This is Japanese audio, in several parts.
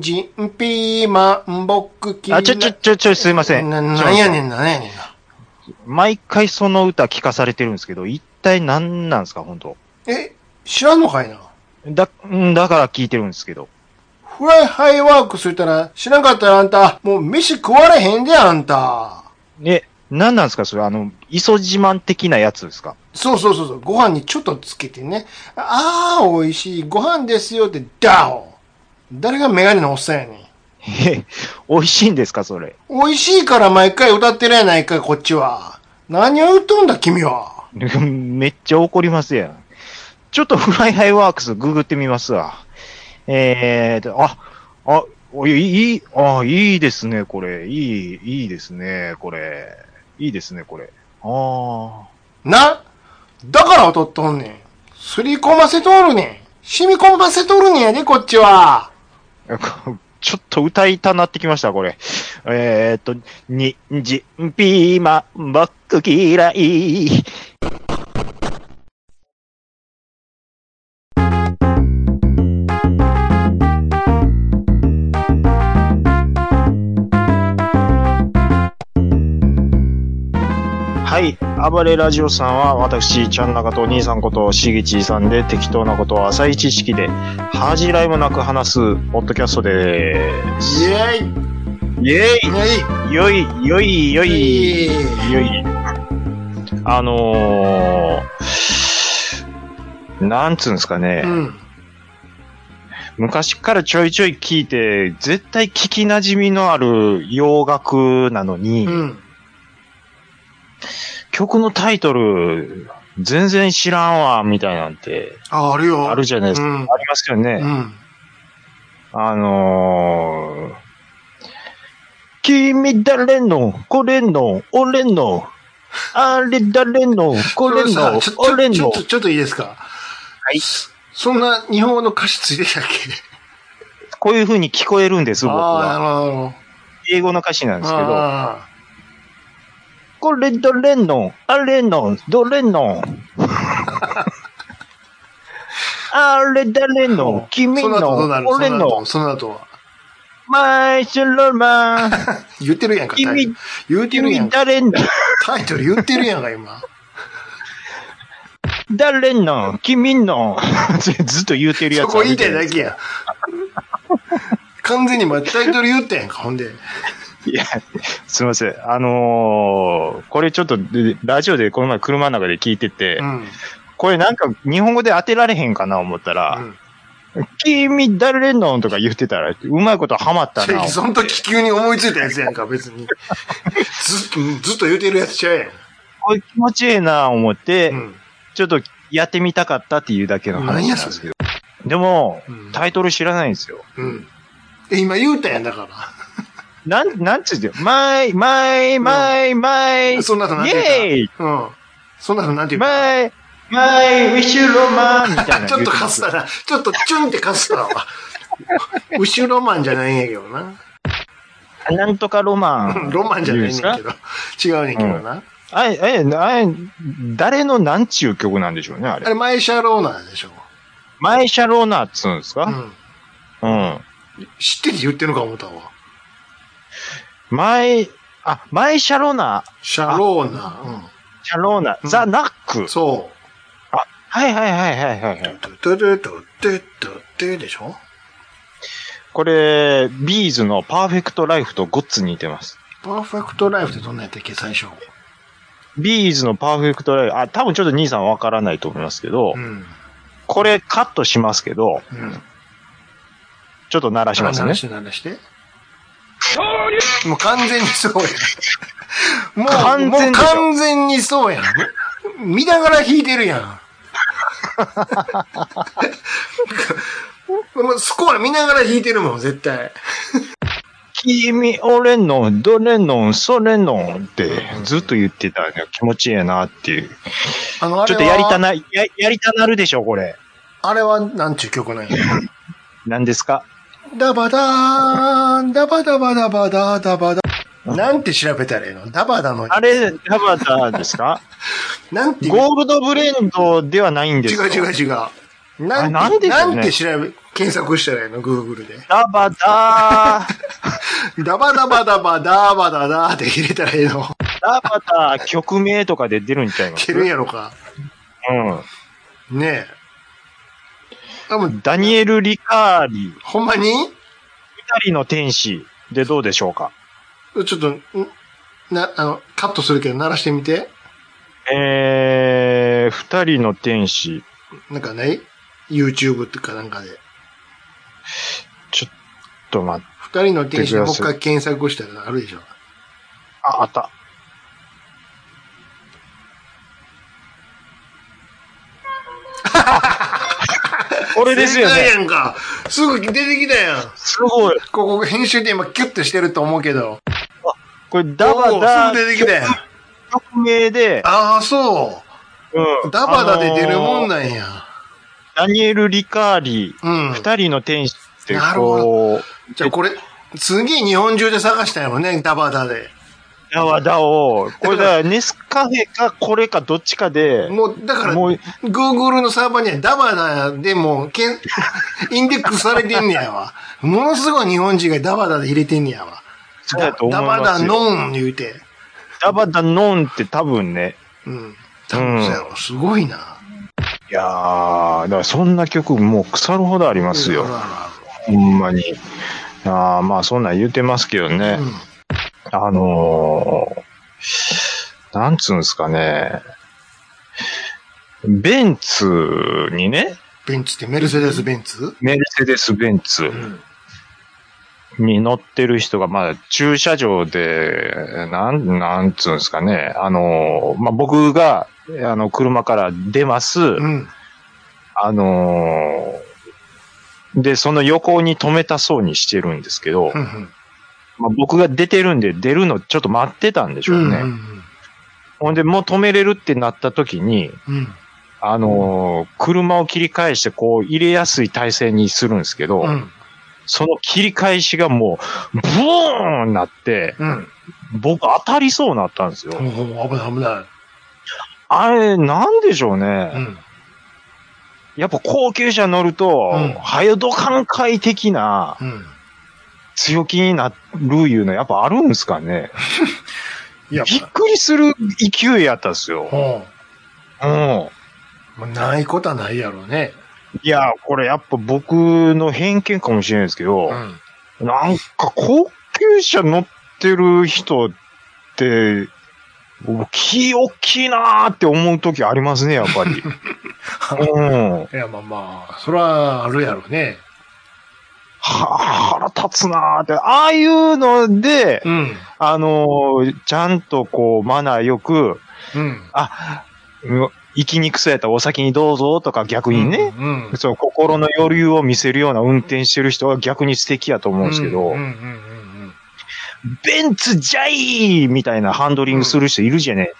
人参、ピーマン、ボックキあ、ちょちょちょちょ、すいません。な、ちょなんやねんな、なんやねんな。毎回その歌聞かされてるんですけど、一体何なんですか、本当え、知らんのかいな。だ、うんだから聞いてるんですけど。フライハイワークス言ったら、知らんかったらあんた、もう飯食われへんで、あんた。え、何なんですか、それ、あの、磯自慢的なやつですかそうそうそうそう、ご飯にちょっとつけてね。ああ、美味しい、ご飯ですよって、ダオ誰がメガネのおっさんやねん。え、美味しいんですか、それ。 美味しいから毎回歌ってるやないかい、こっちは。何を言っとんだ、君は。めっちゃ怒りますやん。ちょっとフライハイワークスググってみますわ。えーと、あ、あ、おいいい、あ、いいですね、これ。いい、いいですね、これ。いいですね、これ。あなだから劣っとんねん。すり込ませとるねん。染み込ませとるねんやで、こっちは。あ。ちょっと歌いたなってきました、これ。えーと、に、んじ、ピーマン、僕嫌い。はい。暴れラジオさんは、私、ちゃんなかと兄さんこと、しげちさんで、適当なことを浅い知識で、恥じらいもなく話す、ポッドキャストでイす。ェイイェイイェよい、よい、よい、イェイよい。あのー、なんつうんですかね、うん。昔からちょいちょい聞いて、絶対聞き馴染みのある洋楽なのに、うん。曲のタイトル、全然知らんわ、みたいなんて、あ、あるよ。あるじゃないですうか。ん。ありますよね。うん。あのー、君誰の、これの、俺の、あれ誰の、これさのちょ、俺ちょの。ちょっと、。ちょっといいですか。はいそんな日本語の歌詞ついてたっけこういう風に聞こえるんです、僕ああ、は。なるほど。英語の歌詞なんですけど。あこれどれの、あれの、どれ の。あれ誰のー、君その後どうなのる、俺の、その後その後は。マイシュルマン、 言ってるやんか、タイト君ル。、言ってるやん君か。誰の、タイトル言ってるやんか、今。誰の、君の、 ずっと言うてるやそつ。こ言いたいだけや。完全に今タイトル言ったやんか、ほんで。いや、すいません。あのーこれちょっと、でラジオでこの前車の中で聞いてて、うん。これなんか日本語で当てられへんかな思ったら、うん君誰のとか言ってたら、うまいことハマった そなれ。その時急に思いついたやつやんか、別 に。ずっと、ずっと言うてるやつちゃうやん。これ気持ちええな思って、うん。ちょっとやってみたかったっていうだけの話なんですけど。でも、うんタイトル知らないんですよ。うん。え、今言うたやんだかなん、なんつうんだよ。マイ、マイ、マイ、マイ、イら。そんなのなんて言うェイたうん。そんなのなんて言うたマイ、マイ、ウィッシュロマンみたいなの言 ちうてょっるとかすったな。ちょっとチュンってかすったわ。後ろマンじゃないんやけどな。なんとかロマ ン。ロマンじゃないねん言うんけでど。違うねんけどな。すかあれ、あれ、あれ、誰のなんちゅう曲なんでしょうね、ああれ。れ、マイシャローナーでしょ。マイシャローナーっつうんですうかん。うん。知ってて言ってるのか思ったわ。マイ、あ、マイシャローナー、シャローナ。シャローナうー、んザ・ナックうん。。そう。はいはいはいはいはいはトい。ゥトゥトゥトゥトゥトゥトゥでしょこれ、ビーズのパーフェクトライフとごっつ似てます。パーフェクトライフってどんなんやったっけ最初。ビーズのパーフェクトライフ、あ、多分ちょっと兄さんわからないと思いますけどう、ん。これカットしますけど、うん。ちょっと鳴らしますね話。して話して。もう完全にそうやん。もう、完も全うでしょ完全にそうやん。見ながら弾いてるやん。 もうスコア見ながら弾いてるもん、絶対。君、俺の、どれの、それのってずっと言ってたね。気持ちいいなっていう。あの、あちれょっは、とやりたな、ややりたなるでしょ、これ。あれは、なんちゅう曲なんや。何ですかダバダーン、ダバダバダバダダバダ。なんて調べたらいいのダバダの。あれ、ダバダですか なんていうゴールドブレンドではないんで違すかう違う違う。なんてあなんでしょうねなんて調べ、検索したらいいの、Google で。ダバダー、ダバダバダバダーバダダーって入れたらいいの。ダバダー、曲名とかで出るんちゃいます出るんやろか。うねえ。多分ん。、ダニエル・リカーリ、ほんまに光の天使でどうでしょうかちょっと、んな、あの、カットするけど鳴らしてみて。えー、二人の天使。なんかね、YouTube とかなんかで。ちょっと待って、二人の天使で出てくださいもう一回検索したらあるでしょ。あ、あった。これですよ正解ね。やんか。すぐ出てきたやん。すごい。ここ編集で今キュッとしてると思うけど。これ、ダバおダうすぐ出てきたやん。曲名で、ああ、そうんう。ダバダで出るもんあのーなんや。ダニエル・リカーリ、うん。二人の天使って、なるほどこう、じゃあこれ、すげえ日本中で探したんやろね、ダバダで。ダワダを、これだから、ネスカフェかこれかどっちかで、もう、だから、もう Google のサーバーにはダバダでもうけ ん、インデックスされてんねやわ。ものすごい日本人がダバダで入れてんねやわ。そうだと思いダまバすよダノン言うて。ダバダノンって多分ね、うん。多分そうやろ。すごいな。いやー、だからそんな曲もう腐るほどありますよあ。るあほんまに。あーまあそんなん言うてますけどねる。うんあのー、なんつうんですかね。ベンツにね、ベンツってメルセデス・ベンツメルセデス・ベンツんに乗ってる人が、まあ駐車場で、なん、なんつうんですかね。あのー、まあ僕が、あの、車から出ます。うん。あのーで、その横に止めたそうにしてるんですけどう、ん。まあ、僕が出てるんで出るのちょっと待ってたんでしう。ょうんね。ほんで、もう止めれるってなった時に、うん。あのー車を切り返してこう入れやすい体勢にするんですけど、うん。その切り返しがもう、ブーンなって、うん。僕当たりそうになったんですよ。おお危ない危なあれ、なんでしょうい。ね。うん。やっぱ高級車乗ると、うん早ど感慨的な、うん。強気になるいうのやっぱあるんですかね。いや、びっくりする勢いやったんですよ。ほうう。ん。もうないことはないやろうね。いや、これやっぱ僕の偏見かもしれないですけど、ん。なんか高級車乗ってる人って、僕気大きいなーって思う時ありますね、やっ ぱり。うん。いや、まあまあ、それはあるやろうね。は腹立つなーって。ああいうので、うん。あのーちゃんとこう、マナーよく、うん。あ、う生きにくそうやったらお先にどうぞとか逆にね、うん。うん。その心の余裕を見せるような運転してる人は逆に素敵やと思うんですけど、うんうんうんベンツジャイみたいなハンドリングする人いるじゃね、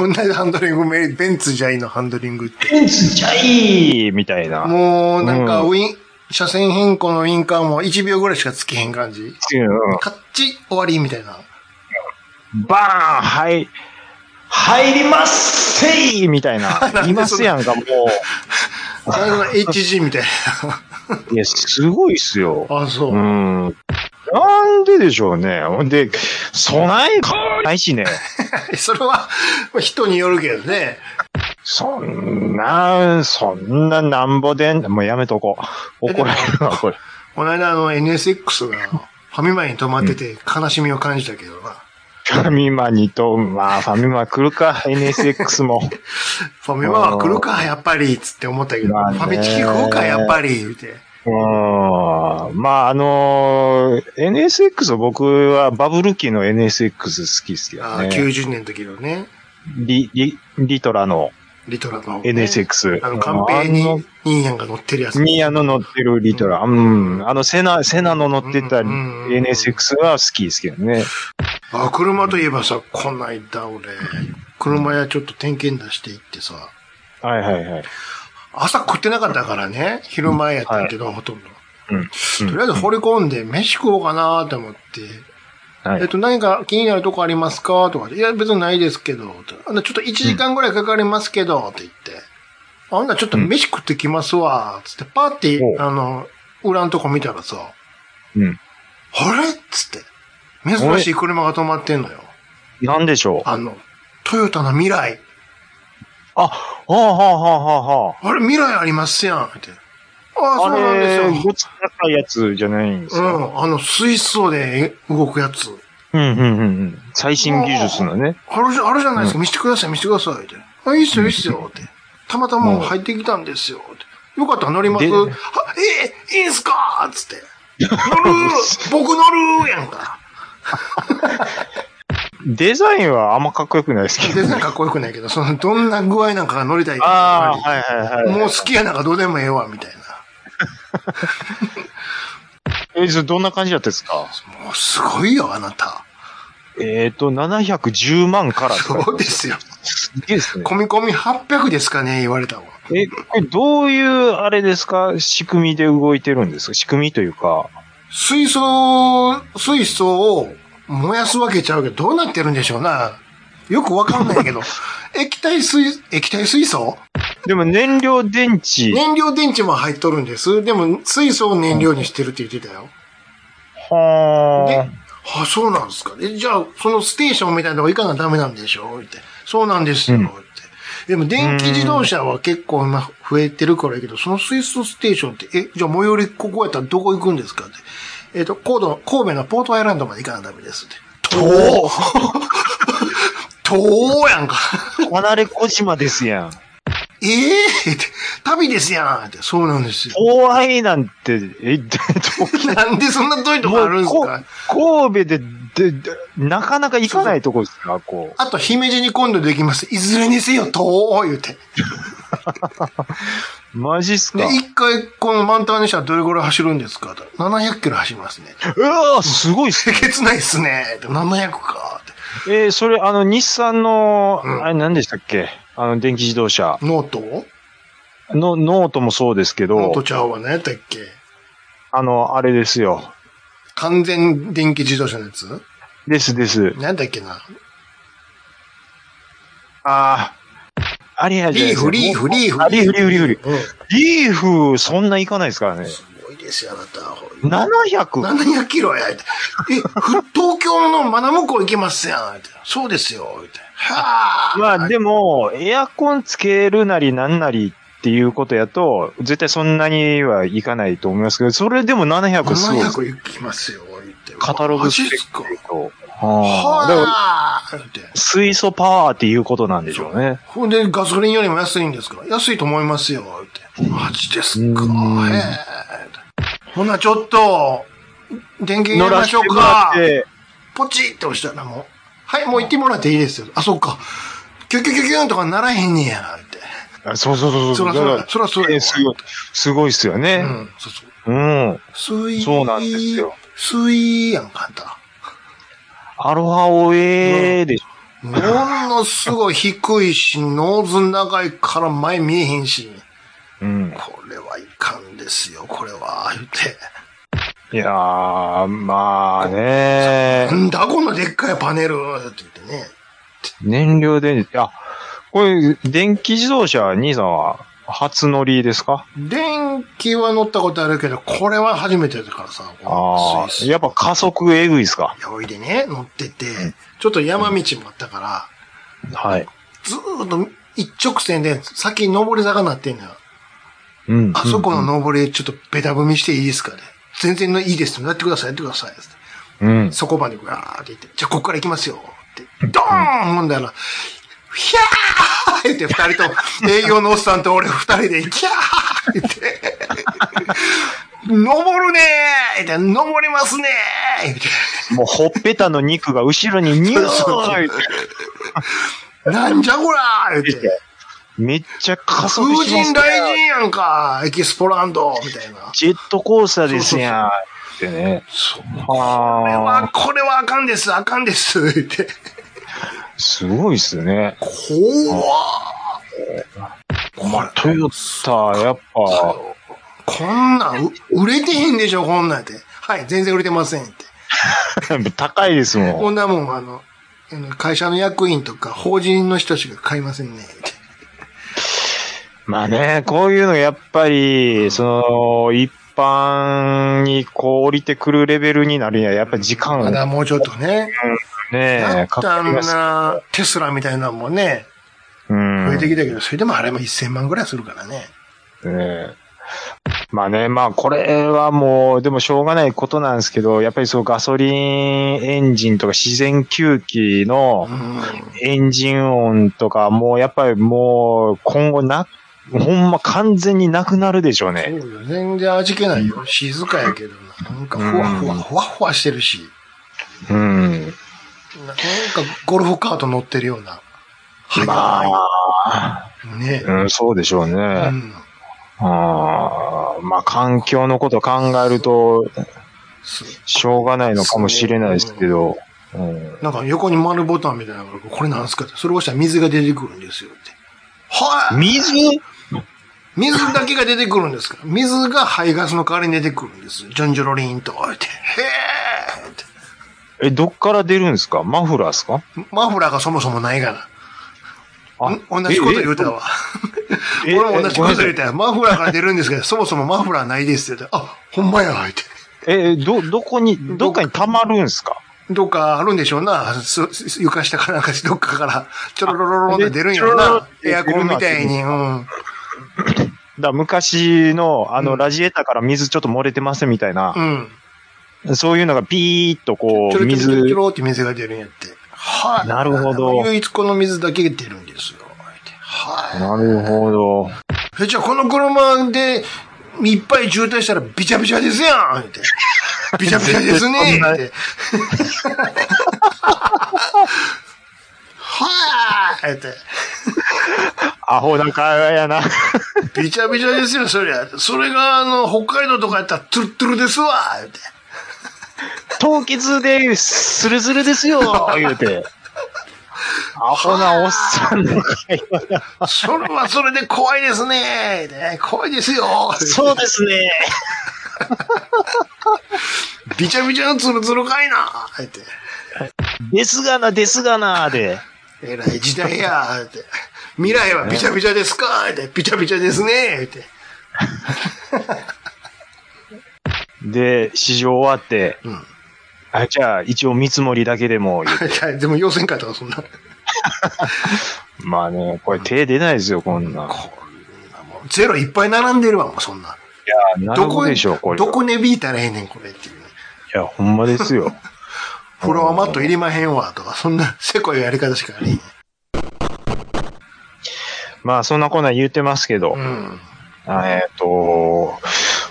うん。どんなハンドリングめ、ベンツじゃいのハンドリングって。ベンツジャイみたいな。もう、なんか、ウィン、車線変更のウィンカーも1秒ぐらいしかつけへん感じ。うんカッチ終わりみたいな。バーンはい、入りますせいみた いな。いますやんか、もなんか HG みたいな。う。いや、すごいっすよ。あ、そうう。ん。なんででしょうね。ほんで、備えないしね。 それは、人によるけどね。そんな、そんななんぼでん、もうやめとこう。怒られるわ、これ。この間、あの、NSX が、ファミマに止まってて、悲しみを感じたけどな。ファミマにと、まあ、ファミマ来るか、NSX も。ファミマは来るか、やっぱり、つって思ったけど、フまあねァミチキ食うか、やっぱり、言うて。うーん。まあ、あのー NSX 僕はバブル期の NSX 好きっすけどあーね。 90年の時のね、リ、リ、リトラのリトラの。 NSX。あの、カンペあのに、ニーヤンが乗ってるやつ。ニーヤの乗ってるリトラ。うん。あの、セナ、セナの乗ってたうんうんうん NSX は好きですけどね。あ、車といえばさ、こないだ俺、車屋ちょっと点検出して行ってさ、はいはいはい。朝食ってなかったからね、昼前やったけど、ほとんど。うん。とりあえず掘り込んで、飯食おうかなと思って、はいえっと、何か気になるとこありますかとかで、いや、別にないですけど、とあのちょっと1時間ぐらいかかりますけど、って言って。あんなちょっと飯食ってきますわ、つって、パーってお、うあの、裏のとこ見たらさ、うん。あれっつって、珍しい車が止まってんのよ。なんでしょう。あの、トヨタの未来。はあ、はあはあはあはあれ、未来ありますやん、って。ああ、あ。そうなんですあれ、よ。ごつ高いやつじゃないんですうか、ん、あの、水槽で動くやつ。うん、うん、うんうん。最新技術のね。あるじゃ、あるじゃないですか、見せてください、見せてください、って。あ、いいっすよ、いいっすよ、って。たまたま入ってきたんですよ、って。よかったら乗りますでは、え、いいんすかつって。乗る 僕乗るやんか。デザインはあんまかっこよくないですけど。全然かっこよくないけど、その、どんな具合なんかが乗りたいかああ、はいはいはい。もう好きやなんかどうでもええわ、みたいな。え、それどんな感じだったですかもうすごいよ、あな た。えっ、と、710万からとかそうですよ。すげえですね。込み込み800ですかね、言われたわ。え、これどういう、あれですか仕組みで動いてるんですか仕組みというか。水素、水素を燃やすわけちゃうけど、どうなってるんでしょうな。よくわかんないけど。液体水、液体水素でも燃料電池。燃料電池も入っとるんです。でも、水素を燃料にしてるって言ってたよ。はで、あ、そうなんですか。えじゃあ、そのステーションみたいなのが行かなダメなんでしょって。そうなんですよ。うんって。でも、電気自動車は結構今増えてるからいいけど、その水素ステーションって、え、じゃあ最寄りここやったらどこ行くんですかって。えっ、と、高度、神戸のポートアイランドまで行かなダメですって。遠遠やんか。あ。離れ小島ですやん。ええって、旅ですやんって。そうなんですよ。怖いなんて、え、どなんでそんな遠いとこあるんですこか神戸でで、で、なかなか行かないとこですかこあと、姫路に今度できます。いずれにせよ、遠い言うて。う。マジっすかで、一回、この満タンにしたらどれぐらい走るんですかと ?700 キロ走りますね。 うわーすごいっすえ ね。げつないっすね。で700か。えーそれ、あの、日産の、うんあれ何でしたっけあの、電気自動車。ノートの、ノートもそうですけノーどト、ちゃうわ。何やったっけあの、あれですよ。完全電気自動車のやつですです。何やったっけなああ。あれやじゃなリーいですかフ、リーフ、リーフ。あリーフ、リーフ、リーフ、リーフ。うん。リーフ、そんな行かないですからね。すごいですよ、あなた。 700? 700キロや。言うてえ、ふ東京の真名向こう行けますやん。言うてそうですよ。言うてはあ。まあでも、エアコンつけるなりなんなりっていうことやと、絶対そんなにはいかないと思いますけど、それでも700すごいです700行きますよ。言うてカタログマスジっペすか。ックと。ははあ。だからあ。言うて水素パワーっていうことなんでしょうね。ほんで、ガソリンよりも安いんですから、安いと思いますよ、って。マジですか、うへんえ。ほんならちょっと、電源入れましょう乗らかせ。てもらってポチって押したらもう、はい、もう行ってもらっていいですよ。あ、そっか。キュキュキュキュンとかならへんねや、って。あそうそうそうそそう。らそ、だからそらそうえやーすごい、すごいっすようね。ん、そうそう。うん。水、そうなんですよ。水やんか、あんた。アロハオエーでしょ。ものすごい低いし、ノーズ長いから前見えへんし、うん。これはいかんですよ、これは、言って。いやー、まあねなんだこのでっかいパネルって言ってね。燃料電池、あ、これ、電気自動車、兄さんは、初乗りですか電気は乗ったことあるけど、これは初めてだからさ。ああスイー、スやっぱ加速えぐいですかおいでね、乗ってて、ちょっと山道もあったから、はい。ずーっと一直線で先に上り坂になってんのよ。うん。あそこの上りちょっとベタ踏みしていいですかね。全然のいいです。やってください、やってください。うん。そこまでガーって行って、じゃあここから行きますよって、ドーンほんだら、ひゃーって二人と、営業のおっさんと俺二人で、ひゃーって言って、登るねーって、登りますねーって、もう、ほっぺたの肉が後ろにニューそうそうッなんじゃこらーって、めっちゃ加速風しま神すね雷神やんか、エキスポランドみたいな。ジェットコースターですやん。ってね。そう。これあは、あ、これはあかんです、あかんです、って。すごいっすね。怖ー。まトヨタ、やっぱ、こんなん、う売れてへんでしょ、こんなんって。はい、全然売れてませんって。 高いですもん。こんなもん、あの、あの会社の役員とか、法人の人しか買いませんね、って。まあね、こういうのやっぱり、その、一般にこう降りてくるレベルになるには、やっぱり時間まがだもうちょっとね。なねん、かかかありんます。な、テスラみたいなのもね、うん。増えてきたけど、それでもあれも1000万ぐらいするからね。ねえまあね、まあこれはもう、でもしょうがないことなんですけど、やっぱりそうガソリンエンジンとか自然吸気のうん。エンジン音とか、もうやっぱりもう今後な、ほんま完全になくなるでしょうね。そうよ。全然味気ないよ。静かやけど、なんかふわふわ、うんふわふわしてるし、うん。ななんかゴルフカート乗ってるような。はい。まあ、ね。うん、そうでしょうね。うん。あーまあ環境のことを考えると、そうしょうがないのかもしれないですけど。うんなんか横に丸ボタンみたいなのがあるこれなんすかって。それを押したら水が出てくるんですよって。はい水水だけが出てくるんですから。水が排ガスの代わりに出てくるんです。ジョンジョロリンと。ってへーって。え、どっから出るんですかマフラーですかマフラーがそもそもないかあら。ん同じこと言うたわ。え俺も同じこと言うえたよ。マフラーから出るんですけど、そもそもマフラーないですよって。あ、ほんまや、って。え、ど、どこに、どっかに溜まるんですかどっかあるんでしょうな。すす床下かなんかどっかから、ちょろろろろって出るんやろあでちょろろろなっ。てエアコンみたいに。うん。だ昔の、あうの、んラジエーターから水ちょっと漏れてますみたいなう、ん。そういうのがピーっとこちょう、ろちょろちょろち水ょ、ろって水が出るんやって。はい。なるほど唯一この水だけが出るんですよ。はい。なるほど。え、じゃあこの車で、いっぱい渋滞したらビチャビチャですやんって。ビチャビチャですね絶対そんなって。 はぁって。アホな会話やな。ビチャビチャですよ、そりゃ。それが、あの、北海道とかやったらトゥルトゥルですわって。凍結で、スルスルですよ 言うて。アホなおっさんの会話や。それはそれで怖いですねって怖いですよ そうですね。ビチャビチャのツルツルかいなって。ですがな、ですがな、で。えらい時代やって。未来はビチャビチャですかって。ビチャビチャですねって。 で、試乗終わって、うん。あじゃあ、一応見積もりだけでも言う、いやでも要請会とかそんな。こまあね、これ手出ないですよ、こんなん。んなもうゼロいっぱい並んでるわ、もうそんな。いや、なるどほこどでしょう、これ。どこ値引いたらええねん、これっていうね。いや、ほんまです よ。フロアマットいりまへんわ、とか、そんな、せこいやり方しかない。まあ、そんなこんなん言うてますけど、うん。あえっ、と、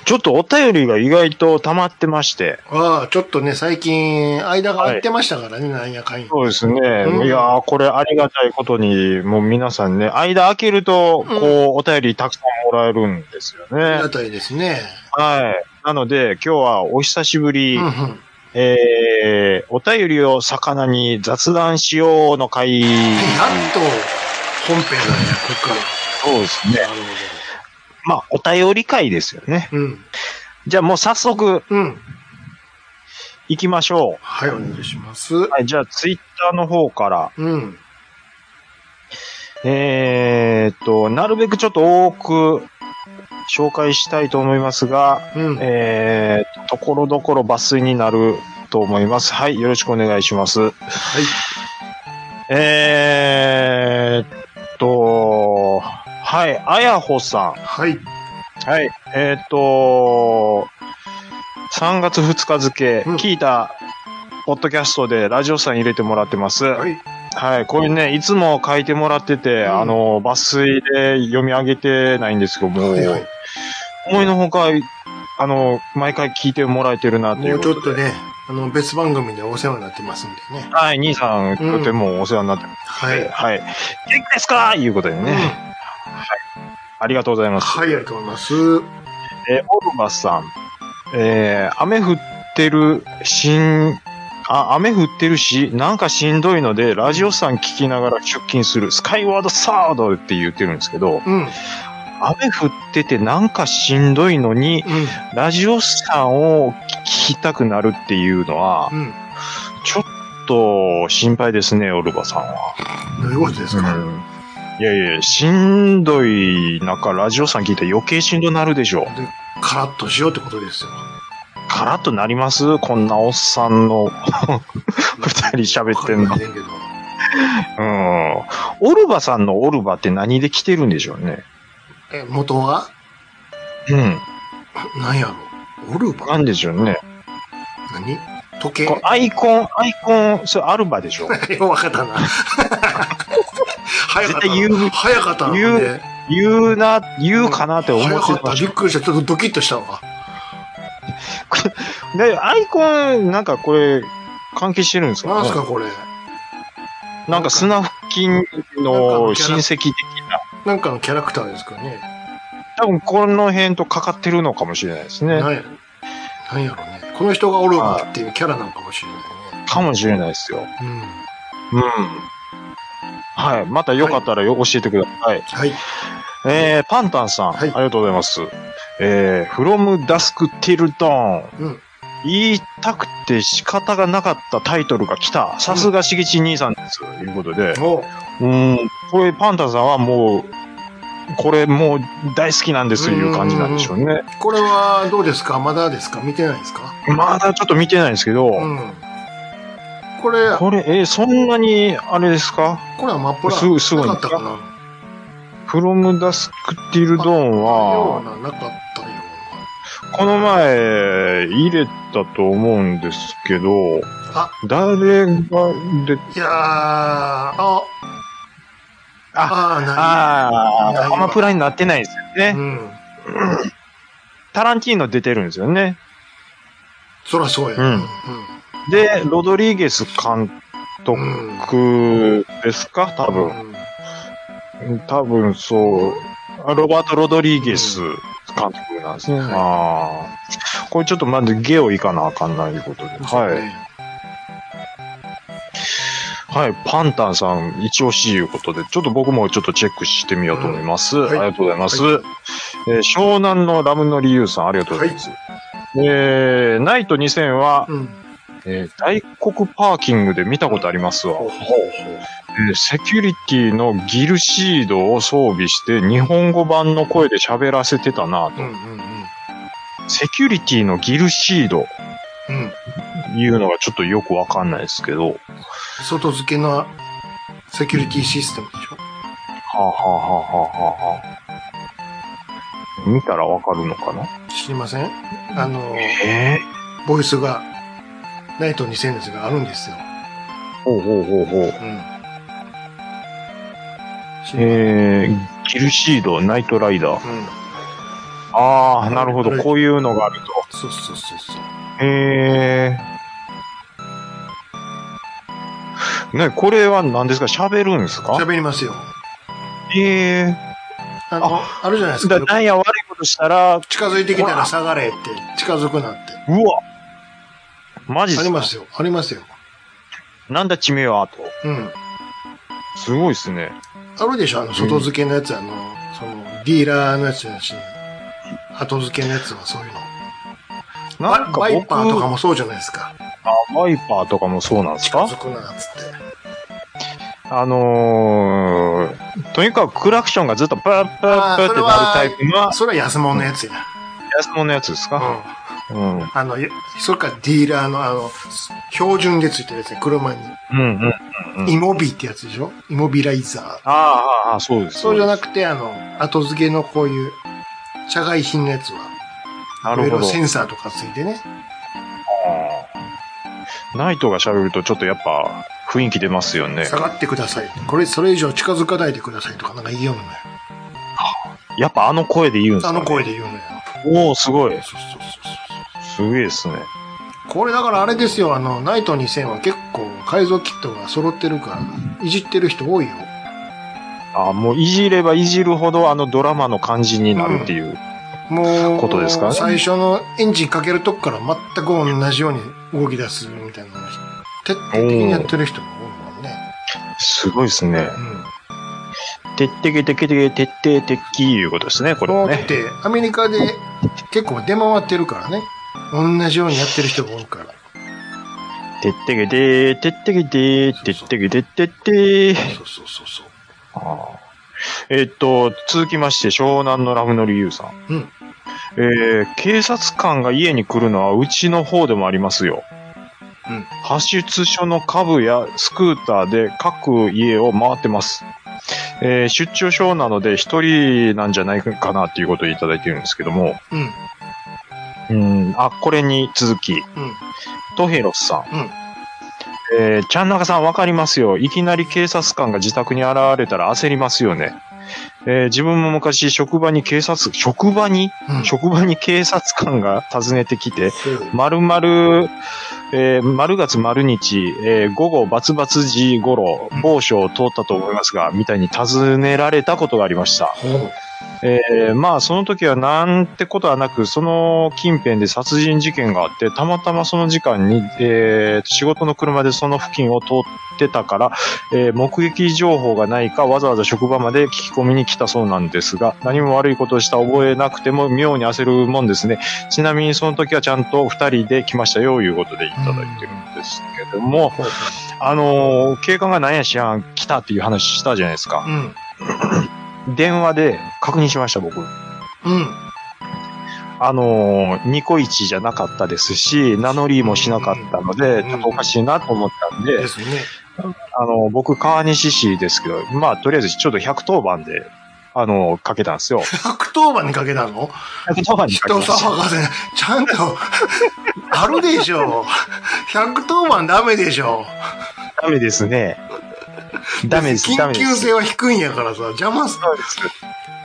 ちょっとお便りが意外と溜まってまして。ああ、ちょっとね、最近、間が空ってましたからね、なんやかんや。そうですね。うんいやーこれありがたいことに、もう皆さんね、間開けると、こう、お便りたくさんもらえるんですよありねが。たいですね。はい。なので、今日はお久しぶり、うんうん。えー、お便りを魚に雑談しようの会。やっと、本編なんや、こっかそうですね。ら。なるまあ、お便り会ですよね。ほど。うん。じゃあもう早速うん。行きましょはい、お願いします。う。はい、じゃあツイッターの方から、うん。えーっと、なるべくちょっと多く紹介したいと思いますが、うん。えー、ところどころ抜粋になると思います。はい、よろしくお願いします。はい。えー、っと、はい、あやほさはい。ん。はい、えー、っと、3月2日付、うん聞いた、ポッドキャストでラジオさん入れてもらってます。はい。はい、これね、いつも書いてもらってて、うんあの、抜粋で読み上げてないんですけども、はいはい思いのほか、あの、毎回聞いてもらえてるなっていもううこちとで。ょっとね、あの、別番組でお世話になってますんでね。はい、兄さん、うんとてもお世話になってまはす、い。はい。元気ですかいうことでね、うんありがとうございます。はい、ありがとうございます。うん。えーオルバスさん、えー雨降ってるしん、あ、雨降ってるし、なんかしんどいので、ラジオさん聞きながら出勤する、スカイワードサードって言ってるんですけど、うん。雨降っててなんかしんどいのに、ラジオさんを聞きたくなるっていうのは、うん。ちょっと心配ですね、オルバさんは。どういうことですか、いやいや、しんどい中、ラジオさん聞いたら余計しんどなるでしょ。カラッとしようってことですよ。カラッとなりますこんなおっさんの 二人喋ってんのわか。りませんけどうん。オルバさんのオルバって何で来てるんでしょうね。え、元はうん。何やろオルなバんでしょうね。何時計これアイコン、アイコン、それアルバでしょ。よう わかったな。早かったな。絶対言う早かったな。言うで言うな、言うかなって思早っかてった。たびっくりした。ちょっとドキッとしたわ。で、アイコン、なんかこれ、関係してるんですか,、なんすか、これ。なんか砂付近の親戚的なな。んかのキャラクターですかね。多分この辺とかかってるのかもしれないですね。なんやなんやろね。この人がオルバっていうキャラなのかもしれなかもしれないですよ。いね。うん。うん。はい。またよかったらよ、教えてください。はい。えー、パンタンさはん、いありがとうございます。えー、from dusk till dawn。うん言いたくて仕方がなかったタイトルが来た。さすがしげち兄さんです。ということで。おううん、これパンタンさんはもう、これもう大好きなんですという感じなんでしょうね。これはどうですかまだですか見てないですかまだちょっと見てないんですけど、うん。これ、ここれ、えーそんなに、あれですかれはマップラすすごいなかったかな？From Dusk Till Dawn よはう、な、なかったよこの前、入れたと思うんですけど、あ誰が出うな。いやー、あ、あー、なあないあ、わアマプラになってないですよい。ね。うん。タランティーノ出てるんですよね。そらそうや。うんで、ロドリゲス監うん督ですか多分。うん多分そう。あロバート・ロドリゲス監督なんですね。はいああ。これちょっとまずゲオ行かなあかんないことで。はい。はい。パンタンさん、一押しいうことで、ちょっと僕もちょっとチェックしてみようと思います。はいありがとうございます。はえー湘南のラムの理由さん、ありがとうございます。えーナイト2000は、うん。えー大黒パーキングで見たことありますわ。ほうほうえーセキュリティのギルシードを装備して日本語版の声で喋らせてたほう。なうと。んうんうん。セキュリティのギルシードうん。いうのがちょっとよくわかんないですけど。は外付けのセキュリティシステムでしょ。あ、はあはあはあはあ、見たらわかるのかな知りませんあの、ええボイスが、ナイト2000ですがあるんですよ。ほうほうほうほう。うん。知りまえー、ギルシード、ナイトライダー。せんうん。ああ、なるほはど。いこういうのがあると。そうそうそうそう。へえ。ね、これは何ですか喋るんですか喋りますよ。ええあの、あるじゃないですだかから。なんや悪いことしたら、う近づいてきたら下がれって、近づくなって。わマジっありすかますよ。ありますよ。なんだ地名はと。うん。すごいっすね。あるでしょあの、外付けのやつ、あの、その、ディーラーのやつじゃないし、後付けのやつはそういうの。なんかバイ僕、パーとかもそうじゃないですか。あバイパーとかもそうなんです近かづくな、つって。あのー、とにかくクラクションがずっとプープーあプーそーってなれるはタイプが、それは安物のやつや。安物のやつですうかん。うん。うんあの、いそれからディーラーの、あの、標準でついてるやつね、車に。うんうん。うんイモビってやつでしょイモビライザー。ああ、ああ、そうです。そうじゃなて。くて、あの、後付けのこういう、社外品のやつは、ないろるいほろど。センサーとかついてね。ナイトが喋るとちょっとやっぱ雰囲気出ますよね。下がってください。これ、それ以上近づかないでくださいとかなんか言いようのよ。やっぱあの声で言うんですあか、ね、の声で言うのよ。おおすごい。そうそうそうそすげえですね。う。これだからあれですよ、あの、ナイト2000は結構改造キットが揃ってるから、いじってる人多いよ。あもういじればいじるほどあのドラマの感じになるっていう。もう、ことですかね最初のエンジンかけるとこから全く同じように動き出すみたいなのを徹底的にやってる人が多いもんね。すごいですね。うん。てってけてけてけてっててっきーいうことですね、これもうだっね。て、アメリカで結構出回ってるからね。同じようにやってる人が多いから。てってけてーてってけてーてってけてってってーそうそうそうそう。あえっと、続きまして、湘南のラムノリユウさん。うんえー警察官が家に来るのはうちの方でもありますよ。うん派出所の株やスクーターで各家を回ってます。えー出張所なので一人なんじゃないかなっていうことをいただいてるんですけども。うん。うん。うん、あ、これに続き、トヘロスさん。うんえー、ちゃんなかさんわかりますよ。いきなり警察官が自宅に現れたら焦りますよね。えー自分も昔職場に警察、職場に、うん。職場に警察官が訪ねてきて、そう丸々、えー、丸月丸日、えー午後バツバツ時頃、某所を通ったと思いますが、みたいに尋ねられたことがありました。ほう。えーまあ、その時はなんてことはなく、その近辺で殺人事件があって、たまたまその時間に、えー仕事の車でその付近を通ってたから、えー目撃情報がないか、わざわざ職場まで聞き込みに来たそうなんですが、何も悪いことをした覚えなくても、妙に焦るもんですね。ちなみにその時はちゃんと二人で来ましたよ、いうことでいただいてるんですけども、ほう。あのー警官が何やしやん、来たっていう話したじゃないですかう。ん。電話で確認しました、僕。うん。あのーニコイチじゃなかったですし、名乗りもしなかったので、うんちょっとおかしいなと思ったんで、ですね。あのー僕、川西市ですけど、まあ、とりあえずちょっと110番で、あのーかけたんですよ。 110番にかけたの110番にかけ人ました。騒がせない。ちゃんと、あるでしょ。110番ダメでしょ。ダメですね。ダメです、ダ緊メで急す。性は低いんやからさ、邪魔す。そうです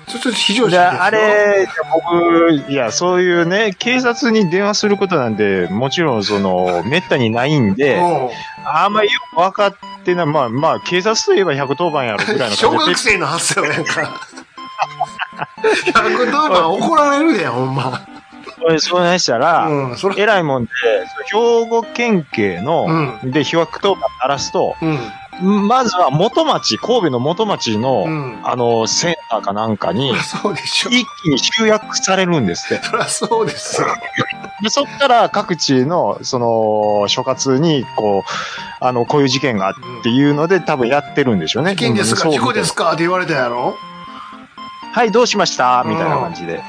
ちょっと非常識ですでよあれ、僕、いや、そういうね、警察に電話することなんで、もちろん、その、滅多にないんで、あんまりよく分かってない、まあまあ、警察といえば110番やろ、ぐうらいん。の小感じ学、で生の発想やん か。110番怒られるで、ほんま。それそうでしたら、うん、それ、えらいもんで、兵庫県警うの、ん。で、被爆当番鳴らすと、うん。まずは元町、神戸の元町の、うん。あの、センターかなんかに、そうでしょ。一気に集約されるんですって。そりゃそうですよ。で、そっから各地の、その、所轄に、こう、あの、こういう事件があっていうので、多分やってるんでしょうね。事件ですかうん事故ですかって言われたやろはい、どうしましたみたいな感じで。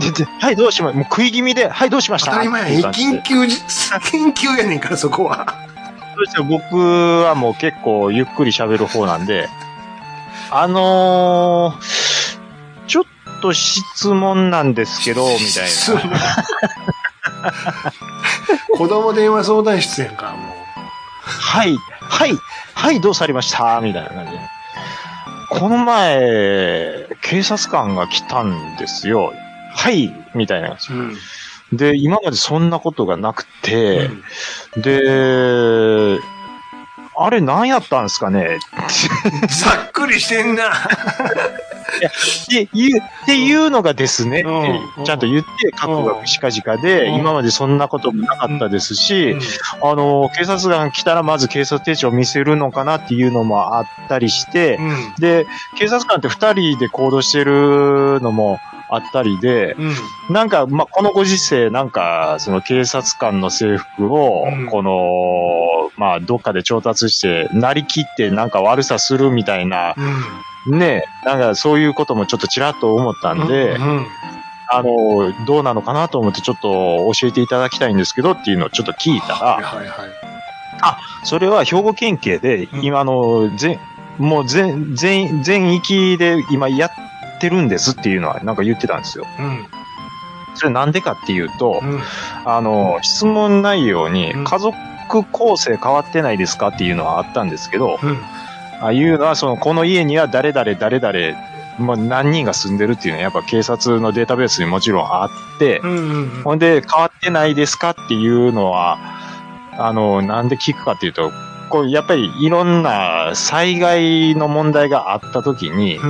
でではい、どうしま、もう食い気味で、はい、どうしまし当たたり前やん。っていう感じで緊急じ、緊急やねんから、そこは。そして僕はもう結構ゆっくり喋る方なんで、あのー、ちょっと質問なんですけど、みたいそう 子供電話相談室やんか、もう。な。はい、はい、はい、どうされましたみたいな感じで。この前、警察官が来たんですよ。はい、みたいな感うん。うんじ。で、今までそんなことがなくて、で、あれ何やったんですかねざっくりしてんな。って言う、っていうのがですね、うんってうんちゃんと言って、各国が近々で、うん今までそんなこともなかったですし、うあの、警察官来たらまず警察手帳を見せるのかなっていうのもあったりして、ん。で、警察官って二人で行動してるのもあったりで、うん。なんか、まあ、このご時世、なんか、その警察官の制服をうん、この、まあ、どっかで調達して、なりきってなんか悪さするみたいな、うん。ねえ、なんかそういうこともちょっとちらっと思ったんで、うん。あの、どうなのかなと思ってちょっと教えていただきたいんですけどっていうのをちょっと聞いたはいら、はいはい。それは兵庫県警でう、ん今あの、全、もう全、全、全域で今やってるんですっていうのはなんか言ってたんですよ。うん。それなんでかっていうと、うん。あの、質問内容にうん家族構成変わってないですかっていうのはあったんですけど、うん。ああいうのは、その、この家には誰々誰々、もう何人が住んでるっていうのは、やっぱ警察のデータベースにもちろんあって、うん。うん。ほんで、変わってないですかっていうのは、あの、なんで聞くかっていうと、こう、やっぱりいろんな災害の問題があった時に、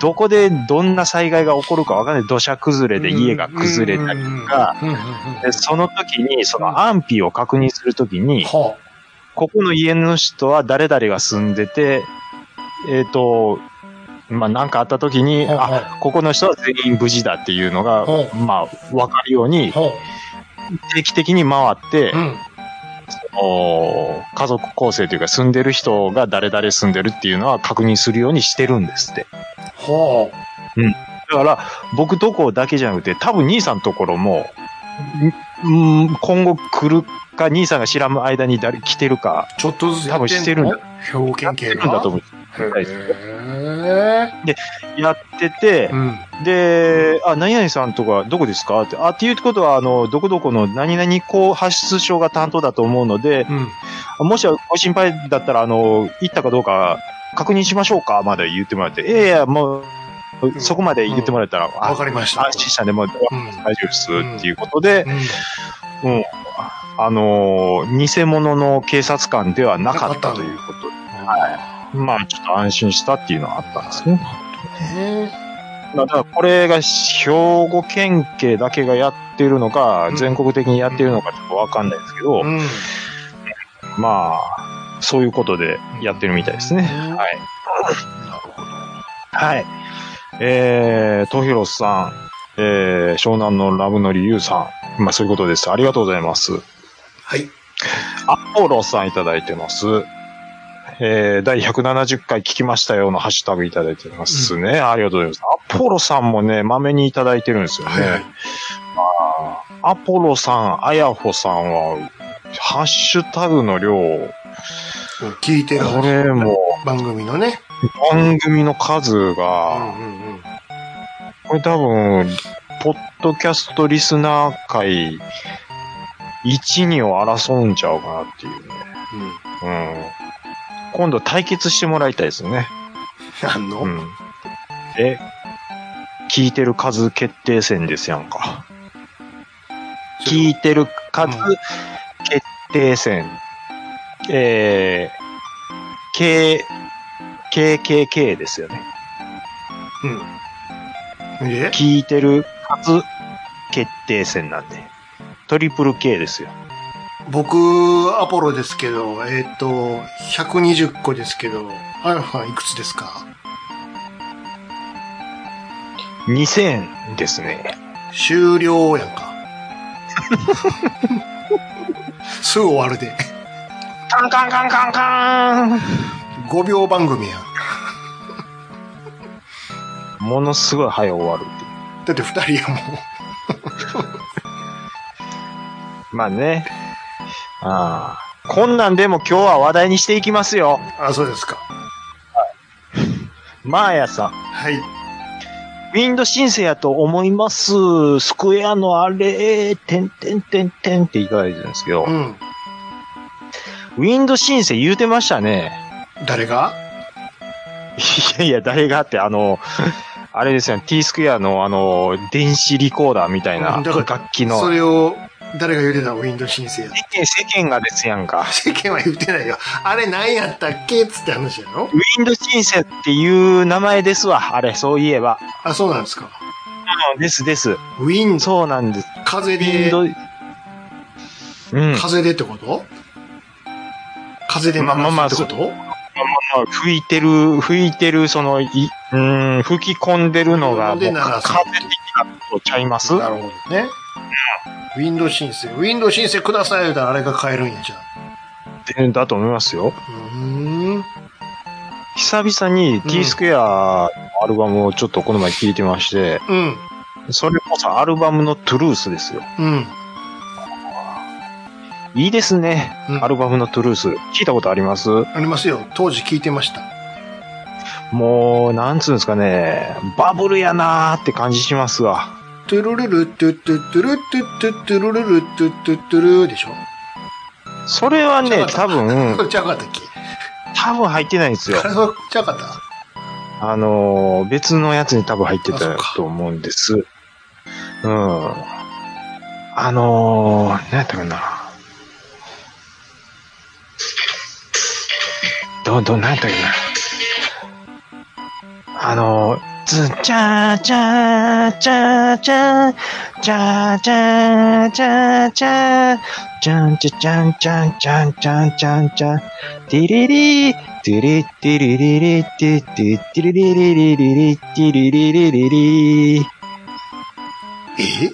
どこでどんな災害が起こるかわかんない。土砂崩れで家が崩れたり。とかうん。うん。でその時に、その安否を確認する時に、はここの家の人は誰々が住んでて、えっ、と、まあ、なんかあった時に、あ。はあ、ここの人は全員無事だっていうのがう、まあ、わかるようにあ。、は定期的に回ってあ。う、ん。の、家族構成というか住んでる人が誰々住んでるっていうのは確認するようにしてるんですって。ほだから、僕とこだけじゃなくて、多分兄さんところも、んうん今後来るか、兄さんが知らん間に誰来てるか、う。ちょっとずつやってんの多分してるんだ兵庫県警来るんだと思う。へえ。やっててう、ん。で、あ、何々さんとかどこですかって、あ、っていうことは、あの、どこどこの何々こう発出症が担当だと思うので、うん。もしご心配だったら、あの、行ったかどうか確認しましょうかまで言ってもらって、いやいや、もう、んそこまで言ってもらえたら、わあかりました。安心したんで、もううん。大丈夫です、っていうことで、うんあのー偽物の警察官ではなかったということで、まあ、ちょっと安心したっていうのはあったんですね。ねまあ、ただこれが兵庫県警だけがやってるのか、うん全国的にやってるのかちょっとわかんないですけど、うん。まあ、そういうことでやってるみたいですね。。はいはい。えー、とひろさん、えー、湘南のラブノリユウさん。まあ、そういうことです。ありがとうございます。はい。アポロさんいただいてます。えー、第170回聞きましたよのハッシュタグいただいてますね。ありがとうございます。アポロさんもね、まめにいただいてるんですよね。はい。アポロさん、あやほさんは、ハッシュタグの量、こ聞いてるれも、番組のね。番組の数うんが、うんうん。これ多分、ポッドキャストリスナー界、1、2を争うんちゃうかなっていうね。うん。今度対決してもらいたいですね。あんのうん。え、聞いてる数決定戦ですやんか。聞いてる数う決定戦。えー、K、KKK ですよね。うん。で聞いてる数決定戦なんで。トリプル K ですよ。僕、アポロですけど、えっ、と、120個ですけど、アルファいくつですか2000ですね。終了やんか。 すぐ終わるで。カンカンカンカンカーン5秒番組やん。ものすごい早終わるっていだうって2人やもん。まあね。ああ。こんなんでも今日は話題にしていきますよ。あ、そうですか。マーヤさん。はい。ウィンド申請やと思います。スクエアのあれ、てんてんてんてんっていただいてるんですけど、うん。ウィンド申請言うてましたね。誰がいやいや、誰がって、あの、あれですよね、T スクエアのあの、電子リコーダーみたいなうんだから楽器その。れを、誰が言うてたウィンドウ申請や。世間、世間がですやんか。世間は言ってないよ。あれ何やったっけっつって話やろウィンド申請っていう名前ですわ。あれ、そういえば。あ、そうなんですか。うんですです。ウィンドウ、そうなんです。風ウィンで、ド、うん。風でってこと風で流すまあまあってこと、まあ吹いてる、吹いてる、その、い、うーん、吹き込んでるのが、もでう、鳴らす風的なことちゃいますなるほどね。ウィンドウ申請。ウィンドウ申請ください言うたらあれが買えるんやじゃん。でだと思いますよ。うーん。久々に T スクエアのアルバムをちょっとこの前聴いてまして、うん。それこそアルバムのトゥルースですよ。うん。いいですね。うんアルバムのトゥルース。聞いたことありますありますよ。当時聞いてました。もう、なんつうんですかね、バブルやなーって感じしますわ。トゥルルルトゥトゥトゥルトゥトゥトゥルルルトゥトゥトゥルでしょそれはね、ちょ多分こ、れちゃうかったっけ多分入ってないんですよあ。れはちゃうかったあのー、別のやつに多分入ってあそったかと思うんです。うん。あのー、何やったかな。ど、ど、何やったかな。あのー、ず、チャーチャーチャーチャーチャーチャーチャーチャーチャンチャチャンチャンチャンチャンチャンチャンティリリーティリティリリリティティティリリリリリリティリリリリリえ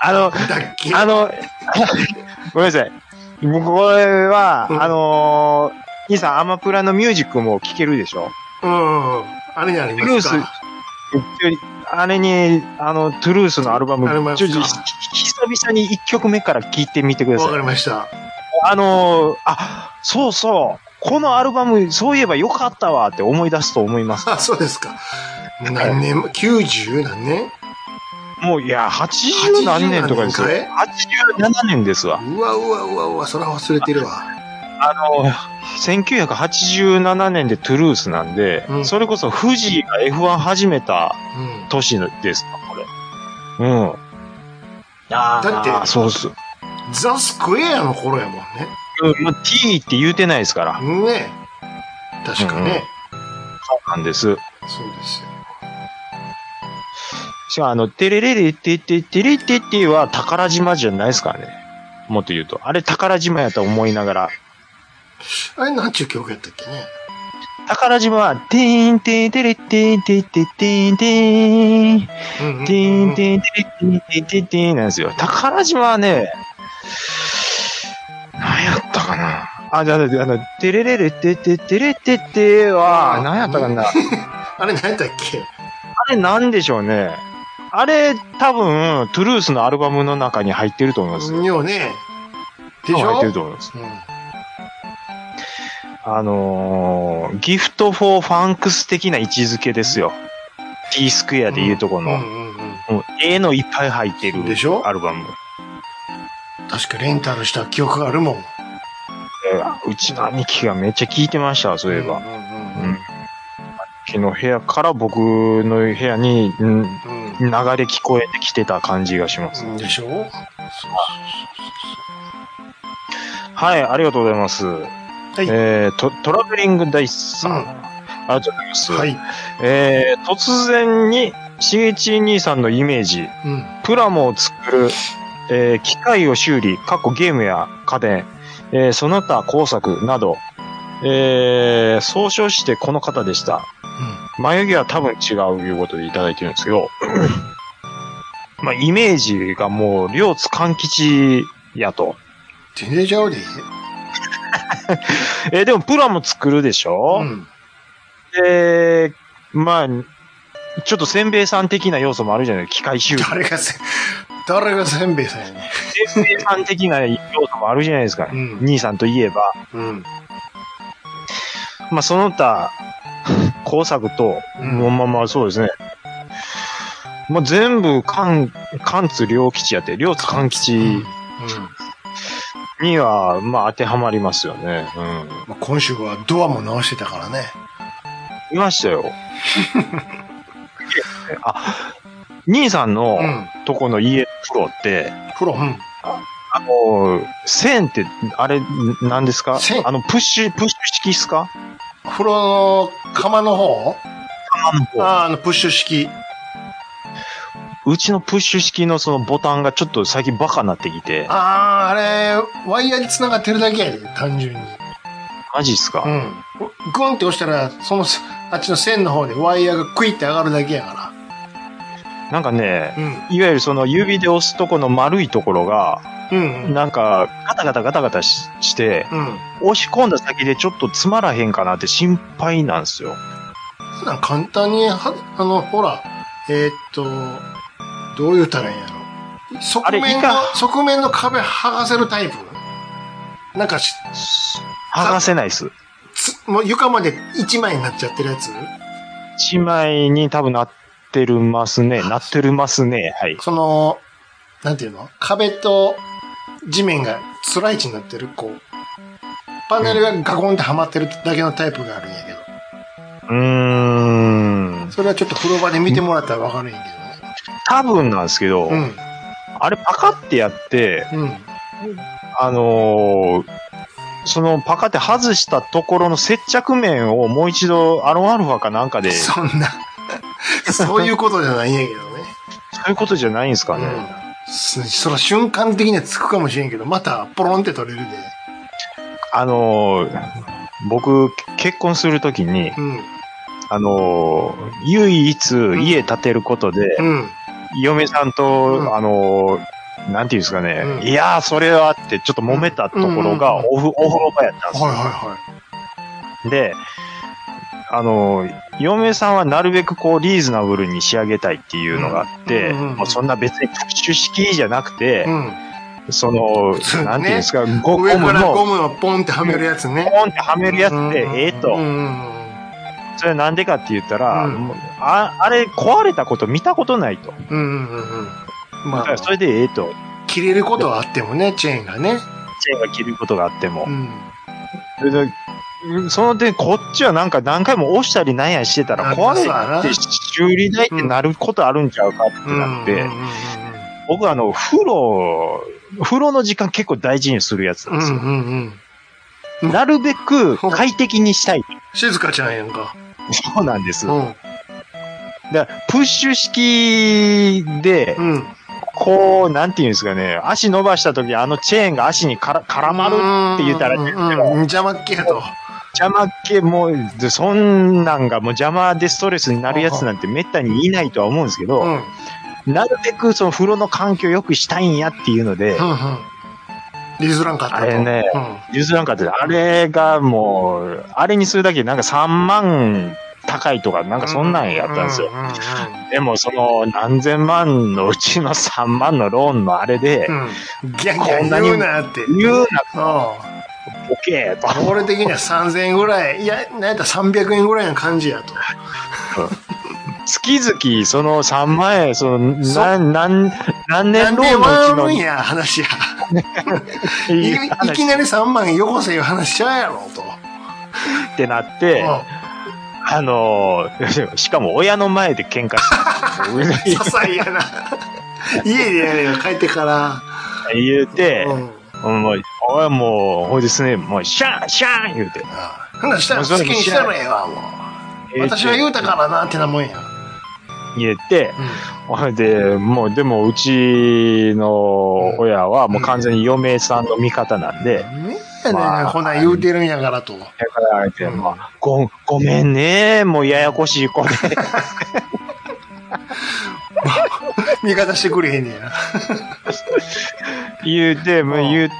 あだの、っけあの、 ごめんなさい。僕これは、うんあのー、兄さん、アマプラのミュージックも聴けるでしょうん。あれにありニュまーすスか。あれに、あの、トゥルースのアルバムあり、ますちかょっとひ久々に1曲目から聴いてみてくだわさかい。りました。あのー、あ、そうそう、このアルバム、そういえばよかったわって思い出すと思います。あ、そうですか。何年も、90何年もう、いや、80何年とかですよ。 80 87年ですわ。うわうわうわうわ、それは忘れてるわ。あの、1987年でトゥルースなんで、うんそれこそ富士が F1 始めたうん。年のですか、これ。うん。あーだってそうっす。ザ・スクエアの頃やもんうん、まあ、T って言うてないですから。ね。ね確かね。そうなんです。そうですよ。しかも、あの、テレレレテテテレテテは宝島じゃないですからね。もっと言うと。あれ宝島やと思いながら。あれ、なんちゅう曲やったっけね。宝島は、テーンテーンテレテーンテーンテーンテーンテーン。うんうんてーんてーんてーんてーんてーんてーんなんですよ。宝島はね、何やったかな。あ、じゃあ、あの、てれれれてててれてては、何やったかな。ああれ、何やったっけれなんでしょうね。あれ、多分、トゥルースのアルバムの中に入ってると思いますよ。ようね。でし多分入ょってると思います。うんあのー、ギフトフォーファンクス的な位置づけですよ。T スクエアでいうとこの、うんうんうんうん、絵のいっぱい入ってるでしょアルバム。確かレンタルした記憶があるもん。うちの兄貴がめっちゃ聞いてましたわ、そういえば。うんうんうん。昨の部屋から僕の部屋に、うん、流うんれ聞こえてきてた感じがします。うん。でしょそうはい、ありがとうございます。いえー、トトラベリングダイスさん。うんありがとうございます。そうそう。はい。えー、突然に、しげち兄さんのイメージ、うん。プラモを作る、えー機械を修理、過去ゲームや家電、えーその他工作など、えー、総称してこの方でした。眉毛は多分違ういうことでいただいてるんですけど、 まあ、イメージがもう、両津勘吉やと。全然ちゃうで。えーでもプラも作るでしょ、うん。で、まあ、ちょっとせんべいさん的な要素もあるじゃない機械修理。誰がせ、誰がせんべいさんやね。せんべいさん的な要素もあるじゃないですか。うん。兄さんといえば、うん。まあ、その他、工作と、うんまあまあ、そうですね。まあ、全部、関、関津両吉やって、両津関吉うんには、まあ、当てはまりますよね。うん。まあ今週はドアも直してたからね。い ましたよ。あ、兄さんのうん。とこの家プロって、風呂、うん。あの、線って、あれ、何ですか線あの、プッシュ、プッシュ式っすか風呂の釜の方あの方あーあの、プッシュ式。うちのプッシュ式のそのボタンがちょっと最近バカになってきて、ああ、あれ、ワイヤーに繋がってるだけやで、単純に。マジっすか、うん。グンって押したら、その、あっちの線の方でワイヤーがクイって上がるだけやかなんかね、ら。うん。いわゆるその指で押すとこの丸いところが、うん。なんか、ガタガタガタガタしして、うん。押し込んだ先でちょっとつまらへんかなって心配なんですよ。そんなん簡単に、はあの、ほら、えーっと、どう言うたらいいんやろ。側面いのか、側面の壁剥がせるタイプ。なんかし、剥がせないっす。つもう床まで一枚になっちゃってるやつ一枚に多分なってるますね。なってるますね。はい。その、なんていうの壁と地面がつらい位置になってる、こう。パネルがガコンってはまってるだけのタイプがあるんやけど。うーん。それはちょっと風呂場で見てもらったらわかるんやけ多分なんですけど、どね。あれパカってやって、うん。うん。あのーそのパカって外したところの接着面をもう一度アロンアルファかなんかで、そそんな、 そういうことじゃないんやけどね。ういうことじゃないんですかね。うん、すその瞬間的にはつくかもしれんけど、またポロンって取れるで。あのー僕、結婚するときに、うん。あのー唯一家建てることで、うん。嫁さんと、うんあの、なんていうんですかね、うんいやー、それはって、ちょっと揉めたところがうん、おふ、お風呂場やったんですよ。はいはで、あの、嫁さんはなるべくこう、リーズナブルに仕上げたいっていうのがあって、うんうんうんまあ、そんな別にプッシュ式じゃなくいて、はその、通ねなんていうんですか、い。うゴん。ム上の、からゴポンムをポンってはめるやつね。ってはめるやつで、うんええと、うんうんそれなんでかって言ったら、うんもうあ、あれ壊れたこと見たことないと。うん。うんうんうん。まだかあら、それでええと。切れることはあってもね、チェーンがね。チェーンが切ることがあってもう。ん。それでうんその点、こっちはなんか何回も押したりなんやしてたらなんか壊そうやなれて修理代ってなることあるんちゃうかってなって、うんうん僕はあの、風呂、風呂の時間結構大事にするやつなんうですんよ。うんうんうん。うんなるべく快適にしたい。静かちゃんやんか。そうなんです。うだかん。らプッシュ式で、うん。こう、なんていうんですかね、足伸ばした時あのチェーンが足にから絡まるって言ったらうんうんうん邪魔っ気やと。邪魔っ気もう、でそんなんがもう邪魔でストレスになるやつなんてめったにいないとは思うんですけうん。うど、んなるべくその風呂の環境良くしたいんやっていうのでう、ん。譲らんかったと。あれねうん。譲らんかった。あれがもう、あれにするだけでなんか3万高いとか、なんかそんなんやったんですよ。うんうんでもその何千万のうちの3万のローンのあれで、 うんうん。ギャンギャン言うなって。言ううな、ボケーと。ん。俺的には3000円ぐらい、いや、なんやったら300円ぐらいの感じやと。月々その3万円、その、そなん、なん、何な年んロでーンのう笑ちうのんや、話や。いいいきなり3万円よこせいう話しちゃうやろ、と。ってなって、あの ー、しかも親の前で喧嘩 うん。些し細や な。家でやれよ、帰ってから。た。言うてう、ん。もう、おいもう、ほいですね、もう、シャーンシャーン言うて。ああ話したら好きにしたらええわ、もう。私は言うたからな、ってなもんや。言って、うほいで、もう、でも、うちの親は、もう完全に嫁さんの味方なんで、ん。ねえやまねあん、こんなん言うてるんやからと。だから、あえて、まあ、ご、ごめんね、もうややこしい子で、味方してくれへんねや。言うて、もううん言っ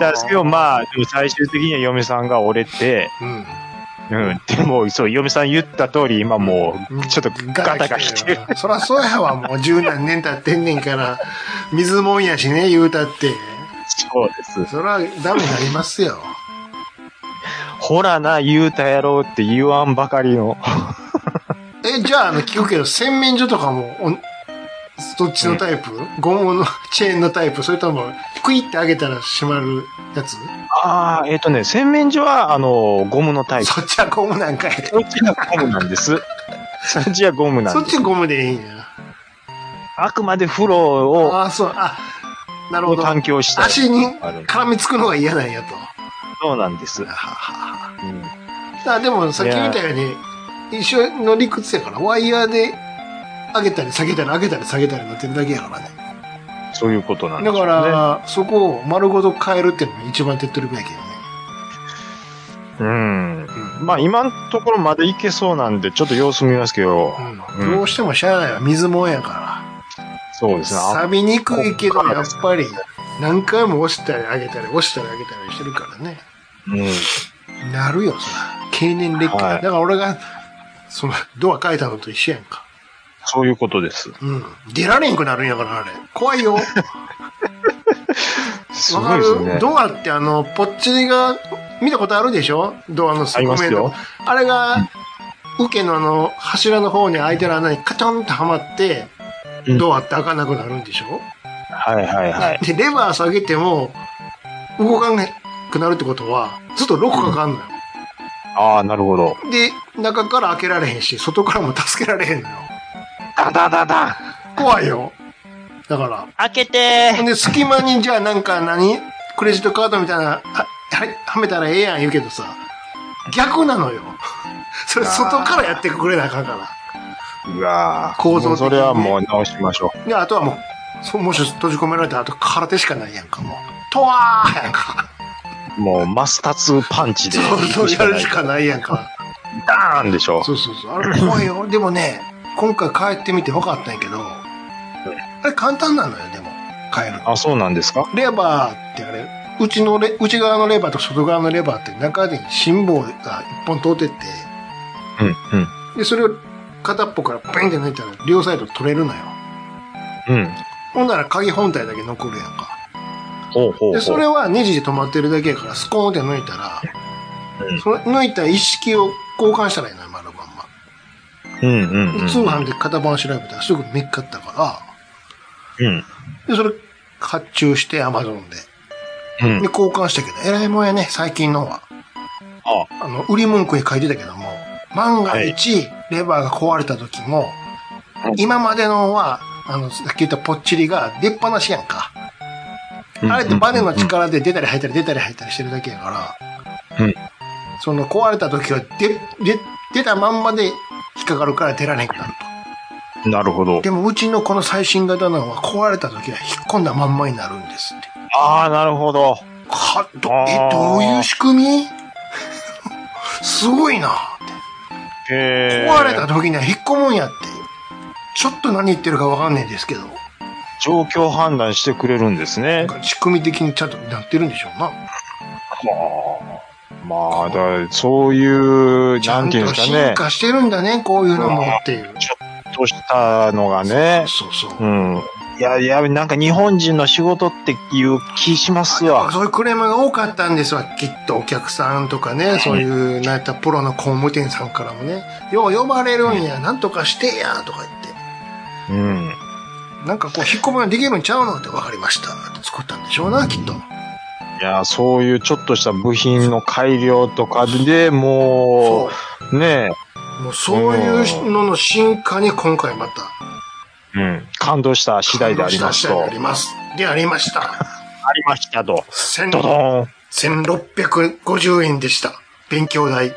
たんですけど、まあ、でも最終的には嫁さんが折れて、うん。うん、でも、そう、嫁さん言った通り、今もう、ちょっとガタが来てる。な。そらそうやわ、もう十何年経ってんねんから、水もんやしね、言うたって。そうです。そらダメになりますよ。ほらな、言うたやろうって言わんばかりの。え、じゃあ、あの、聞くけど、洗面所とかも、おんどっちのタイプ、ゴムのチェーンのタイプそれとも、クイってあげたら閉まるやつ、ああ、えっ、とね、洗面所は、あの、ゴムのタイプ。そっちはゴムなんかい。そっちがゴムなんです。 そっちはゴムなそんっですち。ゴムでいいんや。あくまで風呂を、ああ、そう、あ、なるほにど。環境したい。足にある絡みつくのが嫌なんやと。そうなんです。うんあでもさっき言ったように、一緒の理屈やから、ワイヤーで上げたり下げたり上げたり下げたりなってるだけやからね。そういうことなんでだす、ね。から、そこを丸ごと変えるっていうのが一番手っ取り早いけどね。うん。まあ、今のところまでいけそうなんで、ちょっと様子見ますけど、うん。どうしてもしゃあないわ。水もんやから。そうですね。あ錆びにくいけど、こっからやでっすぱり、何回も押したり上げたり、押したり上げたりしてるからね。うん。なるよ、そら。経年劣化。はいだから俺が、その、ドア変えたのと一緒やんか。そういうことです。うん。出られんくなるんやから、あれ。怖いよ。すわごかいですねる。ドアってあの、ポッチが、見たことあるでしょドアの側あ面りのま。あれが、受けのあの、柱の方に開いてる穴にカチョンとはまって、うんドアって開かなくなるんでしょ、はいはいはい。で、レバー下げても、動かなくなるってことは、ずっとロックかかんのよ。ああ、なるほど。で、中から開けられへんし、外からも助けられへんのよ。ダダダダ怖いよ。だから。開けてほんで、隙間にじゃあなんか何クレジットカードみたいな、は、ははめたらええやん言うけどさ、逆なのよ。 それ外からやってくれなあかんから。うわー構造的にねもうそれはもう直しましょう。で、あとはもう、そもし閉じ込められたらあと空手しかないやんか、もう。とわーやんか。もうマスタツパンチで。そうそう、やるしかい。ないやんか。ダーンでしょ。 そうそうそう。あれ怖いよ。でもね、今回帰ってみて分かったんやけど、あれ簡単なのよ、でも。変える。あ、そうなんですかレバーってあれ、うちのレ、内側のレバーと外側のレバーって中に辛抱が一本通ってて、うん、うん。で、それを片っぽからペンって抜いたら両サイド取れるのよ。うん。ほんなら鍵本体だけ残るやんか。ほうほうほう。で、それはネジで止まってるだけやから、スコーンって抜いたら、うんその抜いた一式を交換したらいいのよ、丸まんま。うんうん、うん。通販で型番調べたらすぐ見っかったかうん。ら、で、それ発注して、アマゾンで。うんで、。交換したけど、えらいもんやね、最近のは。ああの、売り文句に書いてたけども、万が一、レバーが壊れた時も、うん今までのは、あの、さっき言ったぽっちりが出っ放しやんか。うんあれってバネの力で出たり入ったり出たり入ったりしてるだけやから、うんその壊れた時は出、出、出たまんまで引っかかるから出られへんくなるなるほどと。。でもうちのこの最新型なのは壊れた時は引っ込んだまんまになるんですって。ああ、なるほど。は、ど、えあ、ーどういう仕組み すごいなって。へえ。壊れた時には引っ込むんやって。ちょっと何言ってるかわかんないですけど、状況判断してくれるんですね。仕組み的にちゃんとなってるんでしょうな。まあ、まあ、だそういう、ちゃなんんていうんでとすか進ね。化してるんだね、こういうのもっていう。としたのがね。そうそう。うん。いやいや、なんか日本人の仕事っていう気しますよ。そういうクレームが多かったんですわ。きっとお客さんとかね、そういう、なんやったらプロの工務店さんからもね、よう呼ばれるんや、なんとかしてや、とか言って。うん。なんかこう、引っ込みができるんちゃうのって分かりました。って作ったんでしょうな、きっと。いや、そういうちょっとした部品の改良とかでそもう、ねう。もうそういうのの進化に今回また、え、うん、感動した次第であります感動と。した次第であります。でありました。ありましたと。千ドドーン。 1650円でした。勉強代。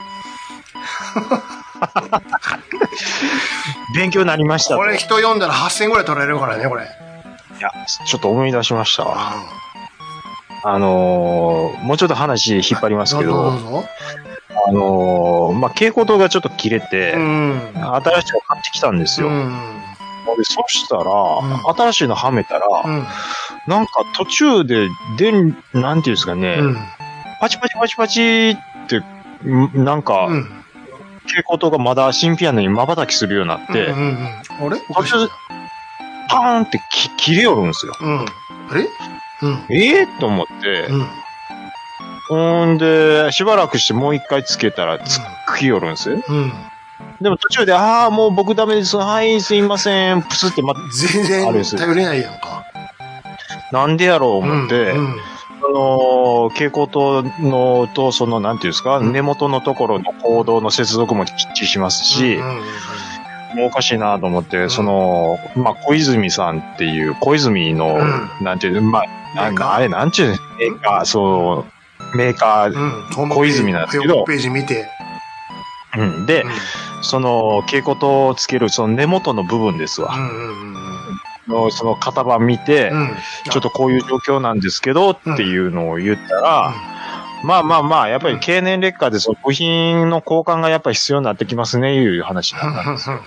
勉強になりましたと。これ人読んだら8000ぐらい取られるからね、これ。いや、ちょっと思い出しましたわ。ああのーもうちょっと話引っ張りますけど、うぞうぞ。あのーまあ、蛍光灯がちょっと切れて、うん。新しいの買ってきたんですよ。うん。でそしたら、ん新しいのはめたら、うん。なんか途中で、電、なんていうんですかね、うん。パチパチパチパチって、んなんか、うん。蛍光灯がまだ新品やのに瞬きするようになって、うんうんうん、あれおかしいなパーンってき切れよるんですよ。うん。あれうん。ええと思って、うん。ほんで、しばらくしてもう一回つけたら、つっきよるんですよ。うん。でも途中で、ああ、もう僕ダメです。はい、すいません。プスって、ま、全あれで然す頼れないやんか。なんでやろううん。思って、うん。あのー蛍光灯の、と、その、なんていうんですか、うん根元のところの行動の接続もきっちりしますし、うんうんうんもうおかしいなと思って、んその、まあ、小泉さんっていう、小泉の、うなんていう、まあ、なんか、あれ、なんちゅう、メーカー、そう、メーカー、うん。小泉なんですけどホームページ見て。うん、で、その、蛍光灯をつける、その根元の部分ですうわ。んうんうんのその型番見て、うん。うん。ちょっとこういう状況なんですけど、っていうのを言ったら、まあまあまあ、やっぱり経年劣化でその部品の交換がやっぱり必要になってきますね、いう話にうん。うなんったんです。うん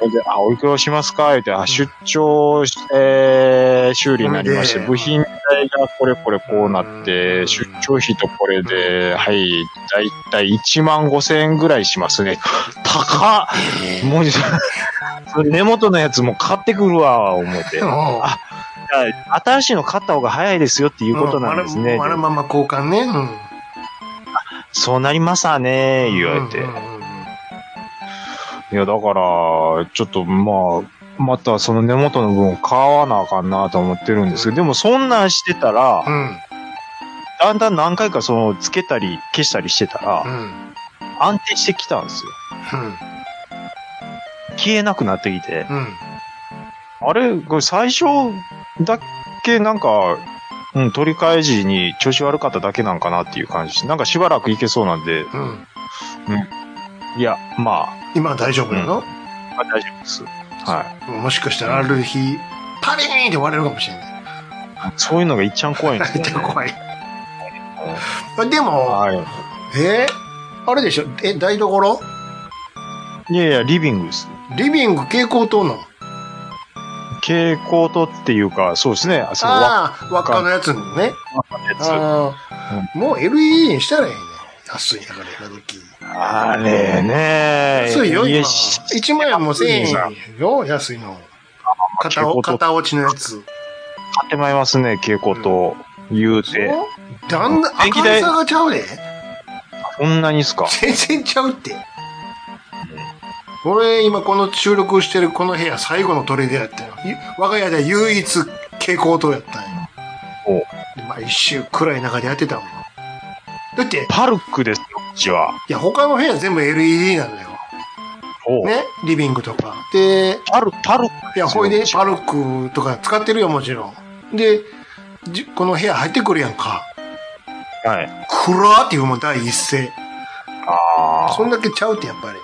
ほんで、あ、おいくらしますかって、あ、出張して、修理になりまして、で部品代がこれこれこうなっうて、ん出張費とこれで、はい、だいたい1万5千円ぐらいしますね。高っもう、それ根元のやつも買ってくるわ、思って。うん。おうあ新しいの買った方が早いですよっていうことなんですね。丸まんま交換ね。うん。そうなりますわね、言われて。うんうんうんいや、だから、ちょっと、まあ、またその根元の部分を買わなあかんなと思ってるんですけど、でもそんなんしてたうら、ん。だんだん何回かその、つけたり消したりしてたうら、ん。安定してきたんですよ。消えなくなってきて、うん。あれ、これ最初だけなんか、うん、取り替え時に調子悪かっただけなんかなっていう感じ。なんかしばらくいけそうなんで、うん。うん。いや、ま今は大丈夫なのあ、まあ大丈夫です。はい。もしかしたらある日、パリーンって割れるかもしれない。そういうのがいっちゃん怖いん ですよ、ね。怖い。あでも、はい。えーあれでしょえ、台所いやいや、リビングです。リビング蛍光灯なの蛍光灯っていうか、そうですね。その輪っああ、輪っかのやつね。かのやつ。ああ、もう LED にしたらええね安いんやから、今時。あれね。安いよ、今。家し1万円も1000円よ、安いの。片落蛍光灯片落ちのやつ。買ってまいりますね、蛍光灯。言うて。そうだんだん電気明代るさがちゃうで。こんなにっすか。全然ちゃうって。俺、今この収録してるこの部屋最後の砦やったよ。ゆ我が家で唯一蛍光灯やったんよ。おで毎週暗い中でやってたもん。だって、パルクですよ、うちは。いや、他の部屋全部 LED なのよ。おうね、リビングとか。で、パル、パルクいや、ほいで、パルクとか使ってるよ、もちろん。で、じこの部屋入ってくるやんか。はい。暗っていうもん、第一声。あそーんだけちゃうって、やっぱり。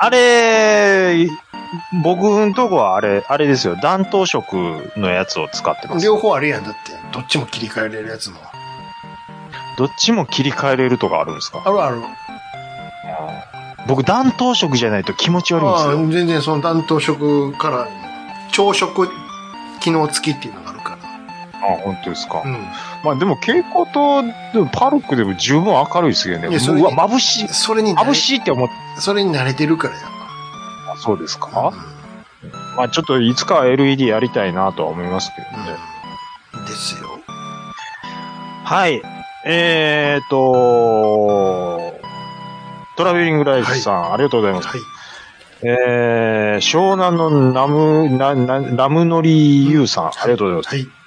あれ、僕んとこはあれ、あれですよ。暖冬色のやつを使ってます。両方あるやん、だって。どっちも切り替えれるやつも。あどっちも切り替えれるとかあるんですかるある。僕、暖冬色じゃないと気持ち悪いんですああよ。全然その担当職から、朝食機能付きっていうのがあるから。あ本当ですか。うまあでも蛍光灯、でもパルクでも十分明るいですけどね。いやそうれわ、眩しいん。。それに慣れ眩しいって思ってそれに慣れてるからやんた。そうですか、か。まあちょっといつかは LED やりたいなとは思いますけどうんね。うんですよ。はい。えーと、トラベリングライフさん、ありがとうございます。はい。えー、湘南のナム、な、な、ラムノリユウさん、ありがとうございます。はい。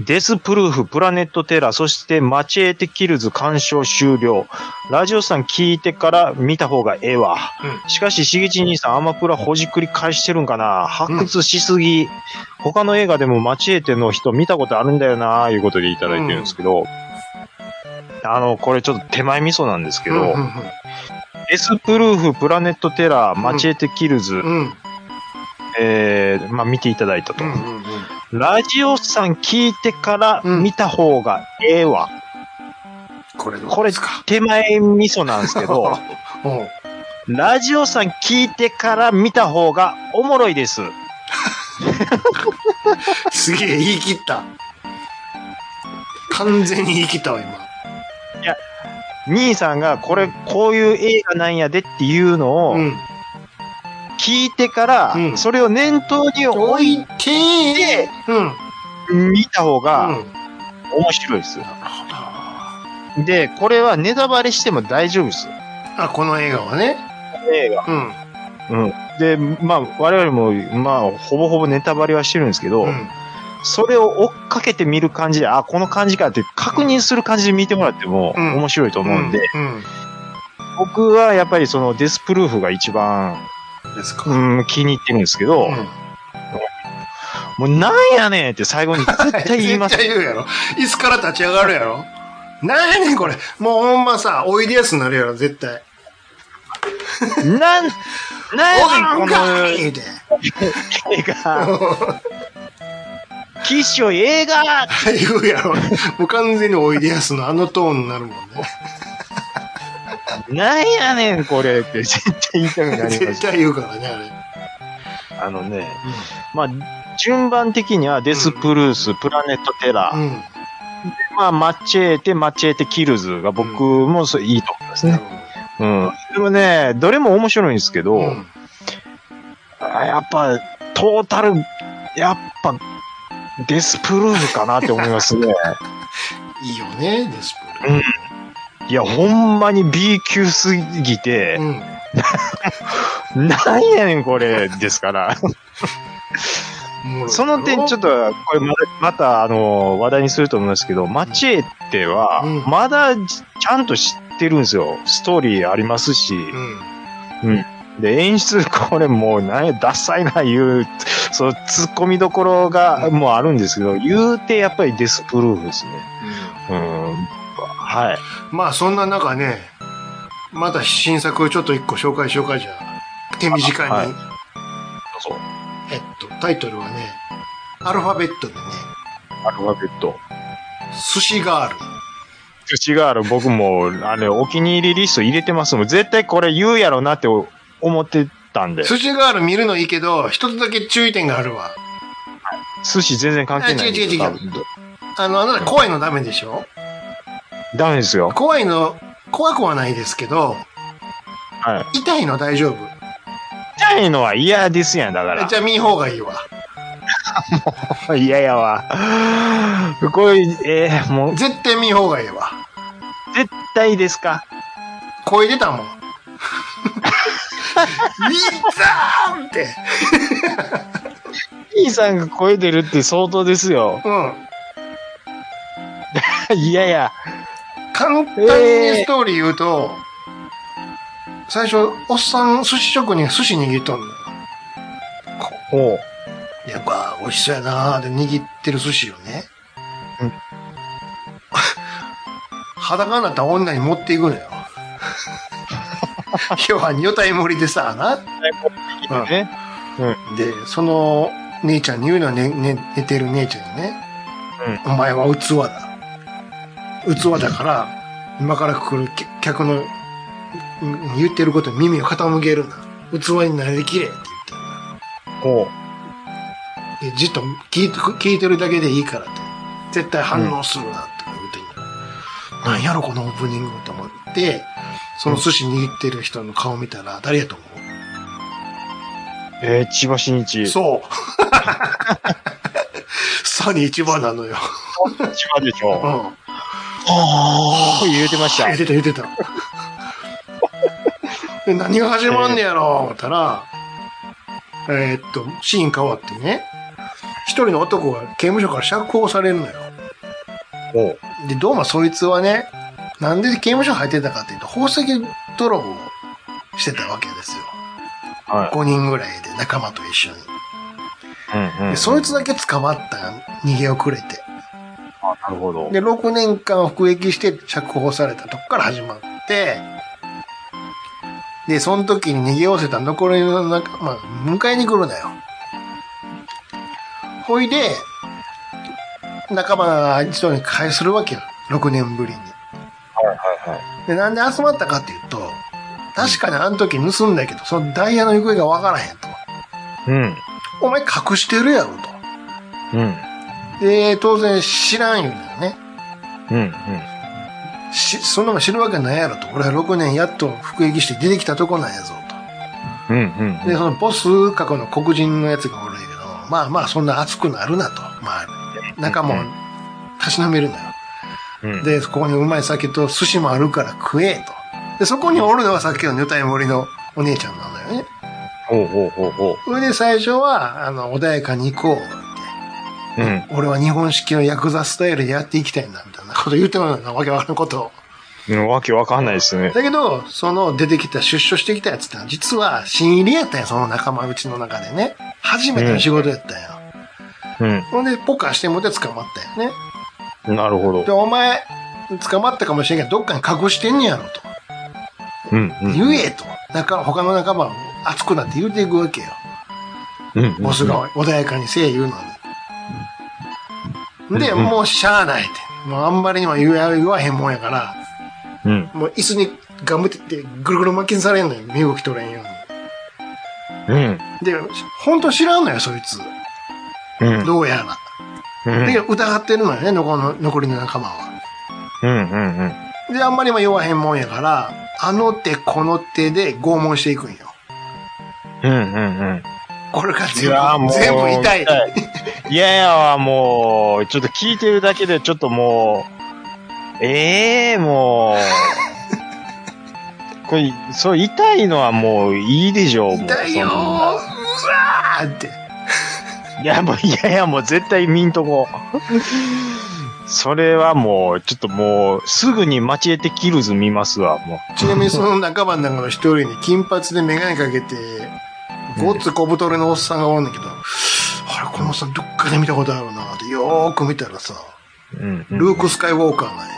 デスプルーフ、プラネットテラ、そしてマチエーテキルズ鑑賞終了。ラジオさん聞いてから見た方がええわ。うしかし、しげち兄さん、アマプラほじくり返してるんかな発掘しすぎ。他の映画でもマチエーテの人見たことあるんだよないうことでいただいてるんですけど、あの、これちょっと手前味噌なんですけど、うんうんデスプルーフ、プラネットテラ、マチエーテキルズ、うん。うんえー、まあ見ていただいたと。うんうんうん。ラジオさん聞いてからうん見た方がええわ。これどこうれですか手前味噌なんです けど、うんラジオさん聞いてから見た方がおもろいです。すげえ、言い切った。完全に言い切ったわ、今。兄さんがこれ、こういう映画なんやでっていうのうをん。聞いてから、うんそれを念頭にお置いいてーてうん。うん。見た方がな面白いです。るほど。で、これはネタバレしても大丈夫です。あ、この映画はね。映画。うん。うん。で、まあ、我々も、まあ、ほぼほぼネタバレはしてるんですけど、うん。それを追っかけて見る感じで、あ、この感じかって確認する感じで見てもらってもうん面白いと思うんで、うん。僕はやっぱりそのデスプルーフが一番、うんですか。うん、気に入ってるんですけど、うんもうなんやねんって最後に絶対言います。絶対言うやろ。椅子から立ち上がるやろ。なんやねんこれ。もうほんまさ、おいでやすになるやろ、絶対。なん、なんおやねんこんかいの言うて。映画。騎士を映画 言うやろ。もう完全においでやすのあのトーンになるもんね。なんやねんこれって絶対言いたくなりま絶す。対言うからね、あれ。あのね、まあ、順番的にはデスプルース、プラネットテラー、うん。まあ、マチエーテ、マチエーテキルズが僕もそういいと思いますなねる。ほうん。でもね、どれも面白いんですけど、どうん。あやっぱ、トータル、やっぱ、デスプルーフかなって思いま すね。いいよね、デスプいや、ほんまに B 級すぎてレ。、うん。なんやねんこれ、ですから。その点ちょっと。と、これまた、またあの、話題にすると思うんですけど、マチエーテはうん、まだちゃんと知ってるんですよ。ストーリーありますし、うん。で、演出、これもう、なんや、ダサいな、言う、そう、突っ込みどころが、もうあるんですけど、言うて、やっぱりデスプルーフですね。うん。はい。まあそんな中ね、また新作をちょっと一個紹介しようかじゃあ。手短に。はいそう。えっと、タイトルはね、アルファベットでね、アルファベット。寿司ガール。寿司ガール、僕も、あれ、お気に入りリスト入れてますもん。絶対これ言うやろなって思ってったんで。寿司ガール見るのいいけど、一つだけ注意点があるわ。寿司全然関係ないんですよ。あ違う違う違あの、あなた怖いのダメでしょダメですよ。怖いの、怖くはないですけど、は痛いの大丈夫。い。痛いのは嫌ですやん、だからじ。ゃあ見ん方がいいわ。嫌やわ。これ、えー、もう、絶対見ん方がいいわ。絶対ですか声出た もん。いざーんって。兄さんが声出るって相当ですよ。うん。嫌や。簡単にストーリー言うと、最初、おっさん寿司職人が寿司握っとんの。おう。やっぱ、美味しそうやなーで握ってる寿司をね。うん 裸になった女に持っていくのよ。 要は、女体盛りでさ、な。うんね。で、その姉ちゃんに言うのは、ねね、寝てる姉ちゃんにね、お前は器だ。器だから、今から来る客客のうん言ってることに耳を傾けるな。器になりきれっておう。言って。でじっと聞いて聞いてるだけでいいからって。絶対反応するなって言うてんのなんやろこのオープニングと思って、その寿司握ってる人の顔見たら誰やと思うえー、千葉真一。千そう。 サニー一番なのよ。葉でしうょ。ん。ああ。言うてました言っ。てた言 ってた。で何が始まんねやろ思ったら、えーっと、シーン変わってね、一人の男が刑務所から釈放されるのよ。おう。で、どうもそいつはね、なんで刑務所入ってたかっていうと、宝石泥棒をしてたわけですよ。は5人ぐらいで仲間と一緒に。い。うんうでん。そいつだけ捕まったん逃げ遅れて。あなるほど。で、6年間服役して釈放されたとこから始まって、で、その時に逃げ寄せた残りの中、まあ、迎えに来るなよ。ほいで、仲間が一度に返するわけよ。6年ぶりに。はいはいはい。で、なんで集まったかっていうと、確かにあの時盗んだけど、そのダイヤの行方がわからへんと。うん。お前隠してるやろと。うん。で、当然知らんよね。うん。うん。し、そんなの知るわけないやろと。俺は6年やっと服役して出てきたとこなんやぞうん。と。で、そのボス格の黒人のやつがおるんやけど、まあまあそんな熱くなるなと。まあ、仲もたしなめるなよ。うん。うん。で、ここにうまい酒と寿司もあるから食えと。で、そこにおるのはさっきの女体森のお姉ちゃんなんだよね。ほうほうほうほそれで最初は、あの、穏やかに行こうって。う。うん。俺は日本式のヤクザスタイルでやっていきたいんだ、みたいなこと言ってもらうのわけわからんことを。うんわけわかんないですね。だけど、その出てきた、出所してきたやつってのは、実は新入りやったんや、その仲間内の中でね。初めての仕事やったんや。うほんで、ポカーしてもって捕まったんやね。ん。なるほどで、。お前、捕まったかもしれんけど、どっかに隠してんねやろと。うん。うん言えと。仲他の仲間も熱くなって言うていくわけよ。うんうん。ボスが穏やかにせえ言うのに。で、うんもうしゃあないって。もうあんまりにも言わ言わへんもんやから、うん。もう椅子にガムってってぐるぐる巻きにされんのよ。身動き取れんように。うん。で、本当知らんのよ、そいつ。うん。どうやら。うん。で、疑ってるのよね、残りの残りの仲間は。うん。うん。うん。で、あんまりも弱へんもんやから、あの手この手で拷問していくんよ。うん。うん。これが全いやーも部、う全部痛い。痛いやいやわ、もう、ちょっと聞いてるだけで、ちょっともう、ええもう、これ、そう、痛いのはもういいでしょう。もう痛いよー。うそんなわーって。いや、もう、いやいや、もう絶対見んとこ。それはもう、ちょっともう、すぐに待ち得てキルズ見ますわ、もちなみにその仲間の中の一人に金髪でメガネかけて、ごっつ小太りのおっさんがおるんだけど、あれ、このおっさんどっかで見たことあるなって、よーく見たらさ、う。うん、うん。ルーク・スカイウォーカーなんよ。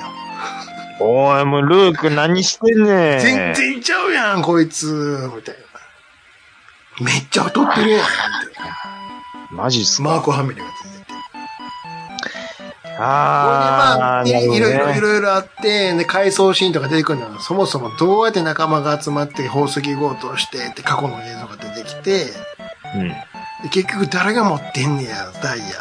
おい、もうルーク何してんねん。全然ちゃうやん、こいつ、みたいな。めっちゃ太ってるやん、みたいな。マジっすか。マーク・ハミルが出てて。あこー、れでまあ、いいろいろ、いろ。ろいろあって、で、回想シーンとか出てくるのは、そもそもどうやって仲間が集まって宝石強盗して、って過去の映像が出てきて、うん。で結局誰が持ってんねや、ダイヤ、みたいな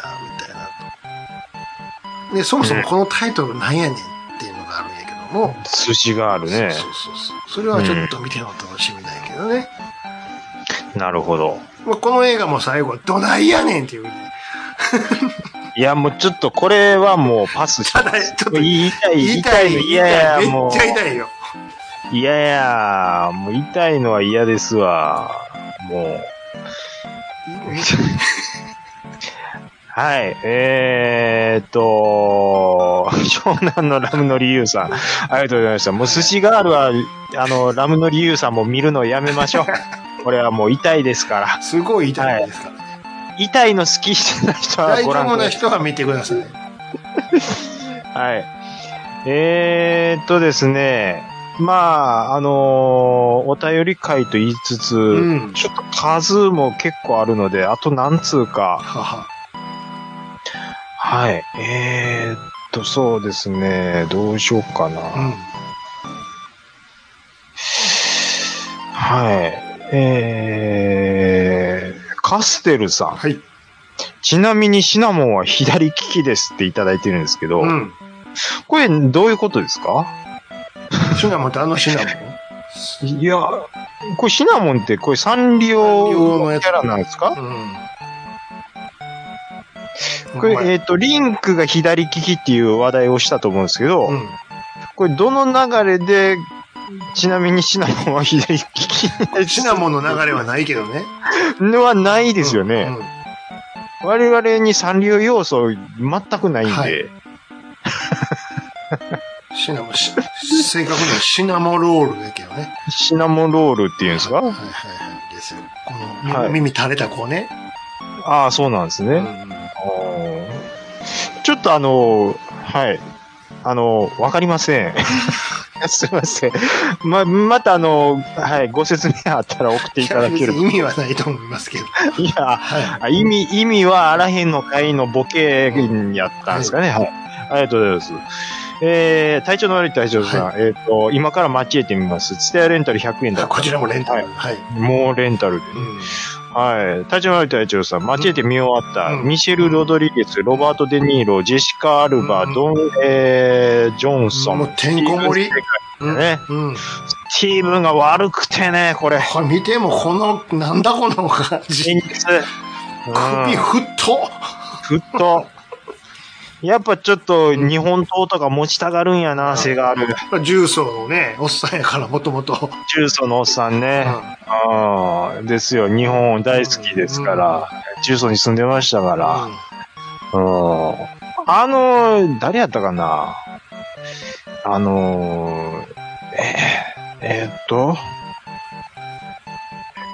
と。で、そもそもこのタイトルなんやねんっていうのがあるんやけども、寿司があるね。そうそうそう。それはちょっと見てのお楽しみだけどね。なるほど。まあ、この映画も最後、どないやねんっていうね。いや、もうちょっとこれはもうパスしたた。だ、ちょっと、言いたい、言いたいの、言いいたやいいめや、もっちゃ痛いよ。う、いやいや、もう言いたいのは嫌ですわ。もう。はい、えーっと、 湘南のラムの理由さん、ありがとうございました。もう寿司ガールは、あの、ラムの理由さんも見るのやめましょう。 これはもう痛いですから。すごい痛いですから、ね痛いの好きじゃない人は大ご覧丈夫くだなさい。人は見てください。はい。えーっとですね、まあ、あのーお便り会と言いつつ、うん。ちょっと数も結構あるので、あと何通か。はは。はい。えーっと、そうですね、どうしようかな。うはい。えー、カステルさん。ん。はい。ちなみにシナモンは左利きですっていただいてるんですけど、うん。これどういうことですかシナモンってあのシナモンいや、これシナモンってこれサンリオサンリオのやのつキャラなんですかうん。これ、ええっ、と、リンクが左利きっていう話題をしたと思うんですけど、うん。これどの流れで、ちなみにシナモンは左利きシナモンの流れはないけどね。 はないですよね。うんうん我々にサンリオ要素全くないんで、はいシナモン、し正確にはシナモロールだけどね。シナモンロールっていうんですはいかはいはい。ですよ。こはのい耳垂れた子ね。ああ、そうなんですね。うんちょっとあの、はい。あの、わかりませ ん。すいません。ま、またあの、はい、ご説明あったら送っていただけるいや別に意味はないと思いますけど。いや、はあ意味、意味はあらへんの回のボケやったんですかね。はい。ありがとうございます。えー、体調の悪い隊長さん、えっ、と、今から待ち得てみます。ツタヤレンタル100円い。だあこちらもレンタル。はい。もうレンタルうで。んはい。体調の悪い隊長さん、待ち得て見終わった。うんミシェル・ロドリゲス、ロバート・デ・ニーロ、ジェシカ・アルバ、うんドン・えー、ジョンソン。もうてんこ盛りスティーブンうんねうん。スティーブンが悪くてね、これ。これ見ても、この、なんだこの感現じ。実。首うんふっと。ふっと。やっぱちょっと日本刀とか持ちたがるんやな、背がある。重曹のね、おっさんやから、もともと。重曹のおっさんね。ああ、ですよ。日本大好きですから。重曹に住んでましたから。うん。あの、誰やったかなあの、えー、えーっと、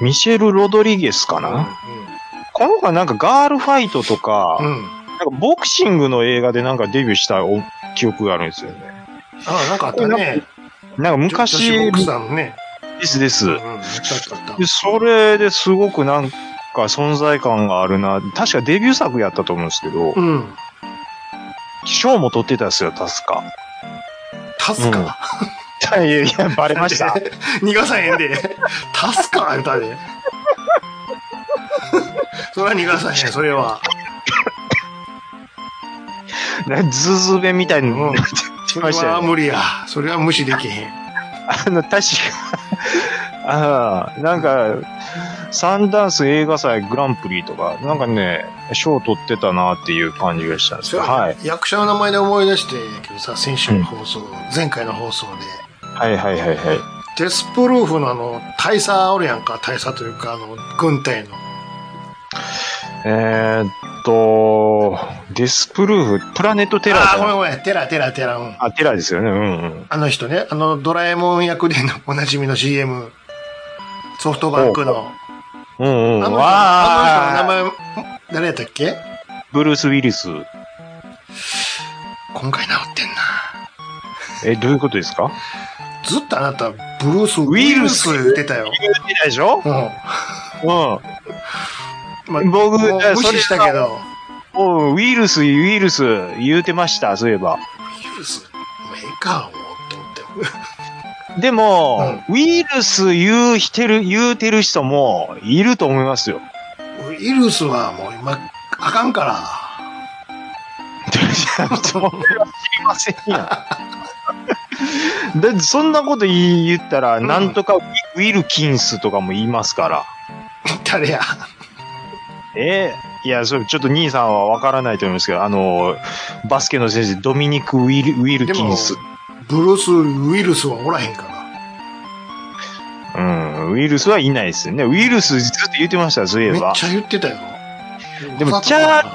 ミシェル・ロドリゲスかうんな、この子はなんかガールファイトとか、うん。うん。なんかボクシングの映画でなんかデビューしたお記憶があるんですよね。あ、なんかあったね。なんか昔、女子ボでクサーのね。すですうん。。あったあった。で、それですごくなんか存在感があるな。確かデビュー作やったと思うんですけどう、ん。賞も取ってたんですよ、確か。タスカ。いやいや、バレました。 逃がさへんで。タスカ言うた で。それは逃がさへん、それは。ズズベみたいにうなっんてそまれしたはよ、ね。無理や。それは無視できへん。あの、確か、ああ、なんか、サンダンス映画祭グランプリとか、なんかね、賞取ってたなっていう感じがしたんですそよ。れはい。役者の名前で思い出してんやけどさ、先週の放送、前回の放送で。はいはいはいはい。デスプルーフのあの、大佐おるやんか、大佐というか、あの、軍隊の。えーっと、デスプルーフ、プラネットテラーああ、じごゃめなんいごめん、テラテラテラ、うん。あ、テラーですよね。うんうん。あの人ね、あの、ドラえもん役でのおなじみの CM、ソフトバンクの。あうんうん。の人わああの人の名前、誰やったっけブルース・ウィリス。今回治ってんな。え、どういうことですかずっとあなた、ブルース・ウィィルルスス言ってたよ。言ってたでしょうん。うん。まあ僕もうじゃあ無視したけど。おおう、ウイルス、ウイルス、言うてました、そういえば。ウイルス、もうええか、もう、と思って。でも、ウイルス言うしてる、言うてる人もいると思います よ。ウイルスはもう今、あかんから。それは知りませんやん。だってそんなこと言い言ったら、んなんとかウィウィルキンスとかも言いますから。誰や。ええいや、それちょっと兄さんはわからないと思いますけど、あの、バスケの先生、ドミニク・ウィルウィルでキもンス。、ブルース・ウイルスはおらへんから。うん、ウイルスはいないですよね。ウイルスずっと言ってました、そういえめっば。ちゃ言ってたよ。でもわざとかな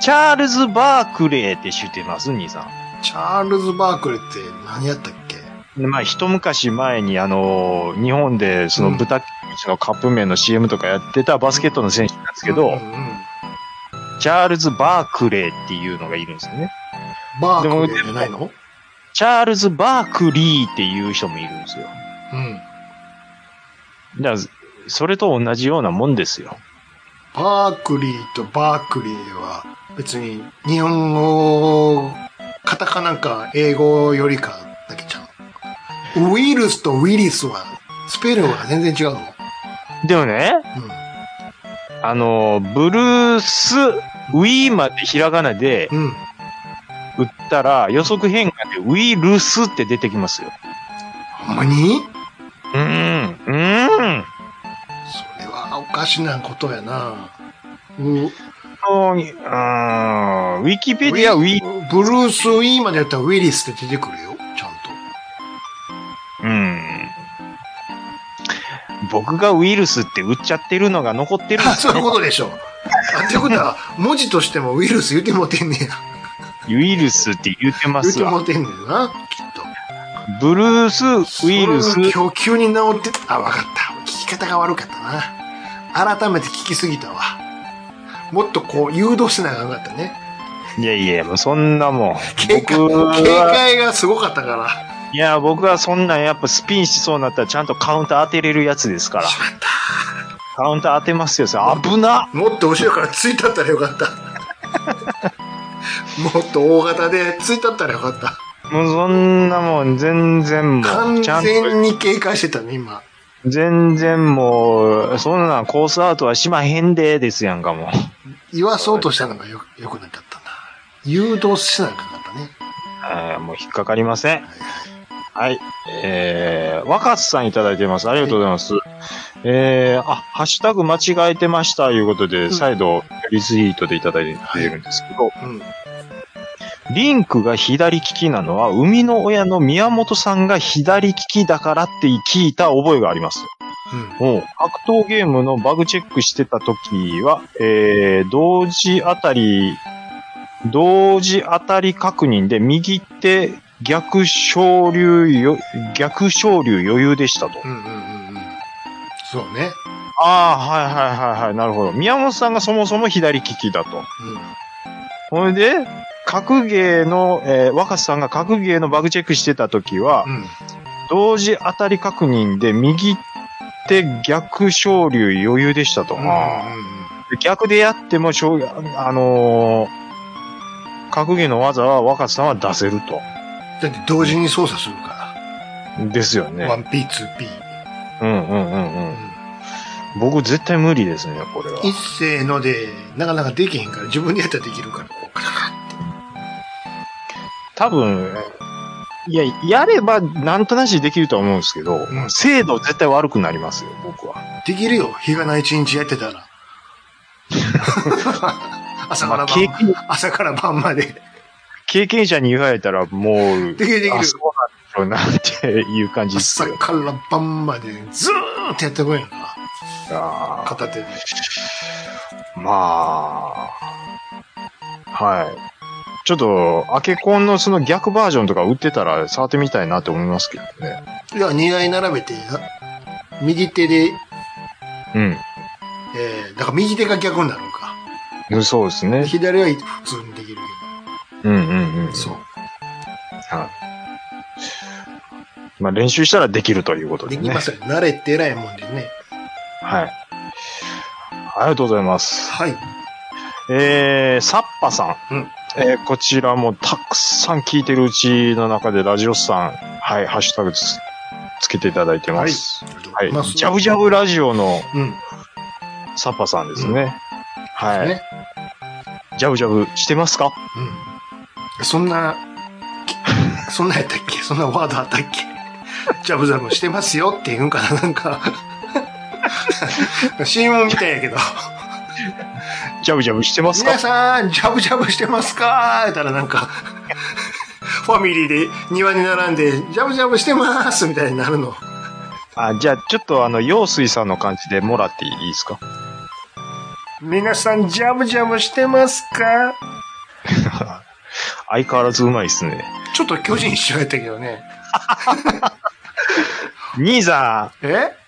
チャールズ・バークレーって知ってます、兄さん。チャールズ・バークレーって何やったっけまあ、一昔前に、あの、日本で、そのうん豚キムチのカップ麺の CM とかやってたバスケットの選手なんですけど、うんうんチャールズ・バークレーっていうのがいるんですよね。バークレーじゃないのチャールズ・バークリーっていう人もいるんですよ。うん。だから、それと同じようなもんですよ。バークリーとバークリーは別に日本語、カタカナか英語よりかだけちゃう。ウイルスとウィリスはスペルが全然違うの。でもね、あの、ブルース・ウィーまでひらがなでうん。うん。打ったら、予測変換でウィルスって出てきますよ。ほんまにうーん、うーん。それはおかしなことやな。うあのうーんウィキペディアウィブルース・ウィーまでやったらウィリスって出てくるよ。ちゃんと。うん。僕がウイルスって売っちゃってるのが残ってるんであ、すそういうよ。こと でしょう。あ、ってことは、文字としてもウイルス言ってもうてんねや。ウイルスって言ってま言っすてもわ。うてんねんな、きっと。ブルース、ウイルスそ。れ今日急に治って、あ、わかった。聞き方が悪かったな。改めて聞きすぎたわ。もっとこう、誘導してなあかんかったね。いやいや、もうそんなもん。警戒、僕警は、戒がすごかったから。しいや、僕はそんなんやっぱスピンしそうになったらちゃんとカウンター当てれるやつですから。まった。カウンター当てますよ。それ危なもっと後ろからついたったらよか った。もっと大型でついたったらよかった。もうそんなもん、全然も完う、ちゃんと全に警戒してたね、今。全然もう、そんなんコースアウトはしまへんで、ですやんかもう。言わそうとしたのがよよくなかったな。誘導しなあかんかったね。あーもう引っかかりませはいん。はいはい。えー、若津さんいただいてます。ありがとうございます。えー、あ、ハッシュタグ間違えてました、いうことで、ん再度、リツイートでいただいているんですけど、うん。リンクが左利きなのは、生みの親の宮本さんが左利きだからって聞いた覚えがあります。うん。もう、格闘ゲームのバグチェックしてた時は、えー、同時あたり、同時あたり確認で、右手逆昇流よ、逆昇流余裕でしたと。うんうんうんうん。そうね。ああ、はいはいはいはい、なるほど。宮本さんがそもそも左利きだと。ほいで、格ゲーの、えー、若狭さんが格ゲーのバグチェックしてた時はう、ん。うん。同時当たり確認で、右手逆昇流余裕でしたと。あーうんうんうん逆でやっても、しょうあのー格ゲーの技は若狭さんは出せると。だって同時に操作するかですよら。ね。 1P、2P。うんうんうんうん。僕絶対無理ですね、これは。一斉ので、なかなかできへんから、自分でやったらできるから、 こうカラカラ多分、いや、やればなんとなしできるとは思うんですけど、ん精度絶対悪くなりますよ、僕は。できるよ。日がない一日やってたら。 朝かまらあ、経晩、験、朝から晩まで。経験者に言われたらもう、できるできある。そうなんだろうなっていう感じです朝よ。から晩まで、ずーっとやってくれんやんか。あー片手で。まあ、はい。ちょっと、アケコンのその逆バージョンとか売ってたら触ってみたいなって思いますけどね。いや、2台並べて、右手で、うんえー、だから右手が逆になるんか。うん。そうですね。左は普通にできるうんうんうけど。ん。そう。はい。まあ練習したらできるということででね。きますよ。慣れて偉いもんでね。はい。ありがとうございます。はい。えー、サッパさうん。んえーこちらもたくさん聞いてるうちの中で、ラジオスさん、はい、ハッシュタグつつけていただいてます。はい。まあジャブジャブラジオのうん。ねサッパさんですね。はい。ねジャブジャブしてますかうん。そんな、 きそんなんやったっけそんなワードあったっけジャブジャブしてますよって言うんかななんか。CM みたいやけど。ジャブジャブしてます皆かさん、ジャブジャブしてますか言ったらなんか、 ファミリーで庭に並んで、ジャブジャブしてますみたいになるの。あ、じゃあ、ちょっとあの、陽水さんの感じでもらっていいですか 皆さん、ジャブジャブしてますか相変わらずうまいですね。ちょっと巨人一緒やったけどね。兄さん、え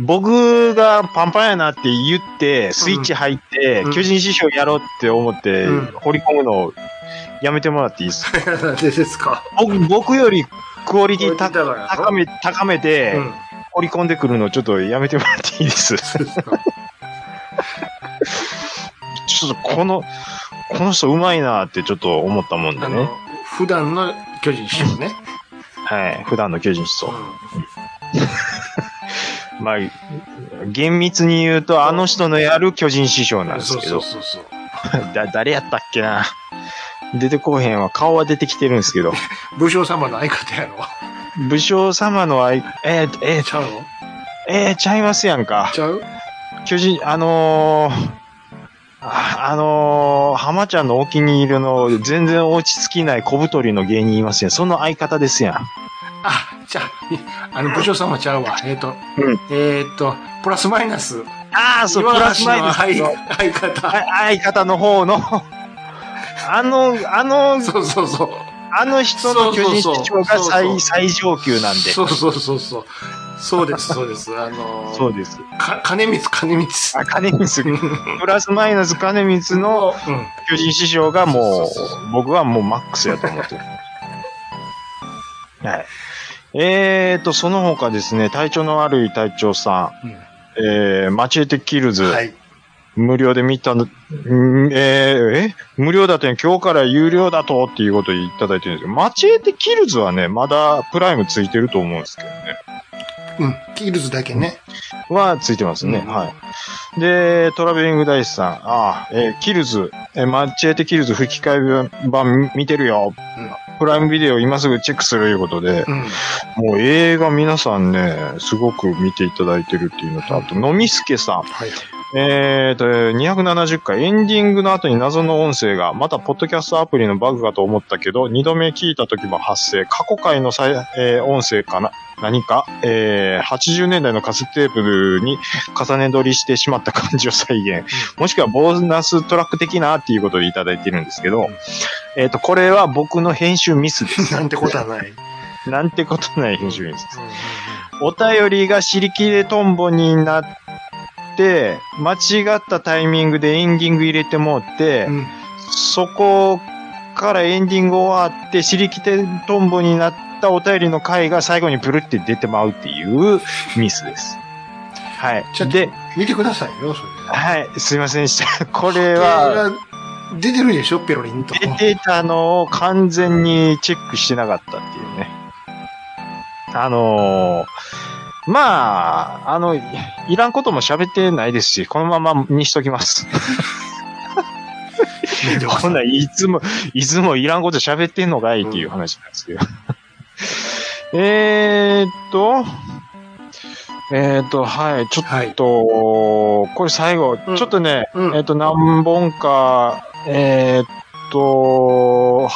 僕がパンパンやなって言って、スイッチ入って、うん巨人師匠やろうって思って、うん掘り込むのをやめてもらっていいですかなんでですか僕僕よりクオリティ たクオリティ高いやろ高め、高めて、 うん。掘り込んでくるのちょっとやめてもらっていいです。そうですかちょっとこの、この人うまいなってちょっと思ったもんあでのね。、普段の巨人師匠ね。はい。普段の巨人師う匠。んまあ、厳密に言うと、あの人のやる巨人師匠なんですそうけそうど、そうそう。 だ、誰やったっけな。出てこうへんわ。顔は出てきてるんです けど。武将様の相方やろ。武将様の愛、えー、えーちゃうのえーちゃいますやんか。ちゃう巨人、あのー、ああのー、浜ちゃんのお気に入りの全然落ち着きない小太りの芸人いますやん。その相方ですやん。あ、ちゃう。いあの、武将様ちゃうわ。えっ、と、うんえっ、と、プラスマイナス。ああ、そう、プ岩ラス橋マイのナス相の相方。あ相方の方の、あの、あの、そうそうそう。あの人の巨人そうそうそう師匠がそうそう最、最上級なんで。そうそうそうそう。そう です、そうです。あのーそうです。か、金光、金光。あ、金光、プラスマイナス金光のうん。巨人師匠がも、そうそうそう僕はもうマックスやと思ってる。はい。えーと、その他ですね、体調の悪い隊長さん、えー、マチエテキルズ、うんはい。無料で見たの、んえーえ無料だとね、今日から有料だとっていうことをいただいてるんですけど、マチエテキルズはね、まだプライムついてると思うんですけどね。うん。キルズだけね。はついてますね。うんはい。で、トラベリングダイスさん、ああ、えーキルズ、えーマッチエテキルズ吹き替え版見てるよ。プライムビデオ今すぐチェックするいうことで、うん。もう映画皆さんね、すごく見ていただいてるっていうのと、あと、のみすけさはい。ん、えーと、270回エンディングの後に謎の音声が、またポッドキャストアプリのバグかと思ったけど、二度目聞いた時も発生、過去回の再、えー音声かな何か、えー、80年代のカセットテープに重ね撮りしてしまった感じを再現、もしくはボーナストラック的なっていうことでいただいてるんですけど、えっ、と、これは僕の編集ミスで す。なんてことはない。 なんてことない編集員です。お便りが尻切れトンボになって、間違ったタイミングでエンディング入れてもうって、うん。そこからエンディング終わって、尻切れトンボになったお便りの回が最後にプルって出てまうっていうミスです。はいちょ。っとで、見てくださいよ、それ。はい、すいませんでした。これれは、は、出てるでしょ、ペロリ ンと。出てたのを完全にチェックしてなかったっていうね。あのーまあ、あの、いいらんことも喋ってないですし、このままにしときます。見てくだこんさいなんいつも、いつもいらんこと喋ってんのかいっていう話なんです けど。えーっと、えーっと、はい、ちょっはい。と、これ最後、うんちょっとね、うんえっ、と、何本か、えっ、と、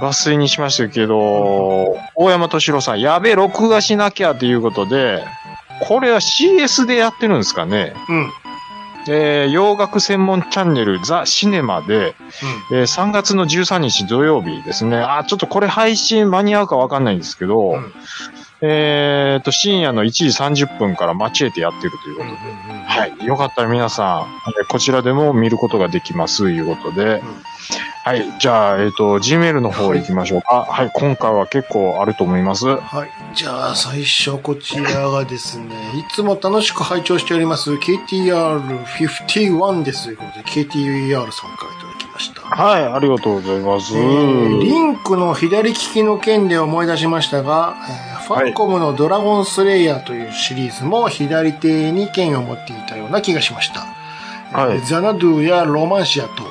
抜粋にしましたけど、大山敏郎さん、やべえ、録画しなきゃということで、これは CS でやってるんですかね。うん。うん。えー洋楽専門チャンネル、ザ・シネマで、えー3月の13日土曜日ですね。あー、ちょっとこれ配信間に合うかわかんないんですけど、うんえっ、と、深夜の1時30分から待ち得てやってるということでは。はいい。よかったら皆さん、えーこちらでも見ることができます、いうことで。はい。じゃあ、えっ、と、Gmail の方行きましょうか。はい。今回は結構あると思います。ははい。じゃあ、最初こちらがですね、いつも楽しく拝聴しております KTR51 ですということで、KTR さんからいただきました。い。ありがとうございます。えーリンクの左利きの件で思い出しましたが、えーファンコムのドラゴンスレイヤーというシリーズも左手に剣を持っていたような気がしました。はいえーザナドゥやロマンシアと、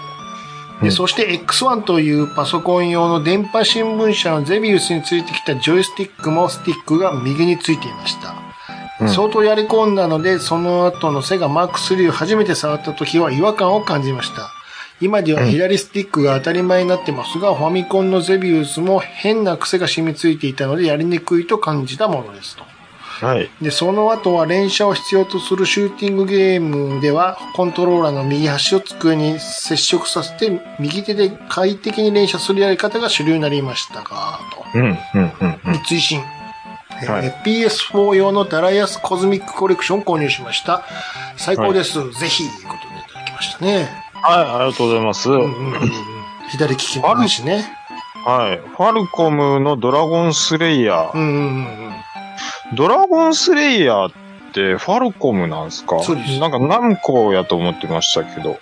うでんそして X1 というパソコン用の電波新聞社のゼビウスについてきたジョイスティックもスティックが右についていました。うん相当やり込んだので、その後のセガマーク3を初めて触った時は違和感を感じました。今では左スティックが当たり前になってますが、ファミコンのゼビウスも変な癖が染みついていたのでやりにくいと感じたものですと。はい。で、その後は連射を必要とするシューティングゲームでは、コントローラーの右端を机に接触させて、右手で快適に連射するやり方が主流になりましたが、と。うん、うん、うん、うん。追伸、えーはい PS4 用のダライアスコズミックコレクション購入しました。最高です。ぜひ、ということでいただきましたね。はい、ありがとうございます。うんうんうんうん左利きもあるしね。はい。ファルコムのドラゴンスレイヤうー。んうんうんうん。ドラゴンスレイヤーってファルコムなんですかそうですなんかナムコやと思ってましたけど。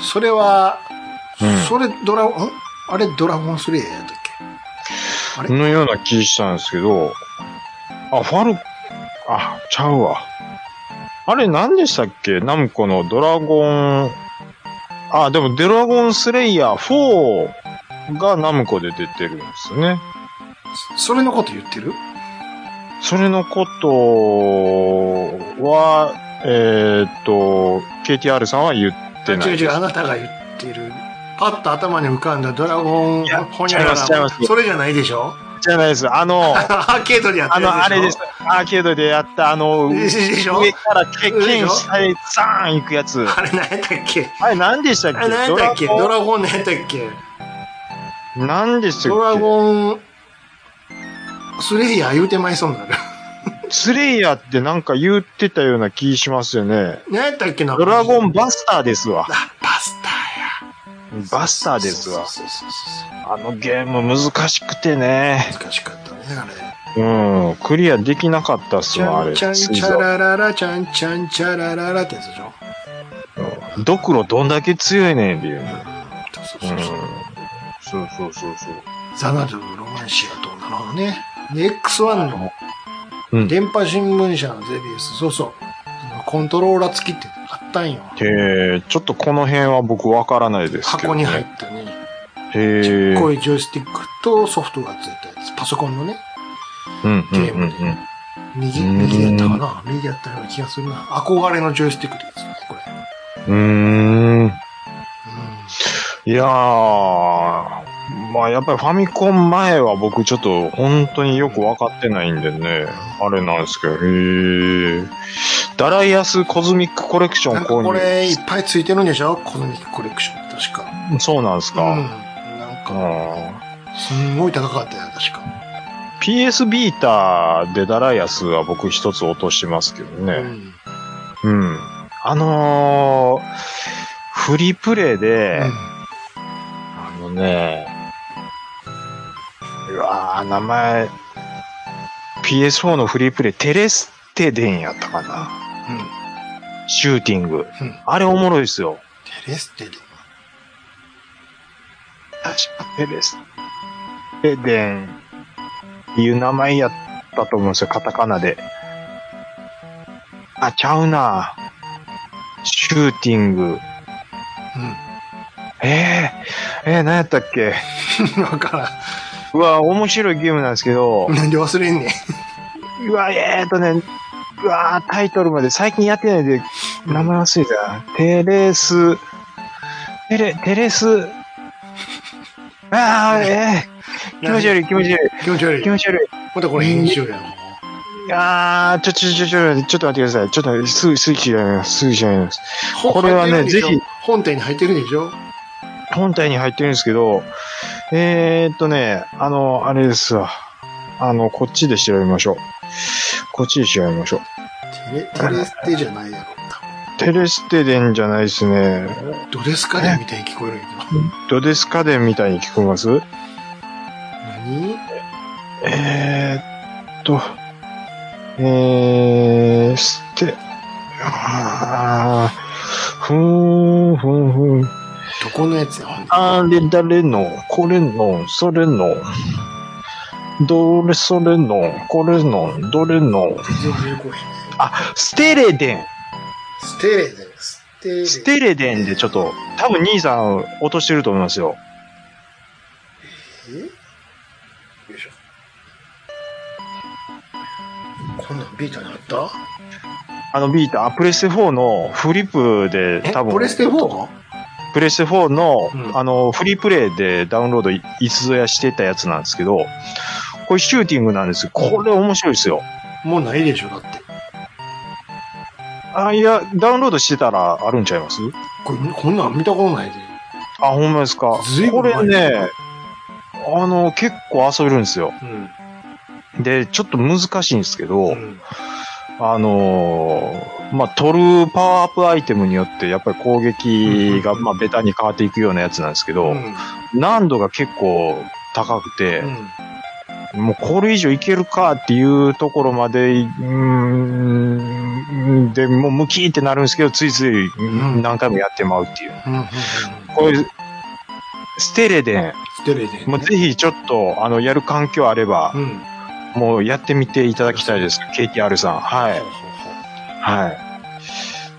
それは、うんそれドラゴン、んあれドラゴンスレイヤーだっけえのような気したんですけど。あ、ファル、あ、ちゃうわ。あれ何でしたっけナムコのドラゴン、あ、でもドラゴンスレイヤー4がナムコで出てるんですね。それのこと言ってるそれのことは、えーっと、KTR さんは言ってない。違う違う、あなたが言ってる。パッと頭に浮かんだドラゴン、いやほにゃらら違います違いますそれじゃないでしょ じゃないです。あ の、アーケードでやってあるでしょの、あれです。。アーケードでやった、あの、で上しょからけでしょ剣下へザーン行くやつ。あれ何やったっけあれ何でしたっあれけ何やったっけドドララゴン何やったっけゴン何でしたっけドラゴン、スレイヤー言うてまいそうになる。 スレイヤーってなんか言ってたような気しますよね。何やったっけなドラゴン。ンバスターですわ。あ、バスターや。バスターですわ。そうそうそうそあのゲーム難しくてね。う難しかったね、あれ。うん。クリアできなかったっすちわ、あゃれ。んちゃん水ちゃ槽ららら、ちゃんちゃんちゃらららってやつでしょ。ドクロどんだけ強いねんっていうね。うんそうそうんうそう。。そうそうそうそう。ザナドゥロマンシアと、なるほどね。で X1 うの、ん電波新聞社のゼビウス、そうそう。あのコントローラー付きってあったんよ。へえ、ちょっとこの辺は僕わからないですけど、箱にね。入ったね。へえ。こういうジョイスティックとソフトがついたやつ。パソコンのね。うんうんゲーうんムうんで。右、右やったかな右やったような気がするな。憧れのジョイスティックですね、これ。うーん。ういやー、まあやっぱりファミコン前は僕ちょっと本当によくわかってないんでね。あれなんですけど、へえ。ダライアスコズミックコレクシん。ョなンんか購これい入っ。ぱいついてるんでしょコズミックコレクション、確か。そうなんですうん。か。なんうか、んすんごい高かったよ、確か。 PS ビーターでダライアスは僕一つ落としてますけどうね。ん。うん。あのー、フリープレイで、あのね、うわー、名前、PS4 のフリープレイ、テレステデンやったかな。うん。シューティング。うんあれおもろいですよ。テレステで。確かテレステデンっていう名前やったと思うんですよ、カタカナで。あ、ちゃうな。シューティング。えー、えー、何やったっけうん。わからうわ、面白いゲームなんですけどん。、なんで忘れんねん。うわ、えーっとね、うわ、タイトルまで最近やってないんで、名前忘れたな。テレス、テレ、テレス、あー、えー、気持ち悪い、気持ち悪い、い。気持ち悪い気。持ち悪い。またこれ編集やん。あー、ちょ、ちょ、ちょ、ちょ、ちょっと待ってください。ちょっと、すぐ、すぐ調べます。すぐ調べます。ほこれはね入ってるんでしょぜひ。本体に入ってるんでしょ本体に入ってるんですけど、えー、っとね、あの、あれですわ。あの、こっちで調べましょう。こっちで調べましょう。テレ、テレステじゃないやろ。多テレステデンじゃないですね。ドレスカレーみたいに聞こえるけど。ドデスカデンみたいに聞こえます何えー、っと、えー、ステ、あーふーん、ふんふん。どこのやつや、ほんであれだれの、これの、それの、どれそれの、これの、どれの、全然出てこへん。あ、ステレデン。ステレで、ステレ。ステレデンでちょっと、多分兄さん落としてると思いますよ。えよいしょ。こんなんビータにあったあのビーター、あプレステ4のフリップで多分、プレステ 4? プレステ4の、うんあの、フリープレイでダウンロードいいつぞやしてたやつなんですけど、これシューティングなんですよ。これ面白いですよ。もうないでしょ、だって。あ、いや、ダウンロードしてたらあるんちゃいますこれ、こんなん見たことないで。あ、ほんまですかずい。ぶこん前れね、あの、結構遊べるんですよ。うん。で、ちょっと難しいんですけど、うん。あのーまあ、取るパワーアップアイテムによって、やっぱり攻撃が、うんまあ、ベタに変わっていくようなやつなんですけうど、ん。難度が結構高くて、うんもうこれ以上いけるかっていうところまで、うーん、で、もうムキーってなるんですけど、ついついん何回もやってまうっていう。うん。うん。こういう、ステレデステレで。ン、もうぜひちょっと、あの、やる環境あればう、ん。もうやってみていただきたいです。KTR さん。はいほ。うほうほうはい。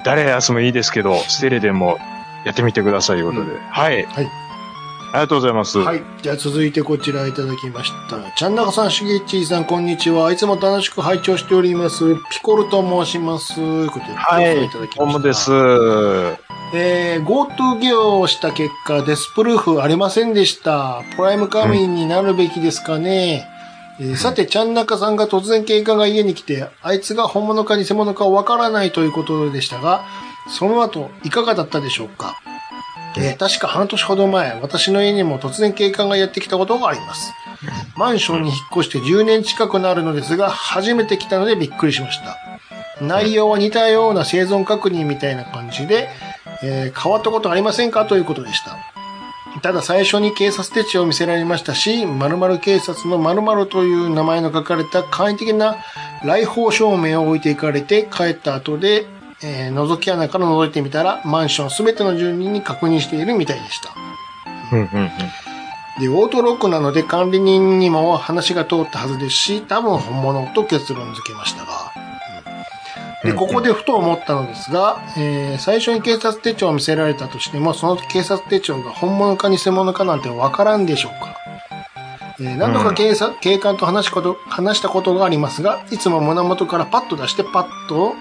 誰やすもいいですけど、ステレデンもやってみてくださいということで。はい。はいありがとうございます。はい。じゃあ続いてこちらいただきました。ちゃんなかさん、しげちいさん、こんにちは。いつも楽しく拝聴しております。ピコルと申します。ということで、はいご参加ただきどうましたもです。はえー、GoTo ゲオをした結果、デスプルーフありませんでした。プライム会員になるべきですかね。えーさて、ちゃんなかさんが突然経過が家に来て、あいつが本物か偽物かわからないということでしたが、その後、いかがだったでしょうかえー確か半年ほど前、私の家にも突然警官がやってきたことがあります。マンションに引っ越して10年近くなるのですが、初めて来たのでびっくりしました。内容は似たような生存確認みたいな感じで、えー変わったことありませんかということでした。ただ最初に警察手帳を見せられましたし、〇〇警察の〇〇という名前の書かれた簡易的な来訪証明を置いていかれて帰った後で、えー覗き穴から覗いてみたら、マンションすべての住人に確認しているみたいでした。うんうんうんで、オートロックなので管理人にも話が通ったはずですし、多分本物と結論付けましたが。うんで、ここでふと思ったのですが、えー最初に警察手帳を見せられたとしても、その警察手帳が本物か偽物かなんてわからんでしょうか。えー何度か警察、警官と話しこと話したことがありますが、いつも胸元からパッと出してパッと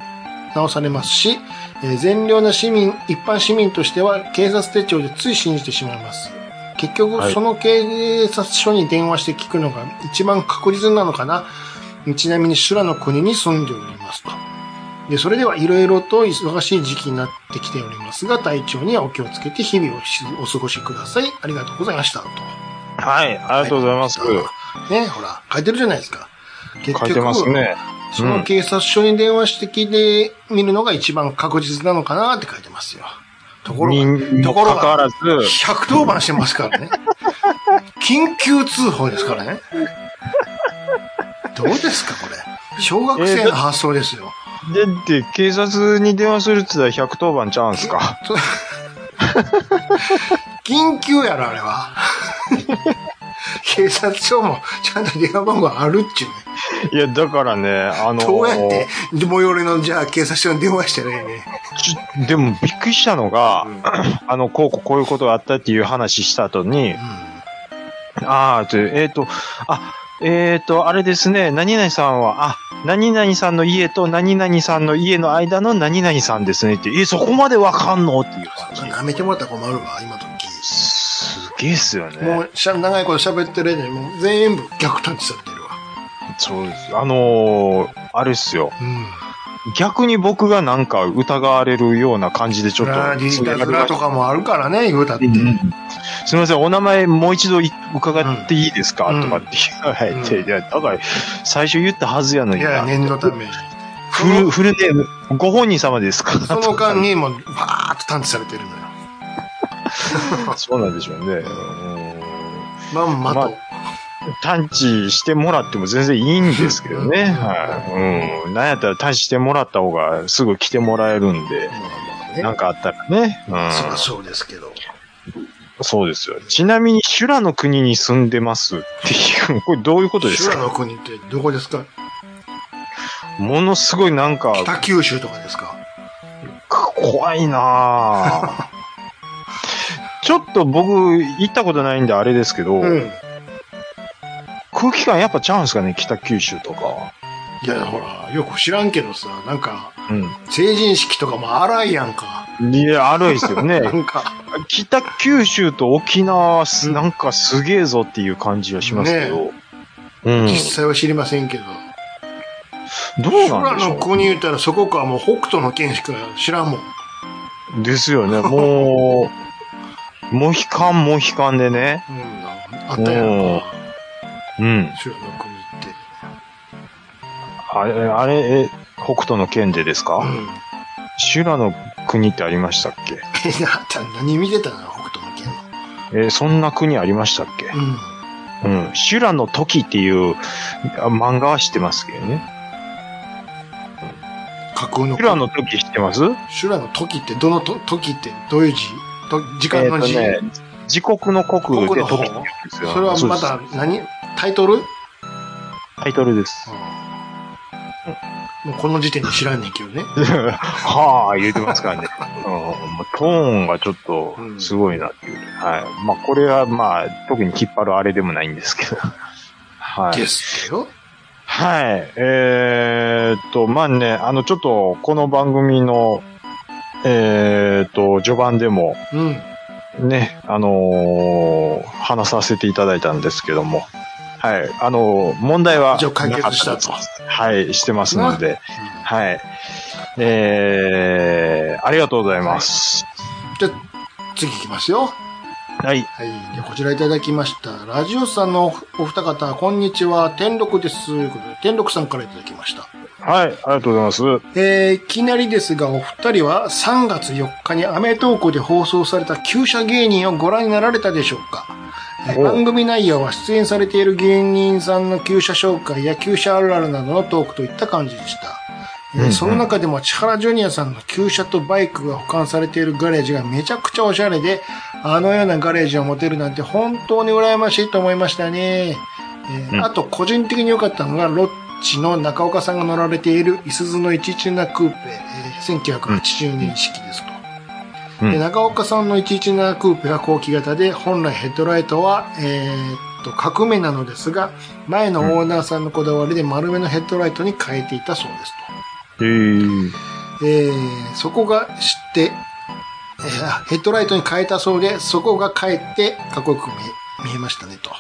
直されますし、えー善良な市民、一般市民としては警察手帳でつい信じてしまいます。結は局、いその警察署に電話して聞くのが一番確実なのかな。ちなみに修羅の国に住んでおりますと。で、それではいろいろと忙しい時期になってきておりますが、体調にはお気をつけて日々をしお過ごしください。ありがとうございました。と。はい。ありがとうございます。ね、ほら、書いてるじゃないですか。結書いてますね。その警察署に電話して聞いてみるのが一番確実なのかなって書いてますよ。ところにが、にともころかかわが、らず、 110番してますからね。緊急通報ですからね。どうですか、これ。小学生の発想ですよ。で、で、警察に電話するって言ったら110番ちゃうんすか。そ緊急やろ、あれは。 警察署もちゃんと電話番号あるっちゅうね。いや、だからね、あのーどうやって、最寄りの、じゃあ警察署に電話したらいいね。ちょでもびっくりしたのが、んあの、こうこうこういうことがあったっていう話した後に、ああ、という、えっ、と、あ、えっ、と、あれですね、何々さんは、あ、何々さんの家と何々さんの家の間の何々さんですねって、え、そこまでわかんのっていう感じ。舐めてもらったら困るわ、今時。すげえっすよね。もうしゃ、長いこと喋ってる間に、もう全部逆探知されてるわ。そうです。あのーあれっすよ。うん。逆に僕がなんか疑われるような感じでちょっと。ラーディーダズラとすかもあるからね、言うたって。みません、お名前もう一度い伺っていいですか、うんとかって言われて、うんいや、だから最初言ったはずやのいにな。や、念のため。そフのル、フルネーム、ご本人様ですかその間にもう、バーッと探知されてるのよ。 そうなんでしょうね。うんまんまと。まあ探知してもらっても全然いいんですけどね。はい。うん。なんやったら探知してもらった方がすぐ来てもらえるんで、まあまなんかあったらね。うあんね。。そりゃそうですけど。そうですよ。ちなみに、修羅の国に住んでますっていう、こ れどういうことで修す羅かの国ってどこですかものすごいなんか、北九州とかですか怖い なぁ。ちょっと僕、行ったことないんであれですけど、うん。空気感やっぱちゃうんですかね、北九州とか。いや、ほら、よく知らんけどさ、なんか、う成人式とかも荒いやんか。ん。いや、あるいですよね な。んか、北九州と沖縄はす、なんかすげえぞっていう感じはしますけど。うん。実際は知りませんけど。どう空なんでしょのう国言ったらそこかもう北斗の県しか知らんもん。ですよね。もう、モヒカンモヒカンでね。うん、あったやんおか。うん。修羅の国って。あれ、あれ、え、北斗の剣でですうかん。修羅の国ってありましたっけえ、なた何見てたの北斗の県の。え、そんな国ありましたっけうん。うん。修羅の時っていうあ漫画は知ってますけどね。架空の修羅の時知ってます修羅の時って、どのと時って、どういう字と時間の字、えっとね、時刻の国国での時方って言うんですよ。それはまそうた何タイトル、ですタイトルです。もうこの時点で知らんねんけどね。 はあ、言うてますからね。うん、もうトーンがちょっとすごいなっていう。はい。まあ、これはまあ、特にきっぱるあれでもないんですけど。はいで。すけど。はい。えーっと、まあね、あの、ちょっと、この番組の、えーっと、序盤でも、うん。ね、あのー話させていただいたんですけども、はい。あのー問題は、一応解決したなかっとたですはい、してますので、はい。えー、ありがとうございます。じゃ、次行きますよ。はい。はい。でこちらいただきました。ラジオさんのお二方、こんにちは。天禄です。ということで、天禄さんからいただきました。はい、ありがとうございます。えー、いきなりですが、お二人は3月4日にアメトークで放送された旧社芸人をご覧になられたでしょうか、えーお番組内容は出演されている芸人さんの旧社紹介や旧社あるあるなどのトークといった感じでした。えーうんうんその中でも千原ジュニアさんの旧車とバイクが保管されているガレージがめちゃくちゃおしゃれで、あのようなガレージを持てるなんて本当に羨ましいと思いましたね。えーうんあと個人的に良かったのが、ロッチの中岡さんが乗られているいすずの117クーペ、えー1980年式ですと。うんで中岡さんの117クーペは後期型で、本来ヘッドライトは、えーっと、革命なのですが、前のオーナーさんのこだわりで丸めのヘッドライトに変えていたそうですと。えー、えーそこが知って、えーあヘッドライトに変えたそうで、そこが変えてかっこよく見え見えましたねと。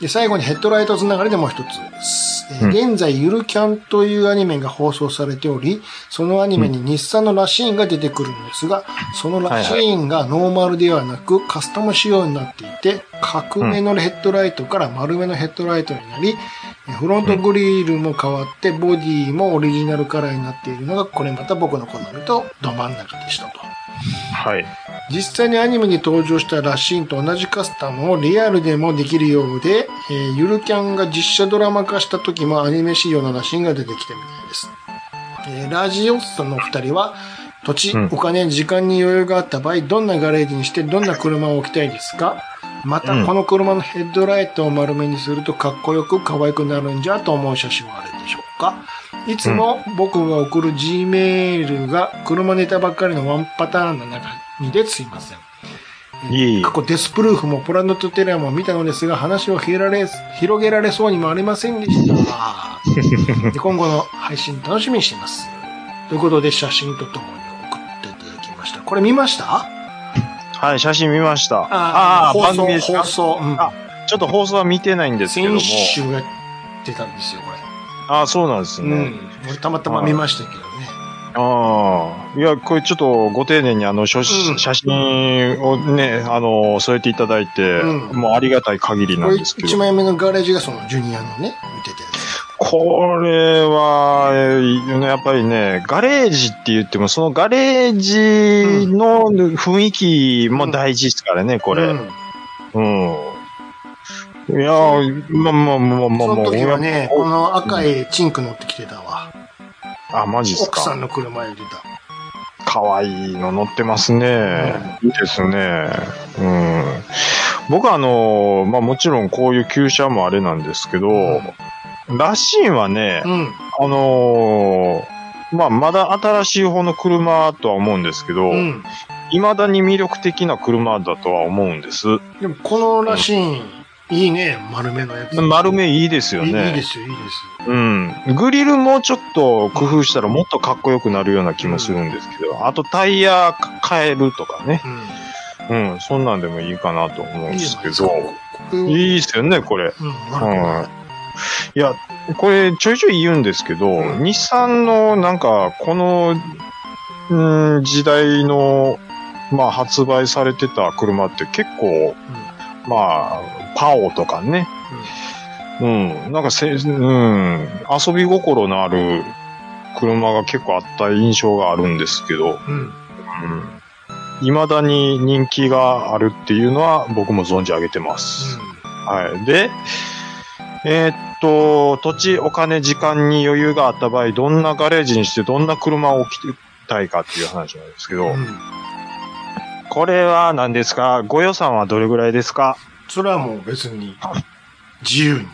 で、最後にヘッドライトつながりでもう一つ。えー現在、ゆるキャンというアニメが放送されており、そのアニメに日産のラシーンが出てくるんですが、そのラシーンがノーマルではなくカスタム仕様になっていて、角目のヘッドライトから丸めのヘッドライトになり、えフロントグリールも変わって、ボディもオリジナルカラーになっているのが、これまた僕の好みとど真ん中でしたと。はい。実際にアニメに登場したラシーンと同じカスタムをリアルでもできるようで、えーゆるキャンが実写ドラマ化した時もアニメ仕様のラシーンが出てきたみたいです。えーラジオスさんのお二人は、土地、うんお金、時間に余裕があった場合、どんなガレージにしてどんな車を置きたいですかまうた、んこの車のヘッドライトを丸めにするとかっこよく可愛くなるんじゃと思う写真はあるでしょうかいつも僕が送る G メールが車ネタばっかりのワンパターンの中にですいません。いえいえ過去デスプルーフもプラネットテレアも見たのですが、話を広げられ、 広げられそうにもありませんで した。で今後の配信楽しみにしています。ということで、写真とともに送っていただきました。これ見ましたはい、写真見ました。ああー、放番送組です、放か送。うんあちょっと放送は見てないんですけども先。週やってたんですよ、こああ、そうなんですれ。ね。うん。俺たまたま見ましたけどね。ああ。いや、これちょっとご丁寧にあの、写真うん写真をね、あの、添えていただいて、うんもうありがたい限りこなんれですけ一ど。枚目のガレージがそのジュニアのね、見てたやつ。ここれは、えーやっぱりね、ガレージって言っても、そのガレージの雰囲気も大事ですからね、こうれ。んうん。いやー、まあまあまそあまあまのあ。時はね、おこの赤いチンク乗ってきてたわ。あ、マジっす奥さか。んの車入れた。かわいいの乗ってますね。いいですね。うん。僕はあのー、まあもちろんこういう旧車もあれなんですけど、ラシーンはね、うん。あのーまあ、まだ新しい方の車とは思うんですけど、うん。未だに魅力的な車だとは思うんです。でも、このらしい、いいね、丸めのやつ。丸目いいですよいいね。いいですよ、いいです。うん。グリルもちょっと工夫したらもっとかっこよくなるような気もするんですけど、あとタイヤ変えるとかね。ううん。そんなんでもいいかなと思うんん。いいでじすゃないけですか。ど。これをいいですよね、これ。うん、う悪くないん。いや、これちょいちょい言うんですけど、うん日産のなんか、この、うん、時代の、まあ、発売されてた車って結構、まあ、パオとかね、うん、なんかせ、うん、遊び心のある車が結構あった印象があるんですけど、うん。うん。うん、未だに人気があるっていうのは僕も存じ上げてます。はい。で、えーっと、土地、お金、時間に余裕があった場合、どんなガレージにしてどんな車を置きたいかっていう話なんですけど、うん。うんこれは何ですかご予算はどれぐらいですかそれはもう別に、自由に。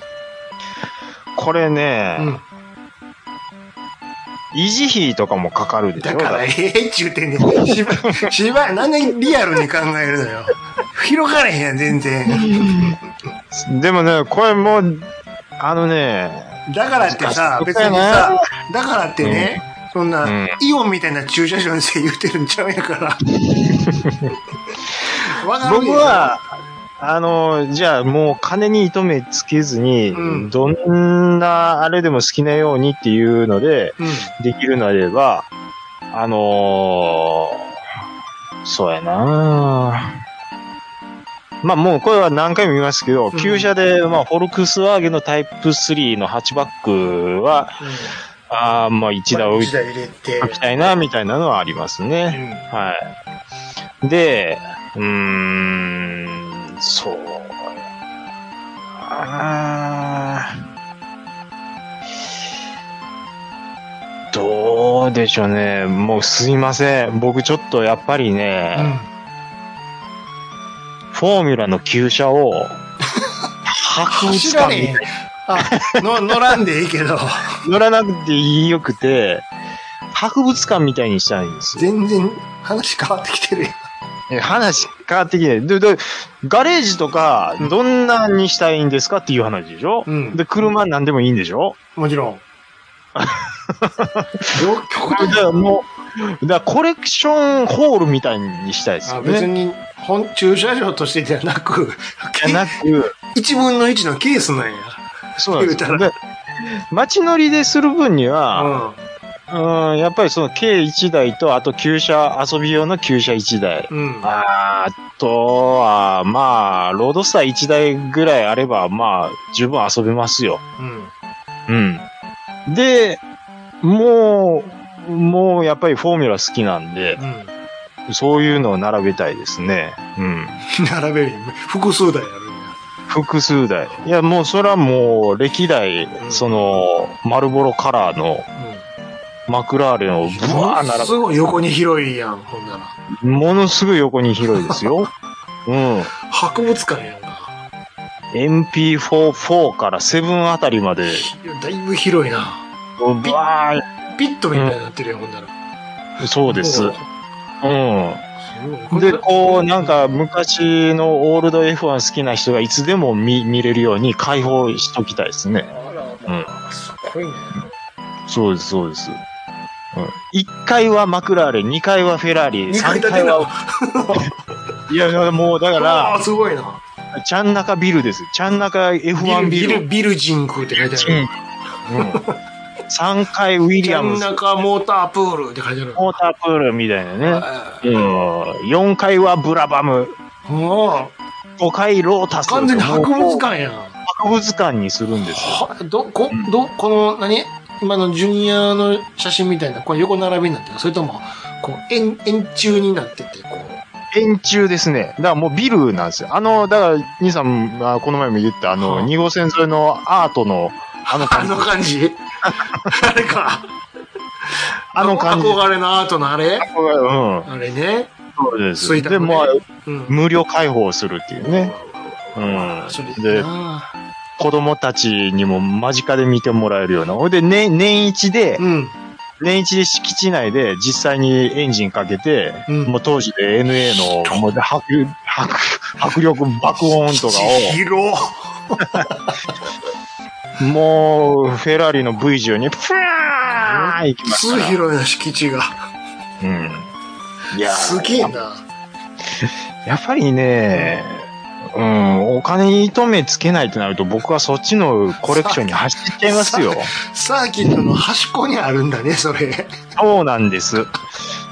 これね、うん。維持費とかもかかるでしょだから、ええっちゅうてんねん。 しば、しば、なんでリアルに考えるのよ。広がれへんやん、全然。でもね、これもう、あのね、だからってさ、別にさ、だからってね、そんな、うんイオンみたいな駐車場にせ言うてるんちゃうんやから。わかる僕は、あの、じゃあもう金に糸目つけずに、うんどんなあれでも好きなようにっていうので、うん。できるのであれば、あのーそうやなまあもうこれは何回も言いますけど、うん旧車で、まあ、フォルクスワーゲンのタイプ3のハッチバックは、ああ、まあ一台置い一て台入れて。おきたいな、みたいなのはありますね。うはい。で、うーん、そう。あーどうでしょうね。もうすいません。僕ちょっとやっぱりん。うね、んフォーミュラの旧車を、白打走つらかれみへたんいな。。あ、の乗らんでいいけど、乗らなくていいよくて、博物館みたいにしたいんですよ。全然話変わってきてるやん。え話変わってきて、で、で、ガレージとか、どんなにしたいんですかっていう話でしょ、うんで、車なんでもいいんでしょも ちろん。両極だからもう、だからコレクションホールみたいにしたいですあよ別ね。に本駐車場としてじゃなく、じゃなく、一分の一のケースなんや。 そうなんです言よ。うたで街乗りでする分にうは、ん。うん、やっぱりその計1台と、あと旧車、遊び用の旧車1台。うん。あとは、まあ、ロードスター1台ぐらいあれば、まあ、十分遊べますよ。うん。うん。で、もう、もうやっぱりフォーミュラ好きなんで、うん。そういうのを並べたいですね。うん。並べるに複数台あるんや。複数台。いや、もうそれはもう歴代、その、マルボロカラーのマクラーレンをブワうーん。す並ごい横に広いやん、ほんなら。べ、ものすごい横に広いですよ。うん。博物館やんか。 MP44 から7あたりまで、いやだいぶ広いな。ブワピットみたいになってるやん、ほんなら。ーそうです。おううん。すごいで、こう、なんか、昔のオールド F1 好きな人がいつでも見見れるように開放しときたいですね。あらまあ、すごいね。そうです、そうです。うん、1階はマクラーレン、2階はフェラーリ、二階建3て階な。は、いやいや、もうだかあら、あ、すごいな。ちゃんなかビルです。ちゃんなかビル、 F1 ビビル。ル、ビルジンクって書いてあうる。ん3階ウィジリアャムンズ、中モータープールって書いてある。モータープールみたいなね。あうん、4階はブラバム、あもう、 5階ロータス。完全に博物もう館やん。博物館にするんですよ。はど、こ、ど、この、何今のジュニアの写真みたいな、これ横並びになってるそれとも、こう、円、円柱になってて、こう。円柱ですね。だからもうビルなんですよ。あの、だから、兄さん、まあこの前も言った、はああの、2号線沿いのアートの、あのあ感じの。感じあれか。 あの感じ。憧れのアートのあれうん。あれね。そうでついす。たで、のねまあ、うん。無料開放するっていうね。まあそれうん。いいで、な子供たちにも間近で見てもらえるような。ほいで、ね、年一で、うん。年一で敷地内で実際にエンジンかけて、うんもう当時で NA の、もう迫、迫、迫力爆音とか広を、もう、フェラーリの V 字に、プワーン行きまつした。広いな敷地が。うん。いやーすげえな。やっぱりね、うん、お金に糸目つけないってなると僕はそっちのコレクションに走っちゃいま すよ。サーキットの端っこにあるんだね、そ れ。そうなんです。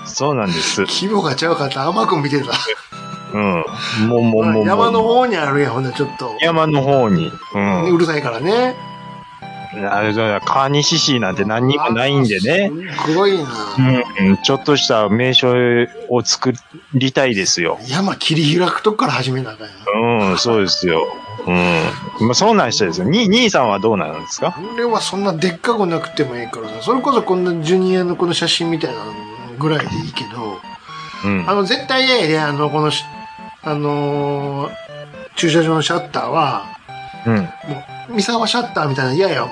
そうなんです。規模がちゃうかった。甘く見てた。うん。もうもうもうもう。山の方にあるやん、ほんならちょっと。山の方に。うん。うるさいからね。あれだ、川西市なんて何にもないんでね。すごいな。うん、ちょっとした名所を作りたいですよ。山切り開くとこから始めなあかんやん。うん、そうですよ。うん。まあ、そうなんしたいですよ。に、兄さんはどうなんですか俺はそんなでっかくなくてもいいからさ、それこそこんなジュニアのこの写真みたいなのぐらいでいいけど、うんあ。の、絶対ね、ねあの、このし、あのー駐車場のシャッターは、うん。 もう、三沢シャッターみたいなの嫌や、もう。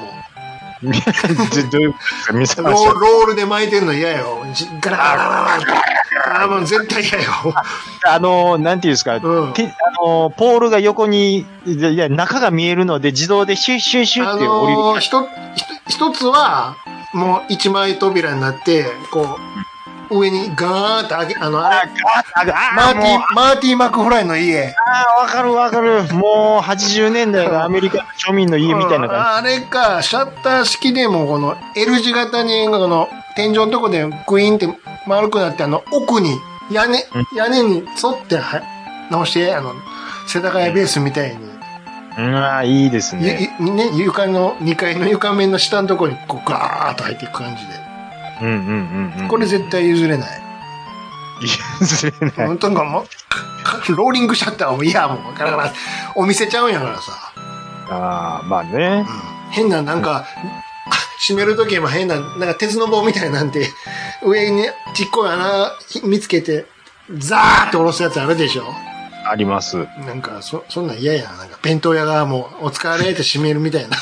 でどういうことですか見せまロしーた。ロールで巻いてんの嫌よ。じガラガラガラガラ。ああ、もう絶対嫌よ。あの、なんていうんですか、うん。てあの、ポールが横に、いやいや、中が見えるので、自動でシュッシュッシュッあって降りる。のー、ひと、ひと一つは、もう一枚扉になって、こう、上にガーンって上げ、あの、あれ、あ、あ、マーあテもィうー、マーティー・マクフライの家。あわかるわかる。もう、80年代のアメリカの庶民の家みたいなうん感あれか、シャッター式でもこの L 字型に、この天井のとこでグイーンって丸くなって、あの、奥に、屋根、屋根に沿っては直して、あの、世田谷ベースみたいに。じ。うん、あいいですね。ゆゆね、床の、2階の床面の下のところに、こう、ガーッと入っていく感じで。うんうんうんうん。これ絶対譲れない。譲れない。本当にもう、 かローリングシャッターはもう、いや、もう、ガラガラ、お店ちゃうんやからさ。ああ、まあね。うん変な、なんか、閉めるときも変な、なんか鉄の棒みたいなんて、上にちっこい穴ひ見つけて、ザーって下ろすやつあるでしょあります。なんか、そ、そんなん嫌やな。なんか、弁当屋がもう、お疲れって閉めるみたいな。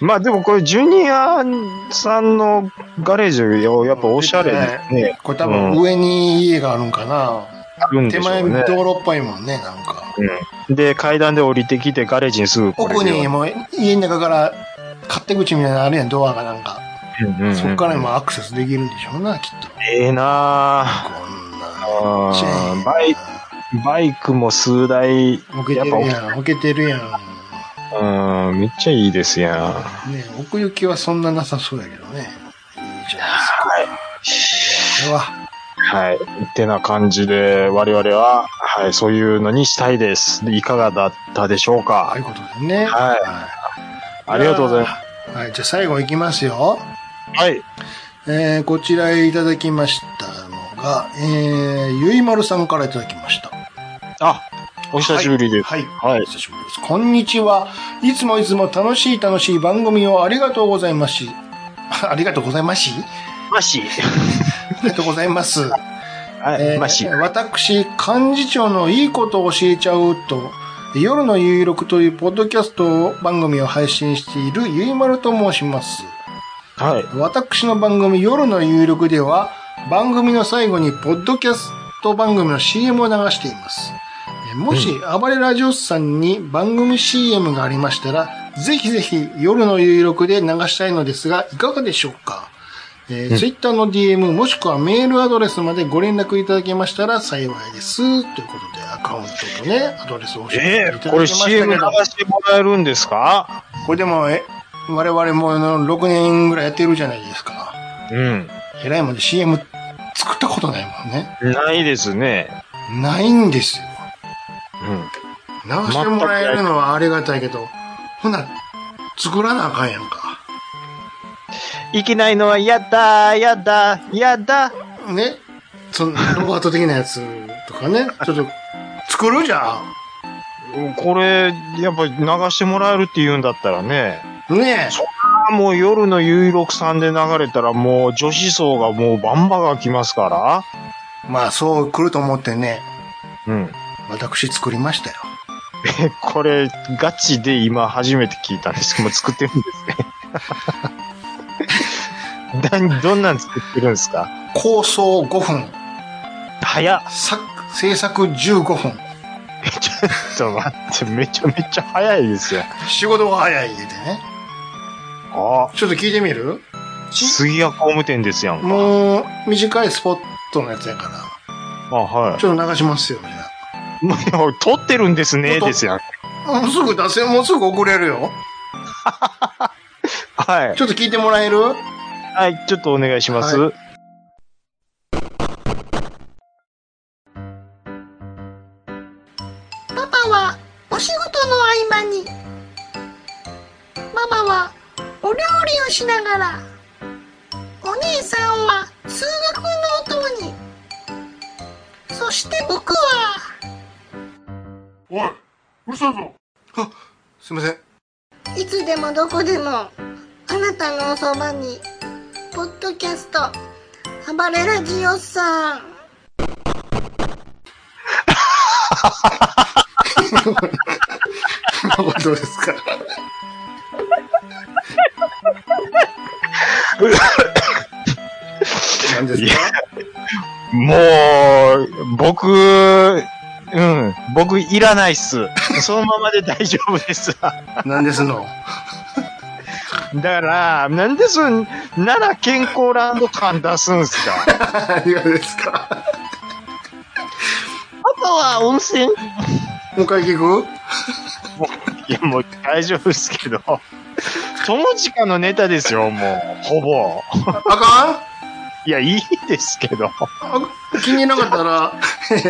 まあでもこれ、ジュニアさんのガレージをやっぱおしゃれですね。これ多分上に家があるんかな。あるん手でしょ前うね。道路っぽいもんね、なんか。で、階段で降りてきて、ガレージにすぐ来れるよ奥うににもう家の中から勝手口みたいなのあるやん、ドアがなんか。うんうんうんそっからにもアクセスできるんでしょうな、きっと。ええなぁ。こんな。あチェーーンバイバイクも数台、向けてるやん、向けてるやん。うん、めっちゃいいですやね奥行きはそんななさそうやけどね。いいじゃないですか。これは、ん。はい。ってな感じで、我々は、はい、そういうのにしたいです。いかがだったでしょうああかいうことですね。。はいありがとうございますはい、じゃあ最後いきますよ。す。はい。えー、こちらいただきましたのが、えー、ゆいまるさんからいただきました。あ、お久しぶりです。はい。はい。久しぶりです。こんにちは。いつもいつも楽しい楽しい番組をありがとうございますし、 ありがとうございますしマシ。ありがとうございます。はい、マシえ。ー私、幹事長のいいことを教えちゃうと、夜の有力というポッドキャスト番組を配信しているゆいまると申します。はい。私の番組夜の有力では、番組の最後にポッドキャスト番組の CM を流しています。えーもし、暴れラジオスさんに番組 CM がありましたら、ぜひぜひ夜の有力で流したいのですが、いかがでしょうかえー、ツイッターの DM もしくはメールアドレスまでご連絡いただけましたら幸いです。ということで、アカウントとね、アドレスを教ええていただー、きこまれしたけど。 CM 流してもらえるんですかこれでも、え、我々もあの6年ぐらいやってるじゃないですか。うん。えらいもんで CM 作ったことないもんね。ないですね。ないんですよ。うん。直してもらえるのはありがたいけど、ほな、作らなあかんやんか。いけないのはやだ、やだ、やだ。ね。その、ロボット的なやつとかね。 ちょっと、作るじゃこれ、やっぱ流してもらえるって言うんだったらね、ん。ねあもう夜のゆいろくさんで流れたらもう女子層がもうバンバが来ますかえ。まあ、そう来ると思ってね、ら。うん。私作りましたよ。え、これ、ガチで今初めて聞いたんですけど、もう作ってるんですね。だ どんなん作ってるんですか構想5分、早っ作、制作15分。 ちょっと待って、めちゃめちゃ早いですよ。仕事が早いでね。あちょっと聞いてみる杉谷工務店ですやんか。もう、短いスポットのやつやから。あ、はちょっと流しますよ、じい。もう、撮ってるんですね、ですやん。ゃあ。もうすぐ出せ、もうすぐ送れるよ。はい。ちょっと聞いてもらえるはい、ちょっとお願いします。はパパはお仕事の合間にママはお料理をしながらお姉さんは数学のお供にそして僕はおい、うるさいぞ。あ、すいません。 いつでもどこでもあなたのおそばにポッドキャスト暴れラジオさんこれどうですか何ですかもう、僕、うん、僕いらないっす。そのままで大丈夫です。 だ何ですのから、なんですん、なら健康ランド感出すんすか。何がですかあとは温泉。もう一回聞くいや、もう大丈夫ですけど。友近のネタですよ、もう、ほぼ。あかいや、 いいですけんど。あ気に入らなかったら、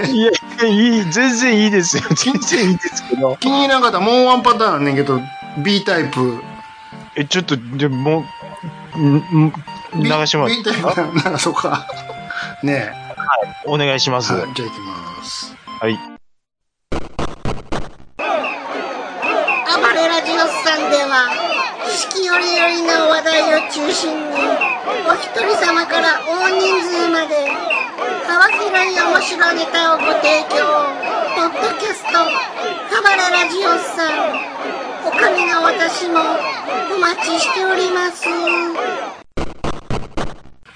いや、いい、全然いいです よ。全然いいですけど。気に入らなかったらもうワンパターンあんねんけど、B タイプ。え、ちょっと、でもう、んん B 流します B タイプなん だ、そうか。ねえ。お願いします。はいじゃあ行きます。はい。暴れラジオスさんでは四季折々の話題を中心にお一人様から大人数まで幅広い面白ネタをご提供ポッドキャスト「暴れラジオスさん」おかみの私もお待ちしております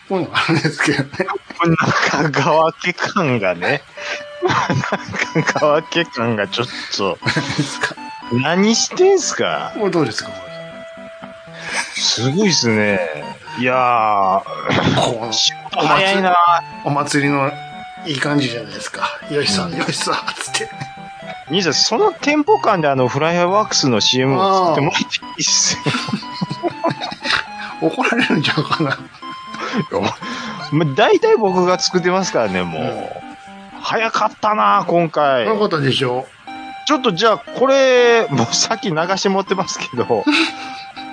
こういうのがあるんですけどね。中川家感がね、中川家感がちょっと、何してんすかこれどうですかこすごいっすね。いやれこのー、早いな。お祭りのいい感じじゃないですか。よしさん、よしさん、つって。兄さん、そのテンポ感であの、フライヤーワークスの CM を作ってもらっていいっすよ。怒られるんちゃうかな。まあ大体僕が作ってますからね、もう。早かったな、今回。よかったでしょちょっとじゃあ、これ、もうさっき流してもってますけ ど、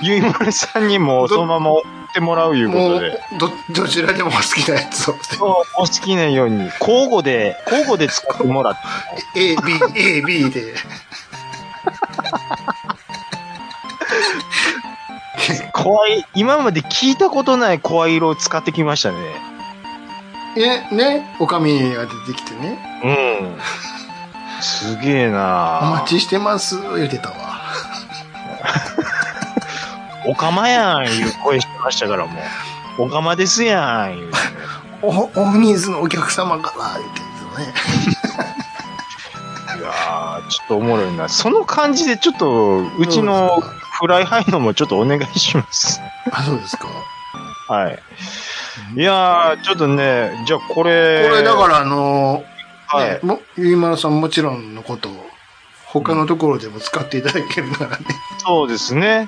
ゆいまるさんにもそのまま送ってもらういうう。こもとうで、、ど、どちらでも好きなやつを。お好きなように、交互で、交互で使ってもらって、 A、B、A、B で。怖い、今まで聞いたことない声色を使ってきましたね。ね、ね、おかみが出てきてね。うん。すげえおな待ちしてます、言ってたわ。おかまやん、いう声してましたからもう。おかまですやん、いう。お、大人数のお客様から、言ってたね。いやー、ちょっとおもろいな。その感じで、ちょっと、うちのフライハイのもちょっとお願いします。あ、そうですか。はい。いやー、ちょっとね、じゃあここれ。れだから、あのー、はい。ねも、ゆいまるさんもちろんのことを、他のところでも使っていただけるならね、そうですね。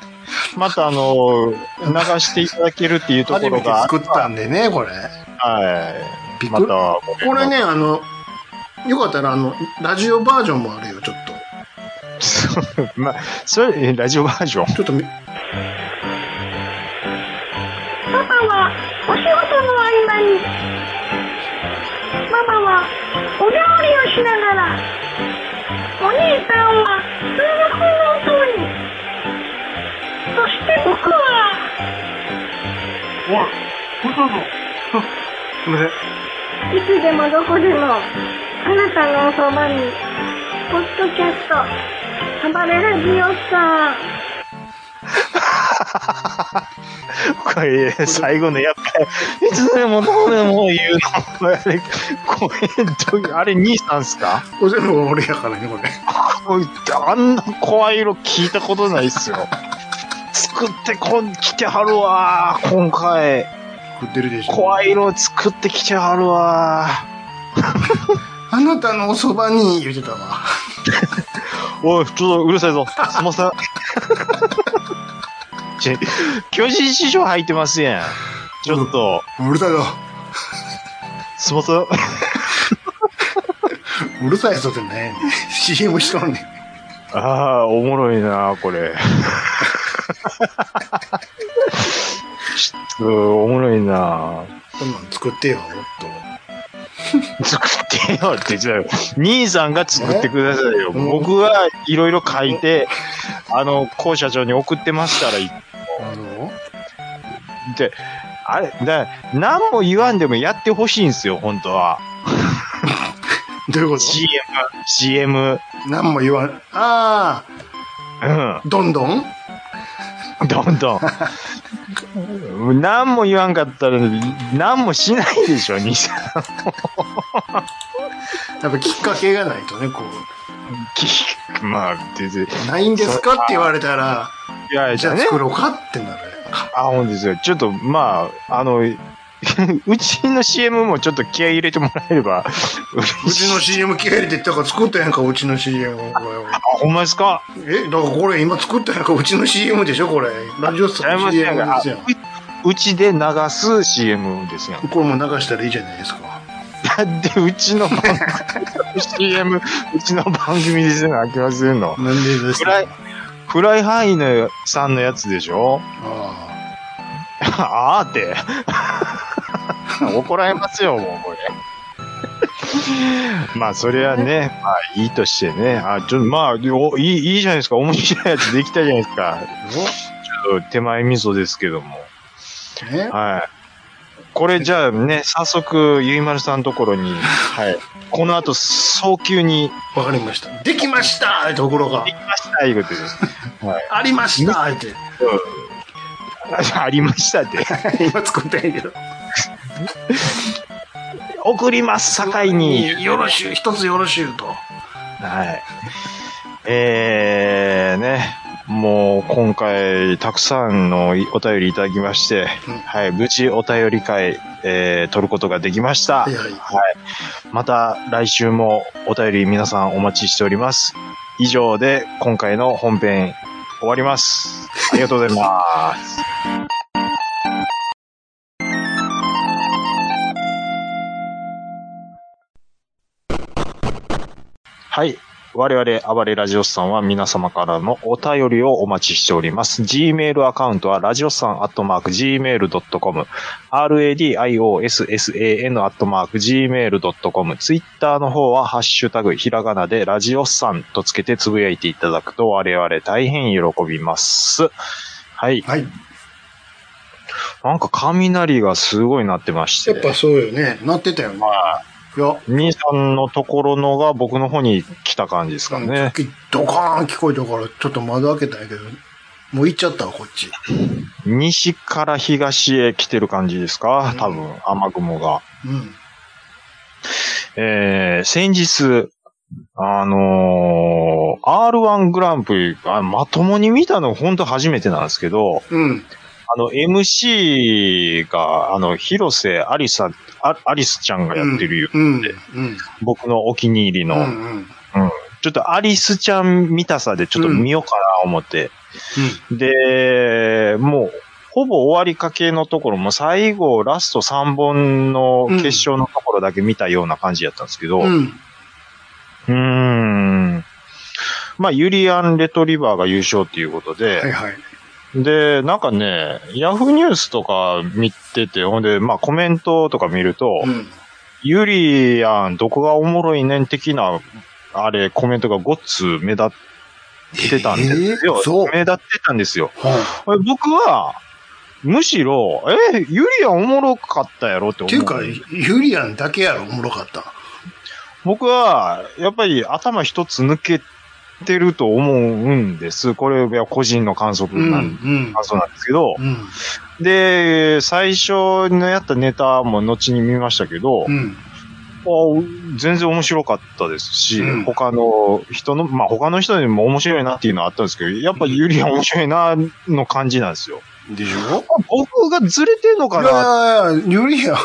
またあの、流していただけるっていうとこ初めろてが。作ったんでね、これ。はびい。っまくたり。。これね、あの、よかったら、あの、ラジオバージョンもあるよ、ちょっと。まあ、それ、えラジオバージョン。ちょっとみ、ママはお仕事の合間にママはお料理をしながらお兄さんは数学の音にそして僕はおい嘘ぞすみませんいつでもどこでもあなたのおそばにポッドキャスト暴れラジオさん これ、最後のやっぱり、いつでもどうでも言うの。 あれ、これどういう、あれ、兄さんっすかこれ全部俺やからね、これ。おいあんな声色聞いたことないっすよ。作ってこん、来てはるわー、今回。振ってるでしょ。声色作ってきてはるわー。あなたのおそばに言ってたわ。おい、ちょっとうるさいぞ。すいません。 ち巨人師匠入ってますやん。ちょっと、うるさいぞ。すいません。うるさいぞってね。CM しとんねん。あ あ、おもろいな、こ れ。ちょっと、おもろいな。こんなん作ってよ、もっと。作ってよって言ってたよ。兄さんが作ってくださいよ。うん僕はいろいろ書いて、あの、校社長に送ってますから言あのって、あれ、だ何も言わんでもやってほしいんですよ、本当は。どういうこと CM、CM、何も言わん。あうん、あ、どんどんどんどん。 何も言わんかったら、何もしないでしょ、兄さん。 やっぱきっかけがないとね、こきまあ、全然。う、ないんですかって言われたら、いや、じゃあね作ろうかってなるやんか。あ、ほんですよ。ちょっと、まあ、あの、 うちの CM もちょっと気合い入れてもらえれば、うちの CM 気合入れてったから作ったやんか、うちの CM を。あ、ほんまですかえ、だからこれ今作ったやんか、うちの CM でしょ、これ。ラジオスちゃいのま CM せんでがすやん。ううちで流す CM ですよ。これも流したらいいじゃないですか。だって、うちの番 組、CM、うちの番組ですよ、飽きませんの。なんでですフライ、フライ範囲のさんのやつでしょああーって。怒られますよ、もう、これ。 まあ、それはね、まあ、いいとしてね。あ、ちょっと、まあ、おいい、いいじゃないですか。面白いやつできたじゃないですか。ちょっと、手前味噌ですけども。あ。ね。はい。これじゃあね、早速、ゆいまるさんのところに、はい。この後、早急に、わかりました。できましたところがで、きました、いうことです。 ありましたって。あありましたって。今作ったんやけど。送ります、境に。よろしゅう、一つよろしゅうと。はい。えー、ね。もう今回たくさんのいお便りいただきまして、うんはい、無事お便り会、えー、取ることができました。はいはいまた来週もお便り皆さんお待ちしております。以上で今回の本編終わります。ありがとうございます。はい。我々、暴れラジオスさんは皆様からのお便りをお待ちしております。Gmail アカウントは、ラジオさんアットマーク Gmail.com、radiossan アットマーク Gmail.com、Twitter の方は、ハッシュタグ、ひらがなで、ラジオスさんとつけてつぶやいていただくと、我々大変喜びます。はい。はい。なんか雷がすごいなってまして。やっぱそうよね。なってたよね。いや、兄さんのところのが僕の方に来た感じですかさっね。きドカーン聞こえたから、ちょっと窓開けたんやけど、もう行っちゃったわ、こっち。西から東へ来てる感じですか多分、雨雲が。うん。えー、先日、あのー、R1 グランプリ、あまともに見たの本当初めてなんですけど、うん。あの、MC が、あの、広瀬アリサ、あアリスちゃんがやってる、うん。でうん。僕のお気に入りうの、ん。うん。ちょっとアリスちゃん見たさでちょっと見ようかな思って、で、もう、ほぼ終わりかけのところも最後、ラスト3本の決勝のところだけ見たような感じやったんですけど、ううん。うん。ーん。まあ、ユリアン・レトリバーが優勝っていうことで、はいはい。で、なんかね、ヤフーニュースとか見てて、ほんで、まあコメントとか見ると、うん。ユリアン、どこがおもろいねん的な、あれ、コメントがごっつ目立ってたんですよ。えーそう目立ってたんですよ。はえ僕は、むしろ、え、ユリアンおもろかったやろってい思う。っていうか、ユリアンだけやろ、おもろかったの。僕は、やっぱり頭一つ抜けてると思うんです。これは個人の観測うん、うなん、ん。感想なんですけど、うん。で、最初のやったネタも後に見ましたけど、うん。あ全然面白かったですし、うん他の人の、まあ他の人にも面白いなっていうのはあったんですけど、やっぱユリアン面白いなの感じなんですよ。でしょ僕がずれてんのかいなやいやいや、ユリアン、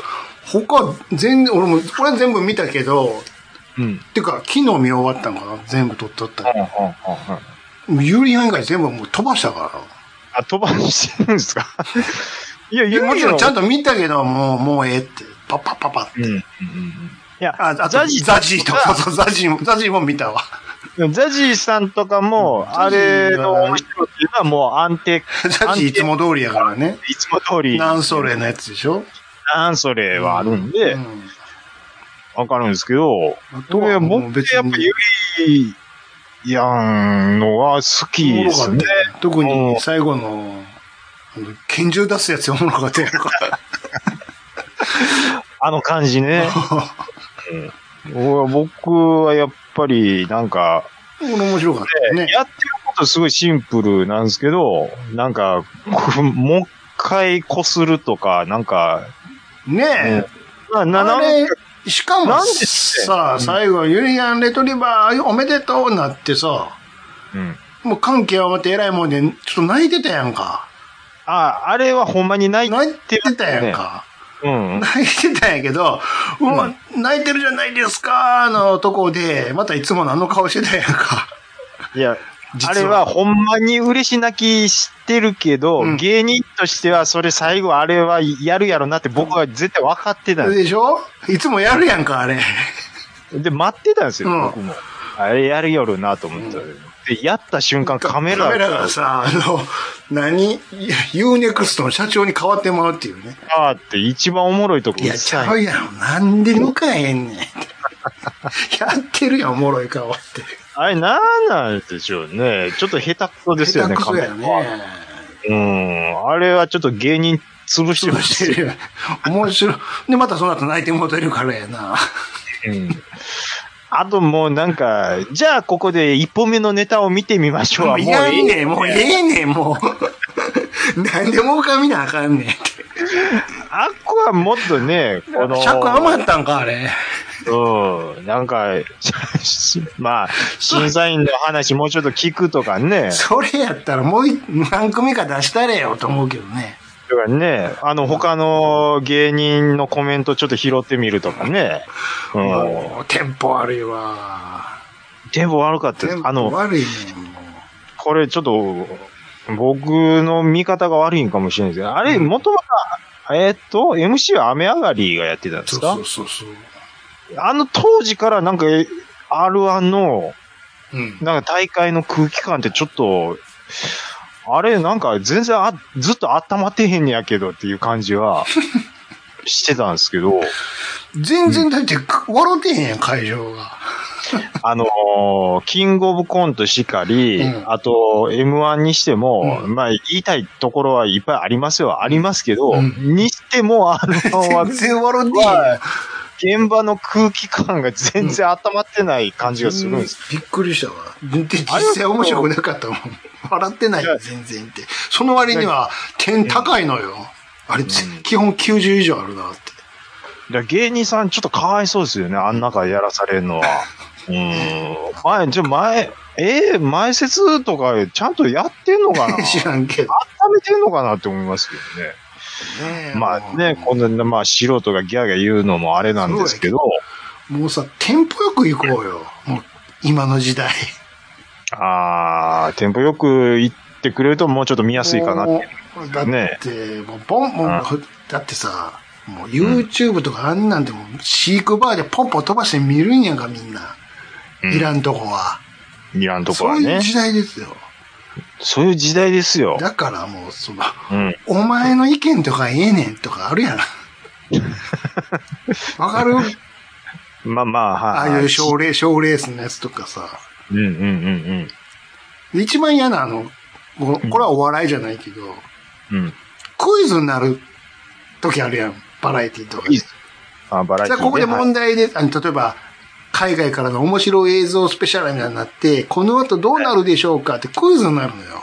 他、全然、俺も、これは全部見たけど、うん。うんうんてか、昨日見終わったんかな全部撮っとったら。うんうんユリアン以外全部もう飛ばしたから。あ、飛ばしてるんですか いや、いやももちちろろん。んちゃんと見たけど、もう、もうええって。パッパッパッパッ。うんうんうんいや、あ、あとザジザジーと、そうそうザジーも、ザジーも見たわ。ザジーさんとかも、うんあれの面白いっていうのはもう安定、ザ ジーいつも通りやからね。いつも通り、なんそれのやつでしょなんそれはあるんで、うんわかるんですけど、あいや、も僕うやっぱユリやんのは好きおもでろかすっね。たよ特うんに最後の、あの拳銃出すやつおもろかったやろ。 あの感じね。僕はやっぱり、なんか、これ面白かったね。やってることすごいシンプルなんですけど、なんか、 もう一回こするとか、なんか、ねまあ、え。あなれ、しかもなんでしてさ、最後、ユリアン・レトリバーおめでとうなってさ、うんもう歓喜はまて偉いもんで、ちょっと泣いてたやんか。あ、あれはほんまにない。うん泣いてたやんか。う ん。泣いてたんやけど、うわ、泣いてるじゃないですかのとこで、またいつものあの顔してたやんか。いや、あ実れは、ほんまに嬉し泣きしてるけど、うん芸人としてはそれ最後あれはやるやろなって僕は絶対分かってたんですでしょいつもやるやんか、あれ。で、待ってたんですよ、うん僕も。あれやるやろなと思ってた、で、やった瞬間カメラカメラがさ、あの、何ユーネクストの社長に変わってもらうっていうね。あーって一番おもろいとこいや、ちゃさうやろ。なんで抜かへんねん。やって るやん、おもろい顔って。あれなんなんでしょうね。ちょっと下手くそですよね、下手くそやカメラはね。うん。あれはちょっと芸人潰してほししい。てるやん。面白い。で、またその後泣いてもうてるからやな。うんあともうなんか、じゃあここで一本目のネタを見てみましょう。もはういもうらいいんねん、もうええねん、もう。なんでもうかみなあかんねんって。あっこはもっ とね、この、尺余ったんか、あれ。うん、なんか、 まあ、審査員の話もうちょっと聞くとかね。それやったらもうい何組か出したれよと思うけどね。だからね、あの、他の芸人のコメントちょっと拾ってみるとかね。うん。もう、テンポ悪いわ。でも悪かったでテすン。ポあの、悪いねん、もこれちょっと、僕の見方が悪いんかもしれないですけど、あれ、うんもともと、えーっと、MC は雨上がりがやってたんでう。すそうかそうそうそう。あの当時からなんか、え R1 の、うん。なんか大会の空気感ってちょっと、あれ、なんか全然あ、ずっと温まってへんねやけどっていう感じはしてたんですけど、全然だって、笑ってへんやん、会場が。あのーキングオブコントしかり、うんあと M1 にしても、うまあ言いたいところはいっぱいありますよ、ありますけど、うんにしても、あの 全然笑ってへんやん。現場の空気感が全然温まってない感じがするんです。びっくりしたわ。で、実際面白くなかったもん。笑ってないよ、全然って。その割には、点高いのよ。あれ、ぜ基本90以上あるなって。だから芸人さんちょっとかわいそうですよね、あん中やらされるの は。うーん。前、じゃあ前、えー、前説とかちゃんとやってんのかな 知らんけど温めてんのかなって思いますけどね。ね。まあね、こんな、まあ素人がギャーギャー言うのもあれなんですけど、もうさ、テンポよく行こうよ。もう、今の時代。あー、テンポよく言ってくれるともうちょっと見やすいかなって。もうだって、ねもう、ボン、もうだってさ、もう YouTube とかあんなんでも、飼育バーでポンポン飛ばして見るんやんか、みんな。いらんとこは。今のとこそろはういうね。時代ですよ。そういう時代ですよ。だからもう、その、うん。お前の意見とかええねんとかあ るやん。わかるまあまあ、あはあい。いう賞レ賞レースのやつとかさ。うんうんうんで一番嫌なあの、ここれはお笑いじゃないけど、うん。うん。クイズになる時あるやん。バラエティとかで。いいっすあ、バラエじテゃィあねここではい問題です。あの、例えば、海外からの面白い映像スペシャルみたいになって、この後どうなるでしょうかってクイズになるのよ。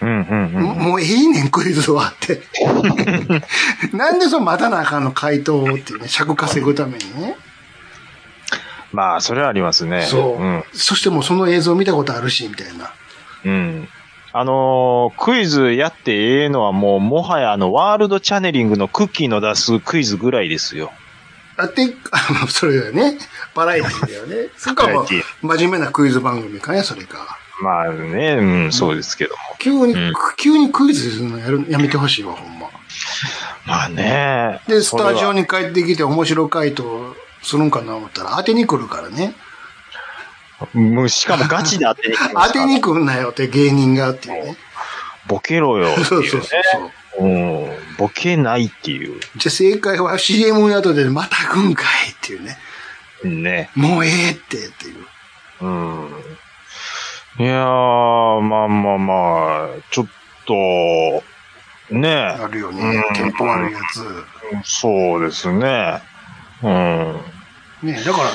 うんうんうん。ももうええねん、クイズはって。 なんでその待たなあかんの回答をっていうね、尺稼ぐためにね。まあ、それはありますね。そう、うん。そしてもうその映像見たことあるし、みたいな。うん。あのークイズやってええのはもう、もはやあの、ワールドチャネリングのクッキーの出すクイズぐらいですよ。あって、あの、 それだよね。バラエティだよ ね。それかもバラエティう、真面目なクイズ番組かね、それか。まあね、うん、そうですけども。急に、うん急にクイズするのやるやめてほしいわ、ほんま。まあね。で、スタジオに。に帰ってきて面白回答するんかな思ったら当てに来るからね。もうしかもガチで当てに来ま 当したてに来んなよって芸人がって いうね。ボケろよっていう、ね。 そうそうそうそう。うん。ボケないっていう。じゃあ正解は CM の後でまた来んかいっていうね。ね。もうええってっていう。うん。いやー、まあまあまあ、ちょっと、ねあるよねう。んテンポ悪いやつ。そうですね。うん。ねだから、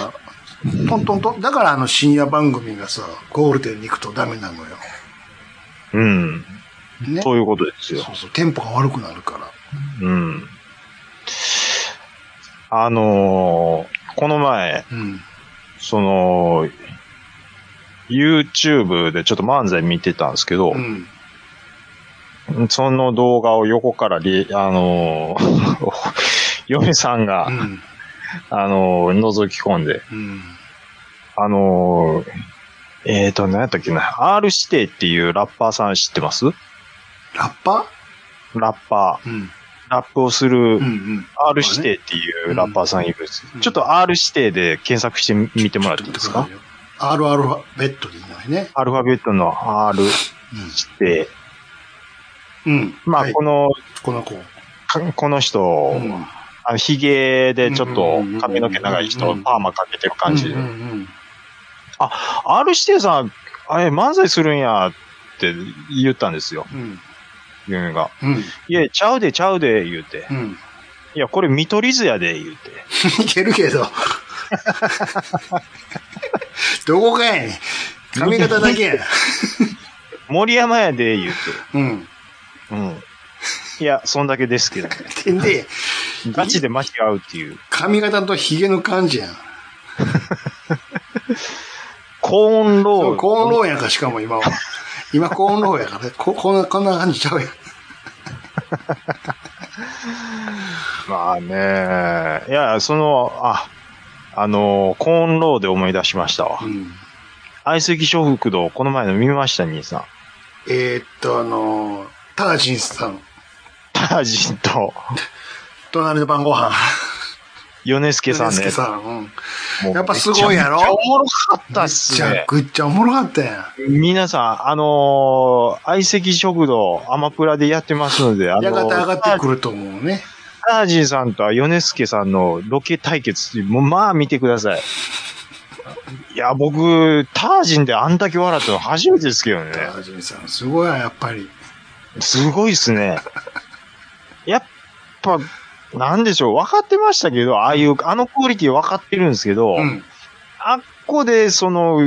トントントン。だからあの深夜番組がさ、ゴールデンに行くとダメなのよ。うん。ね。そういうことですよ。そうそう。テンポが悪くなるから。うん。あのーこの前、うん。その、YouTube でちょっと漫才見てたんですけど、うん。その動画を横からリ、あの ー嫁さんが、うん。あのー覗き込んで、うん。あのーえっ、ー、と、何やったっけな、R 指定っていうラッパーさん知ってますラッパラッパうん。ー、ラップをするうんうん。 R 指定っていうラッパーさんいるんです、うんちょっと R 指定で検索してみてもらっていいですか ?R アルファベットでいいのにね。アルファベットの R 指定。うん。うん。まはあ、いこの、この子。かこの人、うんあの、髭でちょっと髪の毛長い人うんうんうんう、んパーマかけてる感じうでんう。ん R 指定さん、あれ、漫才するんやって言ったんですよ、うん。うんユンが。うん。いや、ちゃうでちゃうで、言うて。うん。いや、これ見取り図やで、言うて。いける けど。どこかやねん。髪型だけや。森山やで、言ううん。て。うん。いや、そんだけですけど。で、ガチで間違うっていう。髪型と髭の感じやん。コーそンローうル。コーンローやんか、しかも今 は。今コーンローやから、こ、こんな、こんな感じちゃうやん。まあね。いや、その、あ、あの、コーンローで思い出しましたわ。うん。相席小福堂、この前の見ました、兄さん。えーっと、あのー、タージンさん、タージンと、隣の晩ご飯。ヨネスケさヨんネねスケ。さん。うん。もうやっぱすごいやろめちゃくちゃおもろかったっすじゃねあ、。ぐっちゃおもろかったやん。皆さん、あのー相席食堂、アマプラでやってますので、あのーやがて上がってくると思うね。タージンさんとヨネスケさんのロケ対決、もうまあ見てください。いや、僕、タージンであんだけ笑ったの初めてですけどね。タージンさん、すごいやん、やっぱり。すごいっすね。やっぱ、なんでしょう、分かってましたけど、ああいう、あのクオリティ分かってるんですけど、うん。あっこで、その、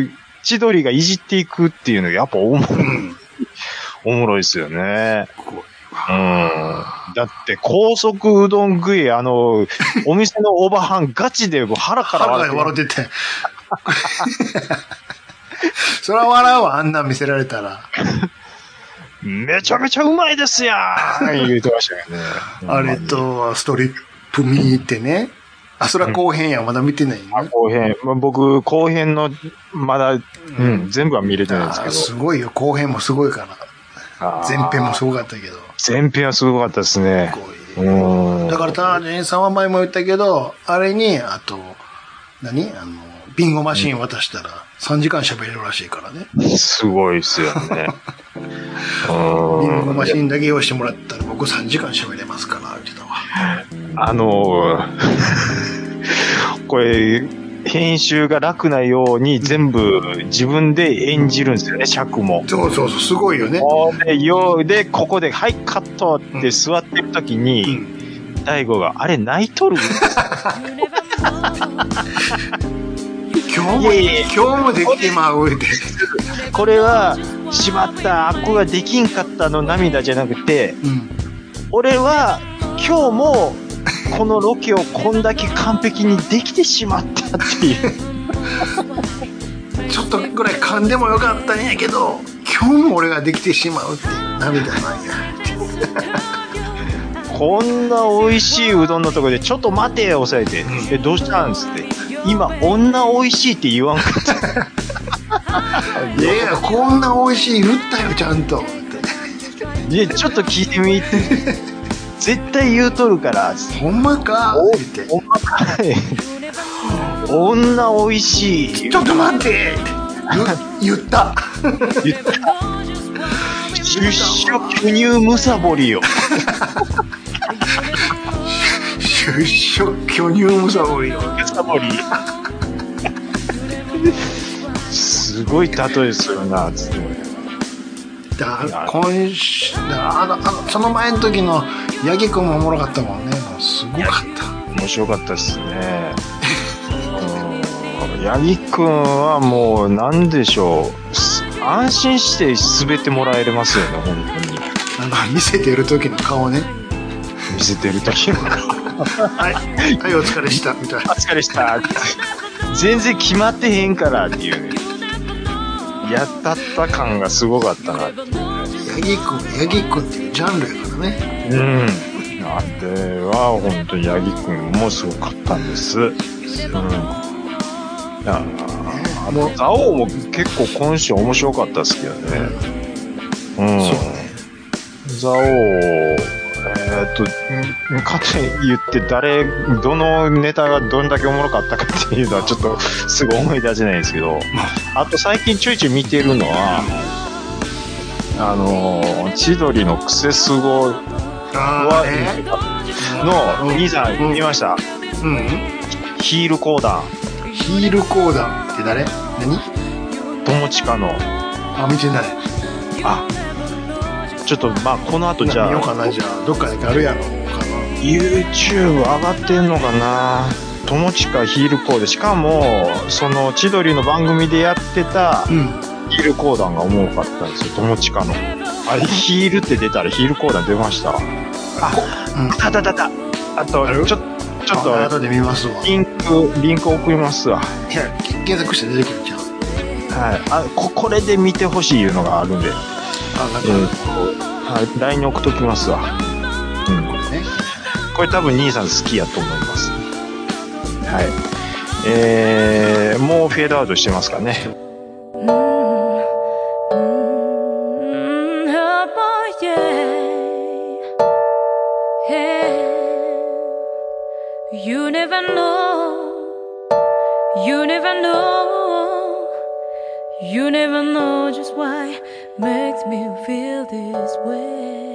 千鳥がいじっていくっていうのがやっぱおもうん。おもろいですよね。こううんだって、高速うどん食い、あの、 お店のオーバーハン、ガチで腹から腹笑がって笑ってて。 そら笑うわ、あんなん見せられたら。めちゃめちゃうまいですやん言うてましたよね。 あれと、ストリップ見に行ってね。あ、そら後編や、まだ見てないね。あ。後編。まあ僕、後編の、まだ、うん、全部は見れてないんですあけーど。すごいよ、後編もすごいから。あー前編もすごかったけど。前編はすごかったですね。すうごい。ん。だから、タージンさんは前も言ったけど、あれに、あと、何あの、ビンゴマシン渡したら3時間喋れるらしいからね。すごいっすよ ね。ビうンゴんマシンだけ用意してもらったら僕3時間喋れますから、言ってたわ。あのー これ、編集が楽なように全部自分で演じるんですよね、尺も。そうそうそう、すごいよね。これようで、ここで、はい、カットって座ってる時うに、ん。大悟が、あれ、泣いとる今日も、いやいや今日もできてまう、言うて。これは、しまった、あっこができんかったの涙じゃなくて、うん。俺は、今日も、このロケをこんだけ完璧にできてしまったっていう。ちょっとぐらい噛んでもよかったんやけど、今日も俺ができてしまうって涙なんや。こんな美味しいうどんのところで、ちょっと待てよ、抑えて。え、どうしたんつって。今、女美味しいって言わんかった。いやいや、こんな美味しい言ったよ、ちゃんと。いや、ちょっと聞いてみって。絶対言うとるから、つってほんまかお言って。お前女美味しいちょっと待って言言った。出所巨乳むさぼりよ出所巨乳むさぼりよ。むさぼり すごい例えするなつってだ今週だあのあのその前の時の八木君もおもろかったもんねもうすごかった面白かったですねうん八木くんはもう何でしょうす安心して全てもらえれますよね本当にあの見せてる時の顔ね見せてる時もはいはいお疲れしたみたいお疲れしたって全然決まってへんからっていうねやったった感がすごかったなってな八木君八木君っていうジャンルやからねうんあれは本当に八木くんもすごかったんですうんいやあものう蔵王も結構今週面白かったですけどねうんそう蔵王えーっと、んかと言って誰、どのネタがどんだけおもろかったかっていうのはちょっとすぐ思い出せないんです けど、あと最近ちょいちょい見てるのは、あのー、千鳥のクセスゴのああね兄さん見ました。うんヒール講談、ヒール講談って誰何友近の。あ見てないあ、ちょっとまあこの後じゃ見ようあ、かなじゃあどっかでやるやろうか YouTube 上がってんのかな友近ヒールコーデしかもその千鳥の番組でやってなたうんヒール講談が重かったんですよ友近のあれヒールって出たらヒール講談出ましたうんあたたたたあとあるちょちょっあと後で見ますわいリンクリンク送りますわや検索して出てくるじゃんはいあここれで見てほしいいうのがあるんで、えあなんーかはい、LINE に送っときますわ、うん、ねこれ多分兄さん好きやと思います。はい。えー、もうフェードアウトしてますかね。Mm, You never know, you never know, you never know just why makes me feel this way.